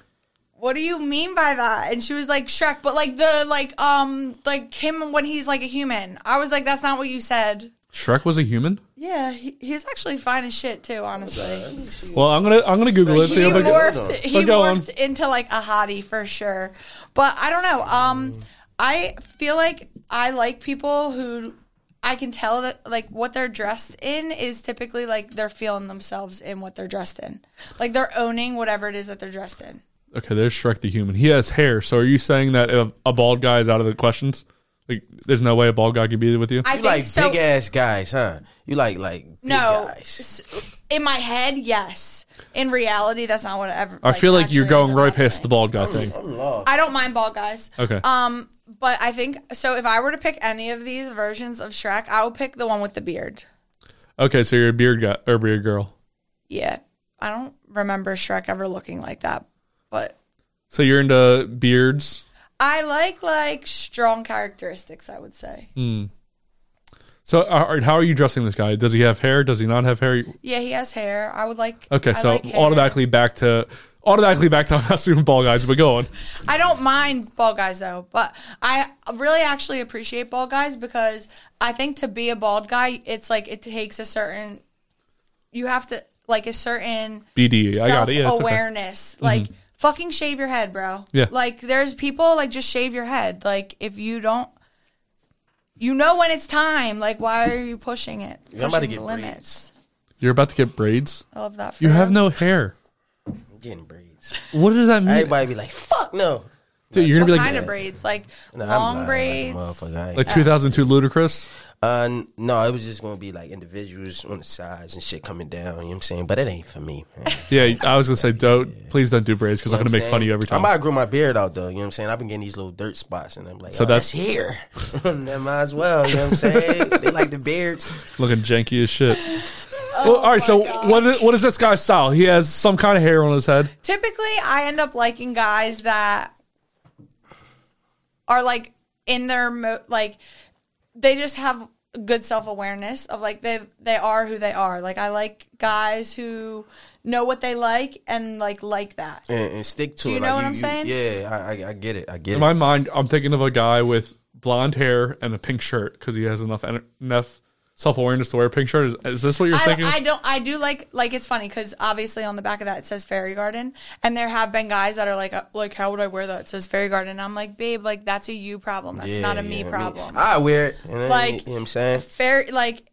What do you mean by that? And she was like Shrek, but like the like um like him when he's like a human. I was like, that's not what you said.
Shrek was a human.
Yeah, he, he's actually fine as shit too, honestly.
Well, I'm gonna I'm gonna Google it.
He
Theo, but-
morphed, he
but go on.
morphed into like a hottie for sure. But I don't know. Um, I feel like I like people who I can tell that like what they're dressed in is typically like they're feeling themselves in what they're dressed in. Like they're owning whatever it is that they're dressed in.
Okay, there's Shrek the human. He has hair. So are you saying that if a bald guy is out of the questions? Like, there's no way a bald guy could be with you.
I
you
think
like
so-
big ass guys, huh? You like like
No, s- in my head, yes. In reality, that's not what it ever.
I feel like you're going right past the bald guy thing.
I don't mind bald guys.
Okay.
Um, but I think so. If I were to pick any of these versions of Shrek, I would pick the one with the beard.
Okay, so you're a beard guy or beard girl.
Yeah, I don't remember Shrek ever looking like that, but
So you're into beards.
I like like strong characteristics. I would say.
Hmm. So uh, all right, how are you dressing this guy? Does he have hair? Does he not have hair?
Yeah, he has hair. I would like.
Okay,
I
so
like hair.
automatically back to automatically back to I'm not assuming bald guys, but go on.
I don't mind bald guys though, but I really actually appreciate bald guys because I think to be a bald guy, it's like it takes a certain. You have to like a certain
BDE, E, I got it, yeah, it's okay.
awareness, like
Mhm.
fucking shave your head, bro.
Yeah.
Like there's people like just shave your head. Like if you don't, you know when it's time. Like why are you pushing it?
Yeah, I'm about to
Pushing
get
the limits.
You're about to get braids.
I love that for
You have
him.
no hair.
getting braids.
What does that mean?
Everybody be like, fuck no.
Dude, you're gonna
What
be
kind
like
of braids? Like
No, I'm
long
lying like a
braids.
motherfucker. I ain't-
like 2002 Ludacris.
Uh, n- no, it was just gonna be like individuals on the sides and shit coming down. You know what I'm saying? But it ain't for me. Man.
Yeah, I was gonna say don't please don't do braids because I'm
You know
gonna
what
make fun of
saying?
you every time.
I might grow my beard out though. You know what I'm saying? I've been getting these little dirt spots, and I'm like,
So
so
that's-
that's, here. that might as well. You know what I'm saying? they like the beards.
Looking janky as shit.
Oh
well, all right. So what is, what is this guy's style? He has some kind of hair on his head.
typically I end up liking guys that are like in their mo- like they just have good self awareness of like they they are who they are. Like I like guys who know what they like and like like that.
And, and stick to
Do
it.
you know what I'm saying?
Yeah, I, I, I get it. I get
In
it.
my mind, I'm thinking of a guy with blonde hair and a pink shirt because he has enough en- enough self awareness to wear a pink shirt. Is, is this what you're
I,
thinking?
I don't. I do like like it's funny because obviously on the back of that it says Fairy Garden, and there have been guys that are like uh, like how would I wear that? It says Fairy Garden. And I'm like, babe, like that's a you problem. That's
Yeah,
not a
yeah,
me
I mean,
problem.
I wear it.
Like-
And like, you know what I'm saying?
fairy like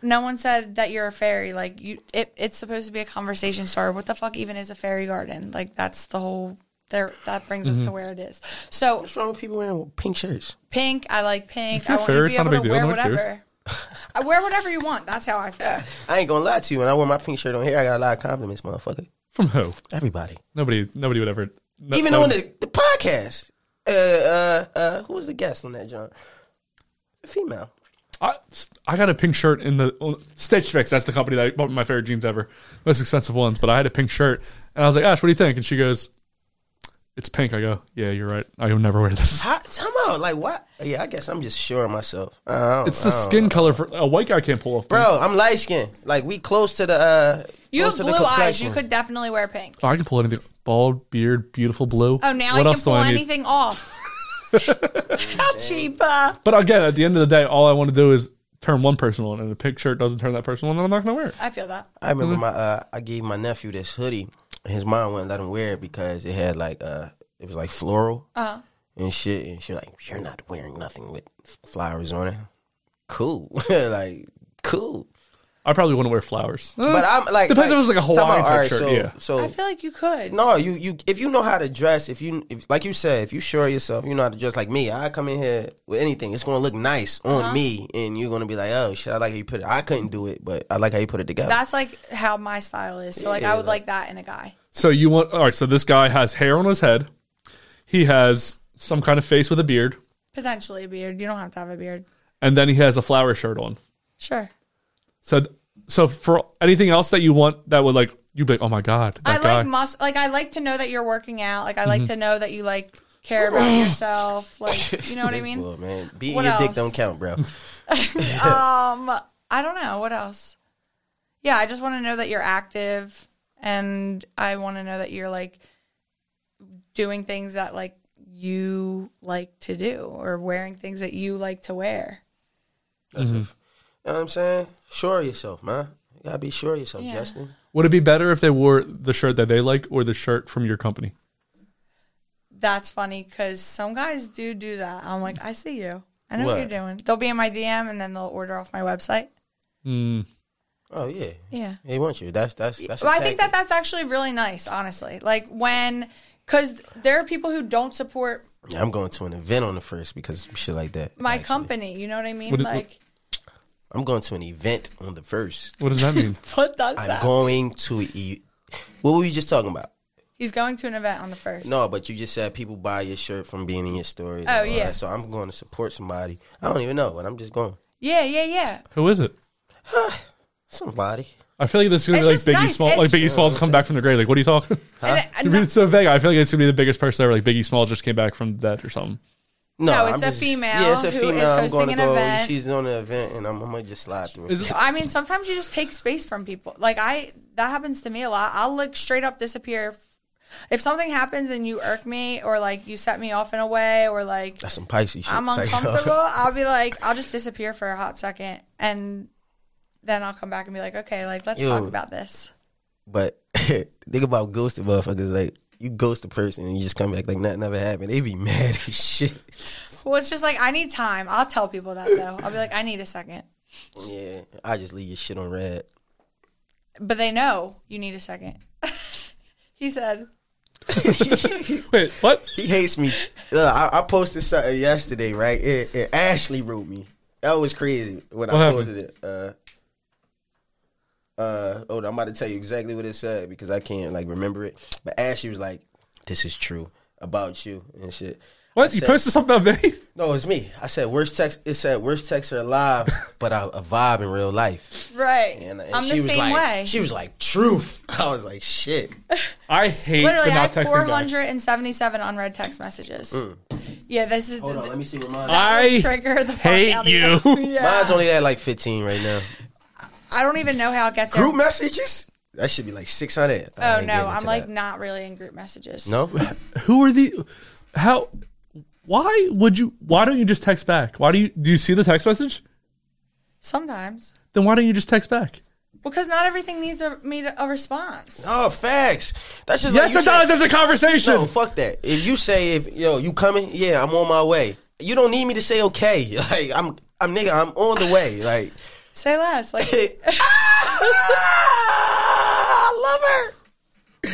no one said that you're a fairy like you it, it's supposed to be a conversation starter what the fuck even is a fairy garden like that's the whole there that brings us to
Mhm.
where it is so
what's wrong with people wearing pink shirts
pink i like pink
If you're
i want
fairy,
to
it's
be
not
able
a
to
big deal.
wear
No one cares.
whatever i wear whatever you want that's how i feel
I ain't gonna lie to you. When I wear my pink shirt on here, I got a lot of compliments, motherfucker.
From who?
Everybody.
Nobody. Nobody would ever. no-
Even
no-
on the, the podcast. Uh, uh, uh, who was the guest on that, John? Female.
I, I got a pink shirt in the on- Stitch Fix. That's the company that bought me my favorite jeans ever, most expensive ones. But I had a pink shirt, and I was like, Ash, what do you think? And she goes, "It's pink." I go, "Yeah, you're right. I will never wear this."
How, somehow, like what? Yeah, I guess I'm just sure of myself. I don't-
It's
I
the
don't
skin
know.
color for a white guy can't pull off.
Bro, I'm light skinned. Like we close to the. uh
you have
close to the
blue eyes
complexion.
you could definitely wear pink
Oh, I can pull anything. Bald beard, beautiful blue.
oh now
What
i
else
can
do
pull
need?
anything off how cheap uh,
But again, at the end of the day, all I want to do is turn one person on, and a pink shirt doesn't turn that person on, then I'm not going to wear it.
i feel that
I remember
Mhm.
my uh, I gave my nephew this hoodie. and His mom wouldn't let him wear it because it had like uh it was like floral
Uh-huh.
and shit. And she was like, "You're not wearing nothing with f- flowers on it." Cool, like cool.
I probably wouldn't wear flowers.
But I'm like
depends if it Hmm. was like a
talking about,
Hawaiian type
all right,
shirt.
So,
yeah.
so
i feel like you could
No, you you if you know how to dress, if you if, like you said, if you sure of yourself, you know how to dress. Like me, I come in here with anything, it's gonna look nice on
Uh-huh.
me, and you're gonna be like, oh shit, I like how you put it. I couldn't do it, but I like how you put it together.
that's like how my style is so like i would like that in a guy
So you want all right? So this guy has hair on his head. He has some kind of face with a beard,
potentially a beard you don't have to have a beard
and then he has a flower shirt on.
Sure.
So, so for anything else that you want that would like you'd be like, oh my god, that
I
guy.
like mus- like I like to know that you're working out. Like I like
Mhm.
to know that you like care about yourself. Like you know what I
This
mean?
boy, man. Beating
What
your
else?
dick don't count, bro.
um, I don't know what else. Yeah, I just want to know that you're active, and I want to know that you're like doing things that like you like to do, or wearing things that you like to wear.
You know what I'm saying? Sure of yourself, man. You gotta be sure of yourself,
Yeah.
Justin.
Would it be better if they wore the shirt that they like or the shirt from your company?
That's funny because some guys do do that. I'm like, I see you. I know what?
What?
you're doing. They'll be in my DM, and then they'll order off my website.
Mm.
Oh yeah,
Yeah.
They want you. That's that's that's. a
well, I think
tactic.
that that's actually really nice, honestly. Like when, because there are people who don't support
Yeah, I'm going to an event on the first because shit like that.
my company. You know what I mean?
What is-
like
I'm going to an event on the first.
What does that mean?
what does
I'm
that?
going to. E- what were we just talking about?
He's going to an event on the first.
No, but you just said people buy your shirt from being in your story. and
Oh,
all
yeah.
that. So I'm going to support somebody. I don't even know, but I'm just going.
Yeah, yeah, yeah.
Who is it?
Somebody.
I feel like this is gonna
It's
be like Biggie
just nice.
Small,
It's-
like Biggie Small's come back from the grave. Like, what are you talking?
Huh?
I mean, it's so vague. I feel like it's gonna be the biggest person ever. Like Biggie Small just came back from death or something.
No,
No, it's
I'm
a
just-
female
Yeah, it's a
who is
female. I'm
hosting
going to
an
go.
event.
She's on an event, and I'm, I'm gonna just slide through.
I mean, sometimes you just take space from people. Like I, that happens to me a lot. I'll like straight up disappear. If, if something happens and you irk me, or like you set me off in a way, or like
That's some Pisces shit.
I'm
It's like,
uncomfortable, I'll be like, I'll just disappear for a hot second, and then I'll come back and be like, okay, like let's talk
Ew.
about this.
But think about ghosted motherfuckers. Like you ghost a person and you just come back like nothing ever happened. They be mad as shit.
Well, it's just like I need time. I'll tell people that though. I'll be like, I need a second,
Yeah, I just leave your shit on red.
but they know you need a second. he said,
Wait, what?
He hates me. Ugh, I, I posted something yesterday, right? It, it- Ashley wrote me. That was crazy when I
What
posted it. Uh, uh, oh, I'm about to tell you exactly what it said because I can't like remember it. But Ashley was like, "This is true about you and shit."
What? You posted something about me?
No, it's me. I said worst text. It said worst texts are alive, but a, a vibe in real life.
right,
And, and
I'm
she
the
was
same
like,
way.
She was like, "Truth." I was like, "Shit."
I hate
Literally, I have
back.
477 unread text messages.
Mm.
Yeah, this is.
Hold on, let me see what mine.
That would trigger the fuck out of Yeah.
Mine's only at like 15 right now.
I don't even know how it gets
Group
out.
messages? That should be like 600. I
Oh
ain't
no,
getting
I'm
into
like
that.
not really in group messages.
no.
Who are the? How? Why would you? Why don't you just text back? Why do you? Do you see the text message?
Sometimes,
Then why don't you just text back?
because not everything needs a me to- a response.
Oh, facts. That's just
Yes,
like
it does. There's a conversation.
No, fuck that. If you say if yo you coming, yeah, I'm on my way. You don't need me to say okay. Like I'm, I'm nigga, I'm on the way. Like
Say less. Like
Ah! I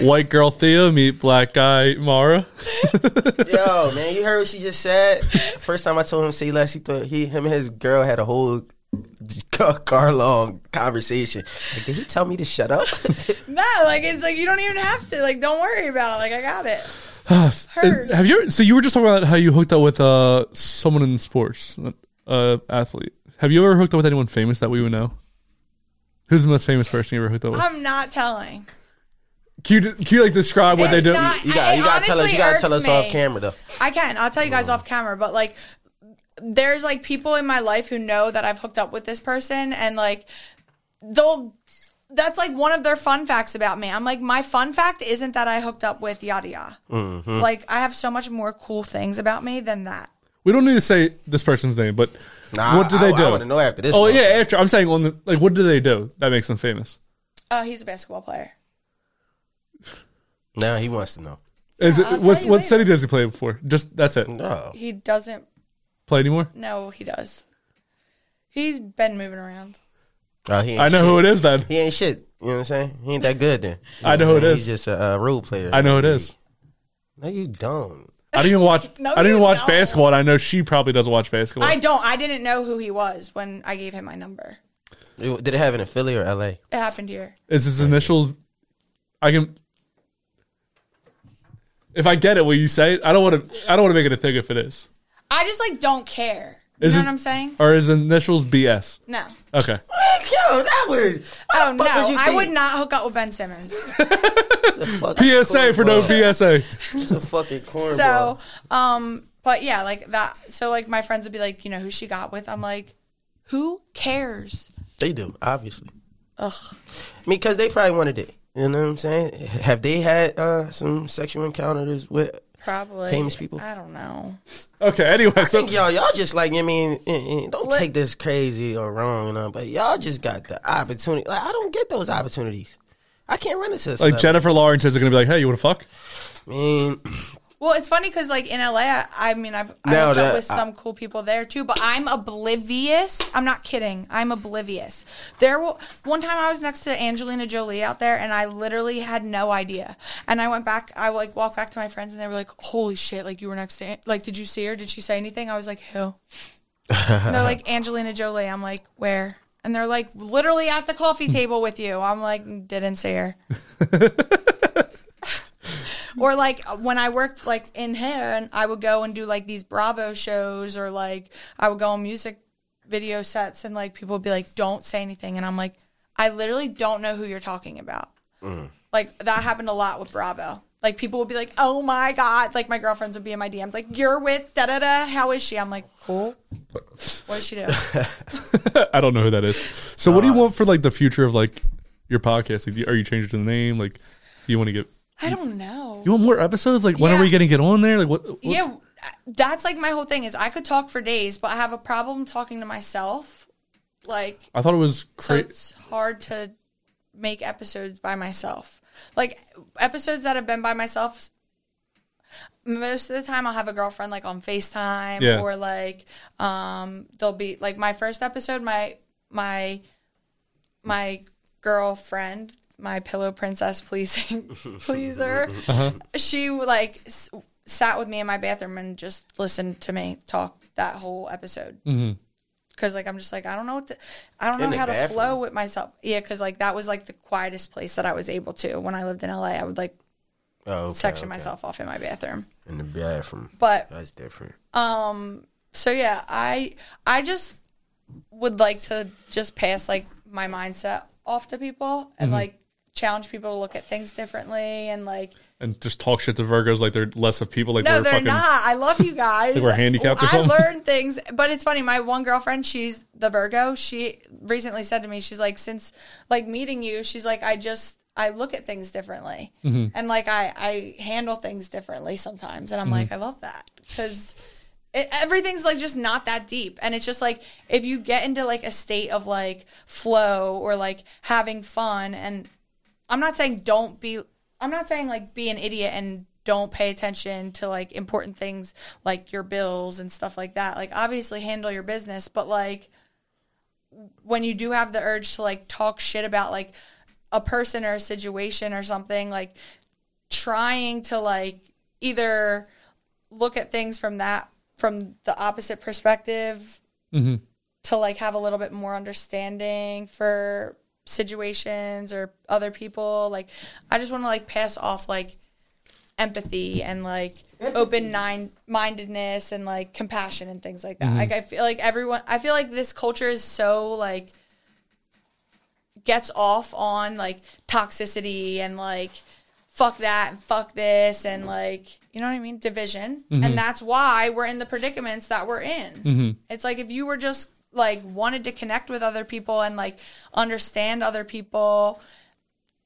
White girl Thea meet black guy Mara.
yo, man, you heard what she just said. First time I told him to say less, he thought he, him and his girl had a whole car long conversation. Like, did he tell me to shut up?
no, like it's like you don't even have to. Like don't worry about it. Like I got it.
And Have you? So you were just talking about how you hooked up with uh someone in sports, uh athlete. Have you ever hooked up with anyone famous that we would know? Who's the most famous person you ever hooked up with?
I'm not telling.
Can you, can you like describe what they
It's
do?
not-
You gotta, you gotta tell us.
honestly
You gotta tell us
irks
off
me.
camera though.
I can. I'll tell you guys off camera, but like there's like people in my life who know that I've hooked up with this person and like they'll that's like one of their fun facts about me. I'm like my fun fact isn't that I hooked up with yada yada.
Mhm.
Like I have so much more cool things about me than that.
we don't need to say this person's name, but
Nah,
what do
I-
they
I
do?
wanna know after this
Oh yeah, after I'm saying on the like, what do they do that makes them famous?
Oh, he's a basketball player.
No, he wants to know.
Is
I'll
it
tell
what's,
you
what city does he play for? Just that's it.
No,
He doesn't
play anymore.
No, he does. He's been moving around.
No, he ain't
I know
shit.
who it is then.
He ain't shit. You know what I'm saying? He ain't that good then.
I know who it
He's
is.
just a uh, role player.
I know who it is.
No, you don't.
I don't even watch.
No,
I don't even
you
watch
don't.
basketball. and I know she probably doesn't watch basketball.
I don't I didn't know who he was when I gave him my number.
It- Did it happen in Philly or L.A.?
It happened here.
Is his initials? I can. If I get it, will you say it? I don't want to. I don't want to make it a thing if it is.
I just like don't care. You
Is
know
his-
what I'm saying?
Are his initials BS?
No.
Okay.
Yo, that was.
Oh no,
was you
I would
thinking?
not hook up with Ben Simmons.
PSA for no BSA.
It's a fucking cornball.
so, um, but yeah, like that. So like my friends would be like, you know, who she got with? I'm like, who cares?
They do, obviously.
Ugh.
Because they probably wanted it. You know what I'm saying? Have they had uh, some sexual encounters with
Probably.
famous people?
I don't know.
Okay. Anyway,
I
so
think y'all, y'all just like I mean, eh, eh, don't take this crazy or wrong, you know, but y'all just got the opportunity. Like I don't get those opportunities. I can't run into this.
like Jennifer Lawrence is gonna be like, "Hey, you want to fuck?"
Man,
Well, it's funny because like in LA, I, I mean, I've I
No,
hooked
that-
up with some cool people there too, but I'm oblivious. I'm not kidding. I'm oblivious. There, wa- one time I was next to Angelina Jolie out there, and I literally had no idea. And I went back. I like walked back to my friends, and they were like, "Holy shit! Like you were next to An- like, did you see her? Did she say anything?" I was like, "Who?" And they're like Angelina Jolie. I'm like, "Where?" And they're like, "Literally at the coffee table with you." I'm like, "Didn't see her." or like uh, when I worked like in hair and I would go and do like these Bravo shows or like I would go on music video sets and like people would be like, Don't say anything and I'm like, I literally don't know who you're talking about.
Mm-hmm.
Like that happened a lot with Bravo. Like people would be like, Oh my god like my girlfriends would be in my DMs like, You're with da da da, how is she? I'm like, Cool. What does she do?
I don't know who that is. So, what do you want for like the future of like your podcast? Like, do you- are you changing the name? Like, do you want to get?
I don't know.
You want more episodes? Like, when are
Yeah.
we going to get on there? Like, what? what's-
yeah that's like my whole thing is I could talk for days, but I have a problem talking to myself. Like
I thought it was
so
crazy.
it's hard to make episodes by myself. Like episodes that have been by myself. Most of the time, I'll have a girlfriend like on Facetime
Yeah.
or like um, they'll be like my first episode. My my my girlfriend, my pillow princess, pleasing pleaser.
Uh-huh.
She like s- sat with me in my bathroom and just listened to me talk that whole episode because like I'm just like I don't know what to, I don't
In
know
the
how to
bathroom.
flow with myself. Yeah, because like that was like the quietest place that I was able to when I lived in LA. I would like
oh, okay,
section
okay.
myself off in my bathroom.
in the bathroom,
But-
that's different.
Um. So yeah, I I just would like to just pass like my mindset off to people and
Mhm.
like challenge people to look at things differently and like
and just talk shit to Virgos like they're less of people. Like
no,
we're
they're
fucking.
not. I love you guys.
Like we're handicapped or something?
I learned things, but it's funny. My one girlfriend, she's the Virgo. She recently said to me, she's like, since like meeting you, she's like, I just I look at things differently,
Mm-hmm.
Mhm.
and like I I handle things differently sometimes, and I'm
Mhm.
like, I love that because. It, everything's like just not that deep and it's just like if you get into like a state of like flow or like having fun and I'm not saying don't be. I'm not saying like be an idiot and don't pay attention to like important things like your bills and stuff like that. Like obviously handle your business, but like when you do have the urge to like talk shit about like a person or a situation or something, like trying to like either look at things from that from the opposite perspective
Mhm.
to like have a little bit more understanding for situations or other people like i just want to like pass off like empathy and like open nine mindedness and like compassion and things like that
Mhm.
like i feel like everyone i feel like this culture is so like gets off on like toxicity and like fuck that and fuck this and like you know what i mean division
Mhm.
and that's why we're in the predicaments that we're in it's like if you were just like wanted to connect with other people and like understand other people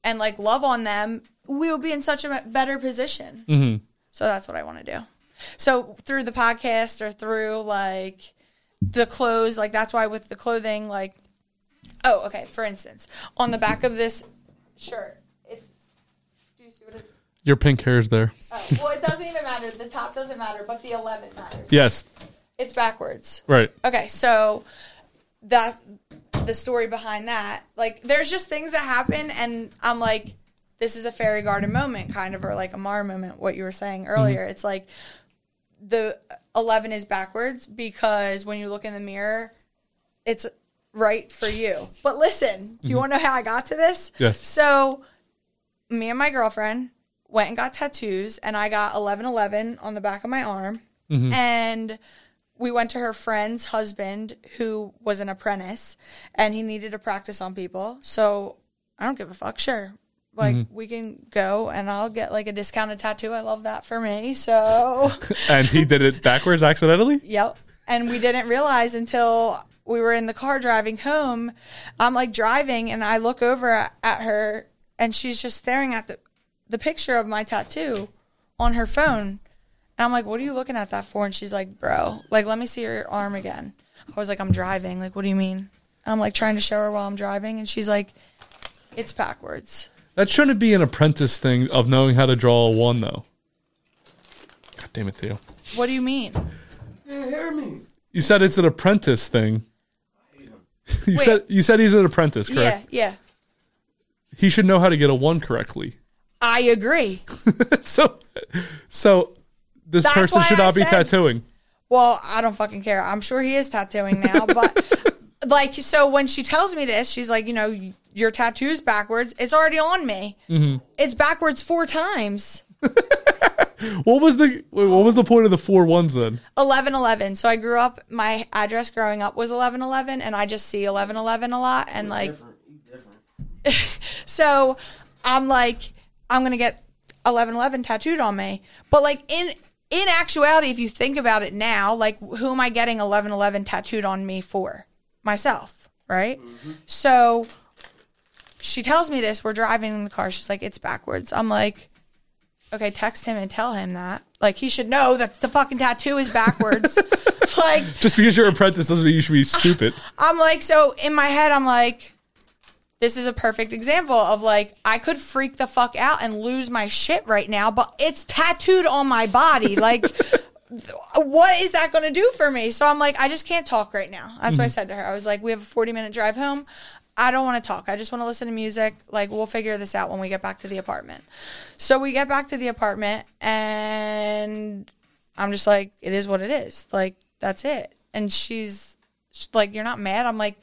and like love on them, we would be in such a better position.
Mhm.
So that's what I want to do. So through the podcast or through like the clothes, like that's why with the clothing, like, oh, okay. For instance, on the back of this shirt, it's, do you see what it,
Your pink hair's there.
oh, well, it doesn't even matter. The top doesn't matter, but the 11 matters.
Yes.
It's backwards.
Right.
Okay, so that the story behind that, like there's just things that happen and I'm like this is a fairy garden moment kind of or like a Mara moment what you were saying earlier. It's like the 11 is backwards because when you look in the mirror it's right for you. But listen, do you
Mhm.
want to know how I got to this?
Yes.
So me and my girlfriend went and got tattoos and I got 1111 on the back of my arm
Mhm.
and we went to her friend's husband who was an apprentice and he needed to practice on people. So I don't give a fuck. Sure. Like
Mhm.
we can go and I'll get like a discounted tattoo. I love that for me. So
and he did it backwards accidentally.
Yep. And we didn't realize until we were in the car driving home. I'm like driving and I look over at at her and she's just staring at the, the picture of my tattoo on her phone. And I'm like, what are you looking at that for? And she's like, bro, like, let me see your arm again. I was like, I'm driving. Like, what do you mean? I'm like trying to show her while I'm driving. And she's like, it's backwards.
That shouldn't be an apprentice thing of knowing how to draw a one, though. God damn it, Theo.
What do you mean?
You said it's an apprentice thing. You said you said he's an apprentice, correct?
Yeah, yeah.
He should know how to get a one correctly.
I agree.
so, so this
That's
person
why
should
I
not be
said-
tattooing.
Well, I don't fucking care. I'm sure he is tattooing now, but like, so when she tells me this, she's like, you know, your tattoo's backwards. It's already on me.
hmm
It's backwards four times.
What was the wait, what was the point of the four ones then?
Eleven eleven. So I grew up. My address growing up was eleven eleven, and I just see eleven eleven a lot. And like, so I'm like, I'm gonna get eleven eleven tattooed on me. But like in in actuality, if you think about it now, like who am I getting eleven eleven tattooed on me for? Myself, right? So she tells me this. We're driving in the car. She's like, it's backwards. I'm like, okay, text him and tell him that. Like, he should know that the fucking tattoo is backwards. like,
Just because you're an apprentice doesn't mean you should be stupid.
I'm like, so in my head, I'm like, this is a perfect example of like, I could freak the fuck out and lose my shit right now, but it's tattooed on my body. Like, th- what is that going to do for me? So I'm like, I just can't talk right now. That's what I
Mhm.
said to her. I was like, we have a 40 minute drive home. I don't want to talk. I just want to listen to music. Like, we'll figure this out when we get back to the apartment. So we get back to the apartment and I'm just like, it is what it is. Like, that's it. And she's, she's like, you're not mad. I'm like,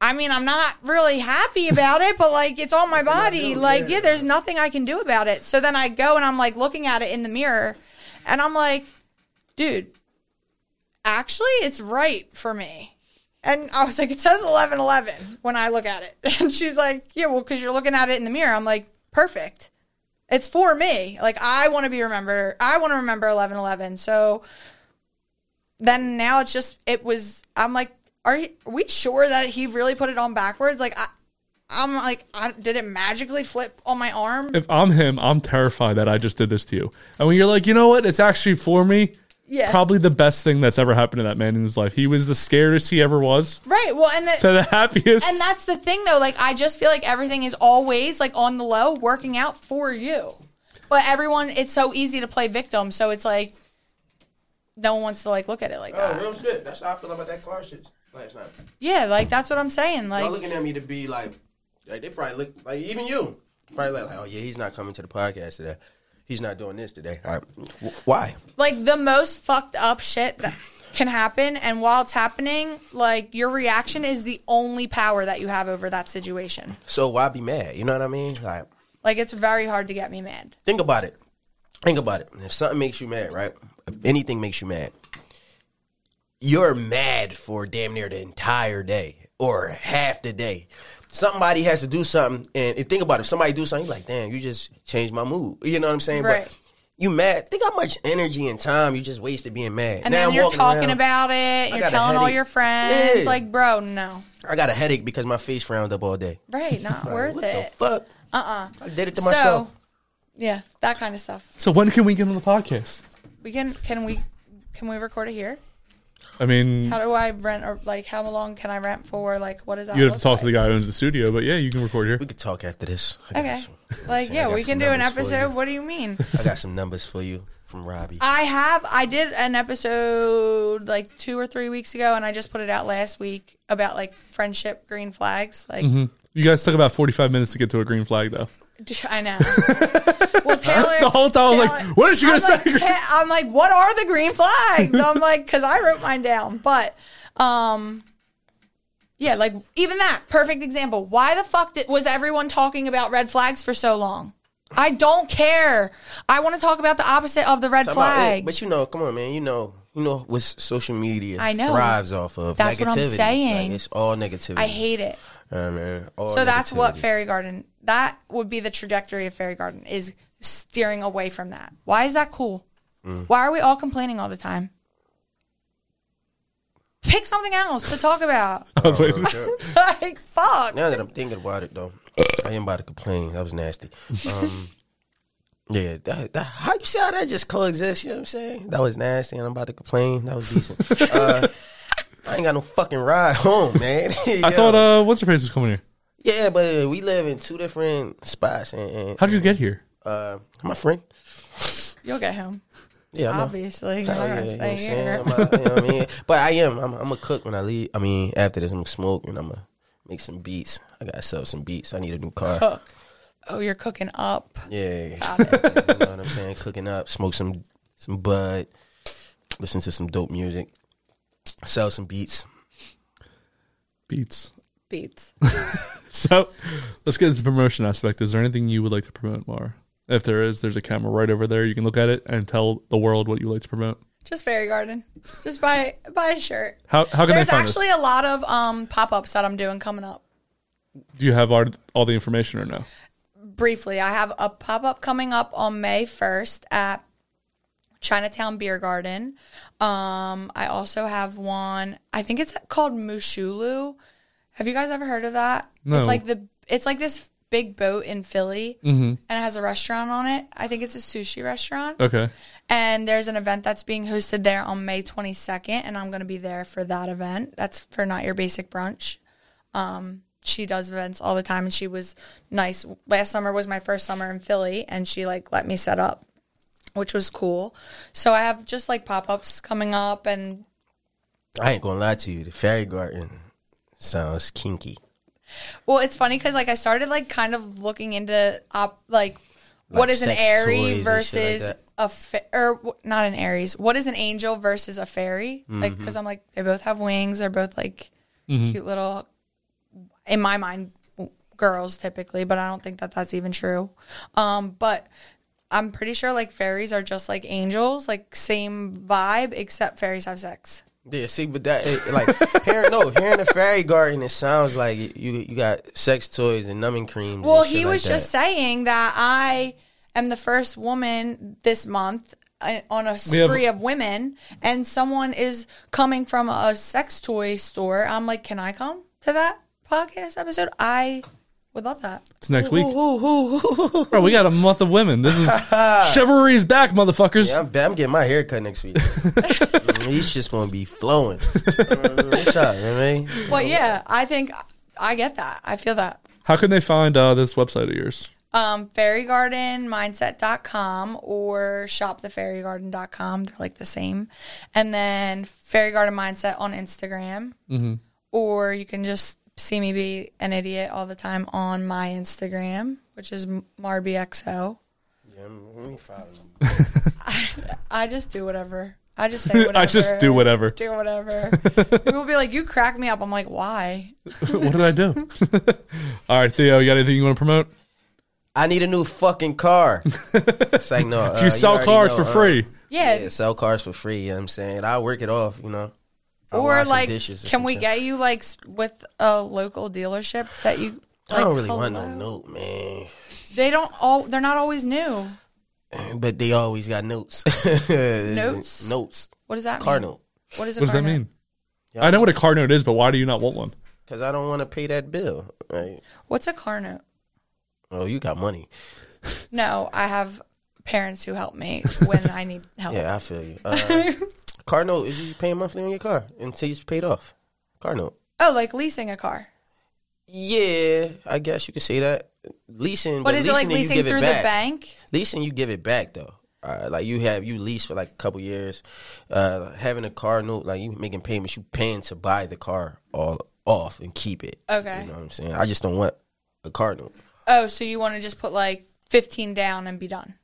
I mean, I'm not really happy about it, but like, it's on my body. Like, yeah, there's nothing I can do about it. So then I go and I'm like looking at it in the mirror and I'm like, dude, actually, it's right for me. And I was like, it says 11 11 when I look at it. And she's like, yeah, well, because you're looking at it in the mirror. I'm like, perfect. It's for me. Like, I want to be remember. I want to remember 11 11. So then now it's just, it was, I'm like, are, you, are we sure that he really put it on backwards? Like, I, I'm like, I, did it magically flip on my arm?
If I'm him, I'm terrified that I just did this to you. And when you're like, you know what, it's actually for me.
Yeah.
Probably the best thing that's ever happened to that man in his life. He was the scariest he ever was.
Right. Well, and the,
So the happiest.
And that's the thing, though. Like, I just feel like everything is always like on the low, working out for you. But everyone, it's so easy to play victim. So it's like no one wants to like look at it like
Oh,
that.
real shit. That's how I feel about that car shit last night.
Yeah, like that's what I'm saying. Like,
Y'all looking at me to be like, like they probably look like even you probably like, oh yeah, he's not coming to the podcast today. He's not doing this today. All right. W- Why?
like the most fucked up shit that can happen, and while it's happening, like your reaction is the only power that you have over that situation.
So why be mad? You know what I mean? Like,
Like, it's very hard to get me mad.
think about it. Think about it. If something makes you mad, right? If anything makes you mad, you're mad for damn near the entire day or half the day. Somebody has to do something, and, and think about it. If somebody do something, you're like, damn, you just changed my mood. You know what I'm saying?
Right.
But you mad. Think how much energy and time you just wasted being mad.
And
Now
then
I'm
you're
walking
talking
around,
about it. And you're
got a
telling all
headache.
your friends.
Yeah.
Like, bro, no.
I got a headache because my face frowned up all day.
Right, not worth it.
fuck?
Uh uh
I did it to myself.
Yeah, that kind of stuff.
so when can we get on the podcast?
We can can we can we record it here?
I mean,
How do I rent or like how long can I rent for? Like what is that?
you would have to
look
talk to the guy who owns the studio, but yeah, you can record here. We
could talk after this.
like? Okay. Like
Saying I
yeah,
got
we
some
can do an
numbers for you.
episode. What do you mean?
I got some numbers for you from Robbie.
I have I did an episode like 2 or 3 weeks ago and I just put it out last week about like friendship green flags like
Mhm. You guys took about 45 minutes to get to a green flag, though.
I know.
the whole time I was like, what is she
I'm
going to say?
like, "Ta- I'm like, what are the green flags? I'm like, because I wrote mine down. But, um, yeah, like even that perfect example. Why the fuck did, was everyone talking about red flags for so long? I don't care. I want to talk about the opposite of the red
Talk about it,
flag.
but you know, come on, man. You know, you know what social media
I know.
thrives off of
That's
negativity.
what I'm
Like,
saying.
it's all negativity.
I hate it.
Oh, Yeah, man. All
so that's what
negativity.
fairy garden. That would be the trajectory of fairy garden is steering away from that. Why is that cool?
Mm.
Why are we all complaining all the time? Pick something else to talk about.
I was waiting.
like fuck.
Now that I'm thinking about it, though, I am about to complain. That was nasty. Um, yeah, that, that, how you see how that just coexists? You know what I'm saying? That was nasty, and I'm about to complain. That was decent. uh, I ain't got no fucking ride home, man.
I
Yo.
thought, uh, what's your face was coming here?
Yeah, but uh, we live in two different spots. And, and
How'd you get here?
Uh, my friend.
You'll get him.
Yeah, I know.
obviously.
Hell
You're not
yeah, you know what I'm
staying
saying?
here.
I'm a- you know what I mean? But I am. I'm, I'm a cook when I leave. I mean, after this, I'm gonna smoke and I'm gonna make some beats. I gotta sell some beats. I need a new car.
Cook. Oh, you're cooking up.
Yeah,
Got
you
it.
know what I'm saying. Cooking up, smoke some some bud, listen to some dope music, sell some beats.
Beats.
Beats.
so let's get into the promotion aspect. Is there anything you would like to promote, Mara? If there is, there's a camera right over there. You can look at it and tell the world what you like to promote.
Just fairy garden. Just buy buy a shirt.
How- how can they
There's
find
actually a lot of um pop ups that I'm doing coming up.
Do you have our, all the information or no?
Briefly, I have a pop up coming up on May first at Chinatown Beer Garden. Um, I also have one. I think it's called Mushulu. Have you guys ever heard of that?
No.
It's like the it's like this big boat in Philly,
Mhm.
and it has a restaurant on it. I think it's a sushi restaurant.
Okay.
And there's an event that's being hosted there on May 22nd, and I'm going to be there for that event. That's for Not Your Basic Brunch. Um, she does events all the time, and she was nice. Last summer was my first summer in Philly, and she like let me set up, which was cool. So I have just like pop ups coming up, and
I ain't gonna lie to you. The fairy garden sounds kinky.
well, it's funny because like I started like kind of looking into op like, what
Like
is an
sex toys and
airy
shit
versus
like that.
a fa- or w- not an Aries. What is an angel versus a fairy? Like
Mm-hmm.
Mhm.
because I'm like they both have wings. They're both like
Mhm.
cute little, in my mind, w- girls typically. But I don't think that that's even true. Um, but I'm pretty sure like fairies are just like angels, like same vibe, except fairies have sex.
Yeah, see, but that it, like hearing no hearing the fairy garden, it sounds like you you got sex toys and numbing creams.
Well,
and shit
he
like
was
that.
just saying that I am the first woman this month uh, on a
We have-
spree of women, and someone is coming from a sex toy store. I'm like, can I come to that podcast episode? I would love that.
It's next week.
Bro,
Bro, we got a month of women. This is chivalry's back, motherfuckers.
Yeah, I'm, I'm getting my hair cut next week. Mm, He's just gonna be flowing. What's up, you know what I mean?
Well, yeah, I think I get that. I feel that.
How can they find uh, this website of yours?
Um, fairygardenmindset.com or shopthefairygarden.com. They're like the same. And then Fairy Garden Mindset on Instagram.
Mhm.
Or you can just see me be an idiot all the time on my Instagram, which is M- MarBXO.
Yeah, I'm- let me follow you.
I just do whatever. I just say whatever.
I just do whatever.
Do whatever. People will be like, you crack me up. I'm like, why?
what did I do? All right, Theo, you got anything you want to promote?
I need a new fucking car. It's like no.
Uh,
uh,
If you sell
already
cars for free.
Yeah.
sell cars for free. You know what I'm saying? I'll work it off. You know. I'll
or
wash some
like,
dishes or
can
some
we
shit.
get you like s- with a local dealership that you?
I don't
like,
really want
hello?
no note, man.
They don't all. They're not always new.
But they always got notes.
Notes?
Notes.
What does that
Car
mean?
note.
What is a
What does that
car note?
mean? I know what a car note is, but why do you not want one?
Because I don't want to pay that bill. Right.
What's a car note?
Oh, you got money.
No, I have parents who help me when I need help.
Yeah, I feel you. Uh, car note is you paying monthly on your car until it's paid off. Car note.
Oh, like leasing a car.
Yeah, I guess you could say that. Leasing,
But
but,
is it
leasing
like
and you
leasing
give it
through the
back.
bank?
Leasing, you give it back though. Uh, like you have you lease for like a couple years. Uh, having a car note, like you making payments, you paying to buy the car all off and keep it.
Okay.
you know what I'm saying. I just don't want a car note.
Oh, so you want to just put like fifteen down and be done?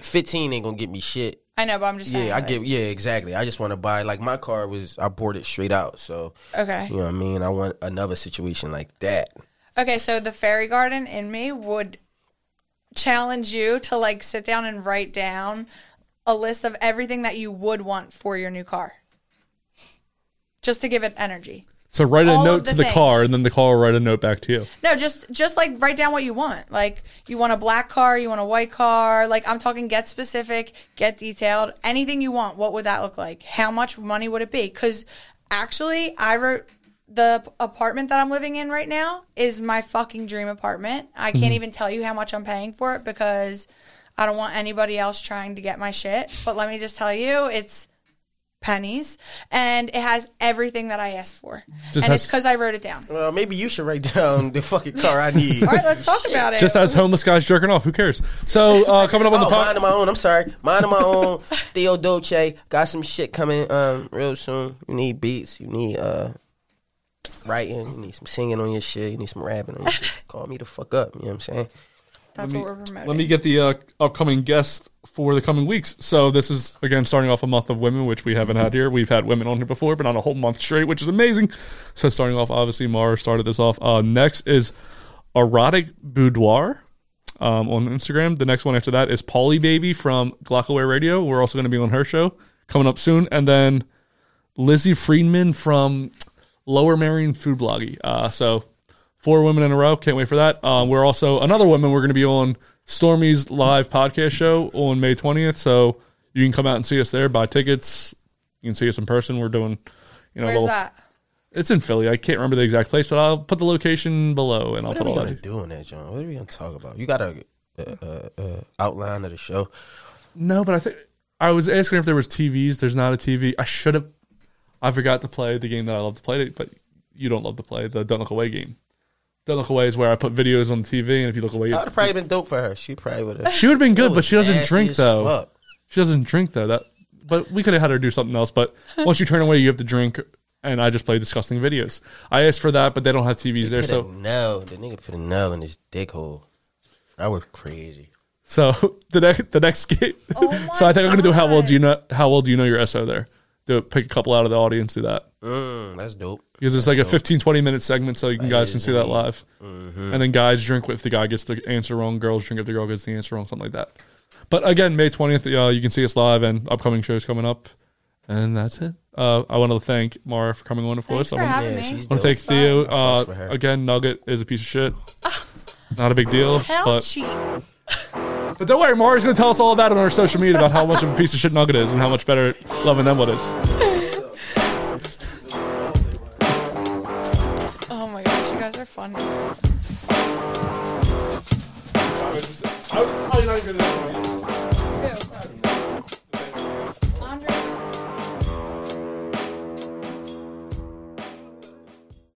Fifteen ain't gonna get me shit.
I know, but I'm just saying.
yeah, I
like-
get. Yeah, exactly. I just want to buy. Like my car was, I bought it straight out. So
Okay.
you know what I mean. I want another situation like that.
Okay, so the fairy garden in me would challenge you to like sit down and write down a list of everything that you would want for your new car, just to give it energy.
So write a
All of
note
the
to the car,
things.
and then the car will write a note back to you.
No, just just like write down what you want. Like you want a black car, you want a white car. Like I'm talking get specific, get detailed. Anything you want, what would that look like? How much money would it be? Cuz actually I wrote the p- apartment that I'm living in right now is my fucking dream apartment. I can't
Mm-hmm.
Mhm.
even tell you how much I'm paying for it because I don't want anybody else trying to get my shit. But let me just tell you, it's pennies and it has everything that I asked for.
Just
and
has-
it's cuz I wrote it down.
Well, Uh, maybe you should write down the fucking car I need.
All right, let's talk about it.
Just as homeless guys jerking off, who cares? So uh, coming up on
oh,
the
mine
pod,
of my own. I'm sorry, mine of my own. Theo Dolce got some shit coming um real soon. You need beats. You need uh writing. You need some singing on your shit. You need some rapping on your shit. Call me the fuck up. You know what I'm saying?
That's
me-
what we're promoting.
let me get the uh, upcoming guest for the coming weeks. So this is again starting off a month of women, which we haven't had here. We've had women on here before, but not a whole month straight, which is amazing. So starting off, obviously Mara started this off. Uh, next is erotic boudoir. Um, on Instagram. The next one after that is Polly Baby from Glockaware Radio. We're also going to be on her show coming up soon, and then Lizzie Friedman from Lower Marion Food Bloggy. Uh, so four women in a row. Can't wait for that. Um, we're also another woman. We're going to be on Stormy's live podcast show on May twentieth. So you can come out and see us there. Buy tickets. You can see us in person. We're doing, you know,
Where's
little.
that?
It's in Philly. I can't remember the exact place, but I'll put the location below and I'll
What are
put
we
all
gonna
that.
do on that, John? What are we gonna talk about? You got a uh, uh, uh, outline of the show.
No, but I think I was asking if there was TVs. There's not a TV. I should have. I forgot to play the game that I love to play, but you don't love to play the Don't Look Away game. Don't Look Away is where I put videos on the TV, and if you look away,
That would have probably been dope for her. She probably would have.
she would have been good. But she doesn't
nasty
drink
as
though.
fuck.
She doesn't drink though. That. But we could have had her do something else. But once you turn away, you have to drink. And I just play disgusting videos. I asked for that, but they don't have TVs there.
Put
So
a no, the nigga put a no in his dick hole. I was crazy.
So the next the next game.
Oh
so I think I'm gonna do how well do you know how well do you know your SO there? Do pick a couple out of the audience. Do that.
Mm, that's dope.
Because it's like
That's
a
dope.
15, 20 minute segment, so you can, guys can see that live.
Mhm.
And then guys drink if the guy gets the answer wrong. Girls drink if the girl gets the answer wrong. Something like that. But again, May twentieth, uh, you can see us live and upcoming shows coming up. And that's it. Uh, I want to thank Mara for coming on, of course.
for
I want
having Yeah, me. she's
to
dope.
thank
It's fun.
Theo.
I fucks with
Uh,
her.
again, Nugget is a piece of shit. Not a big deal.
Hell
but
cheap.
but don't worry, Mara's going to tell us all about it on our social media about how much of a piece of shit Nugget is and how much better at loving them what is.
Oh my gosh, you guys are funny.
I was probably not even going to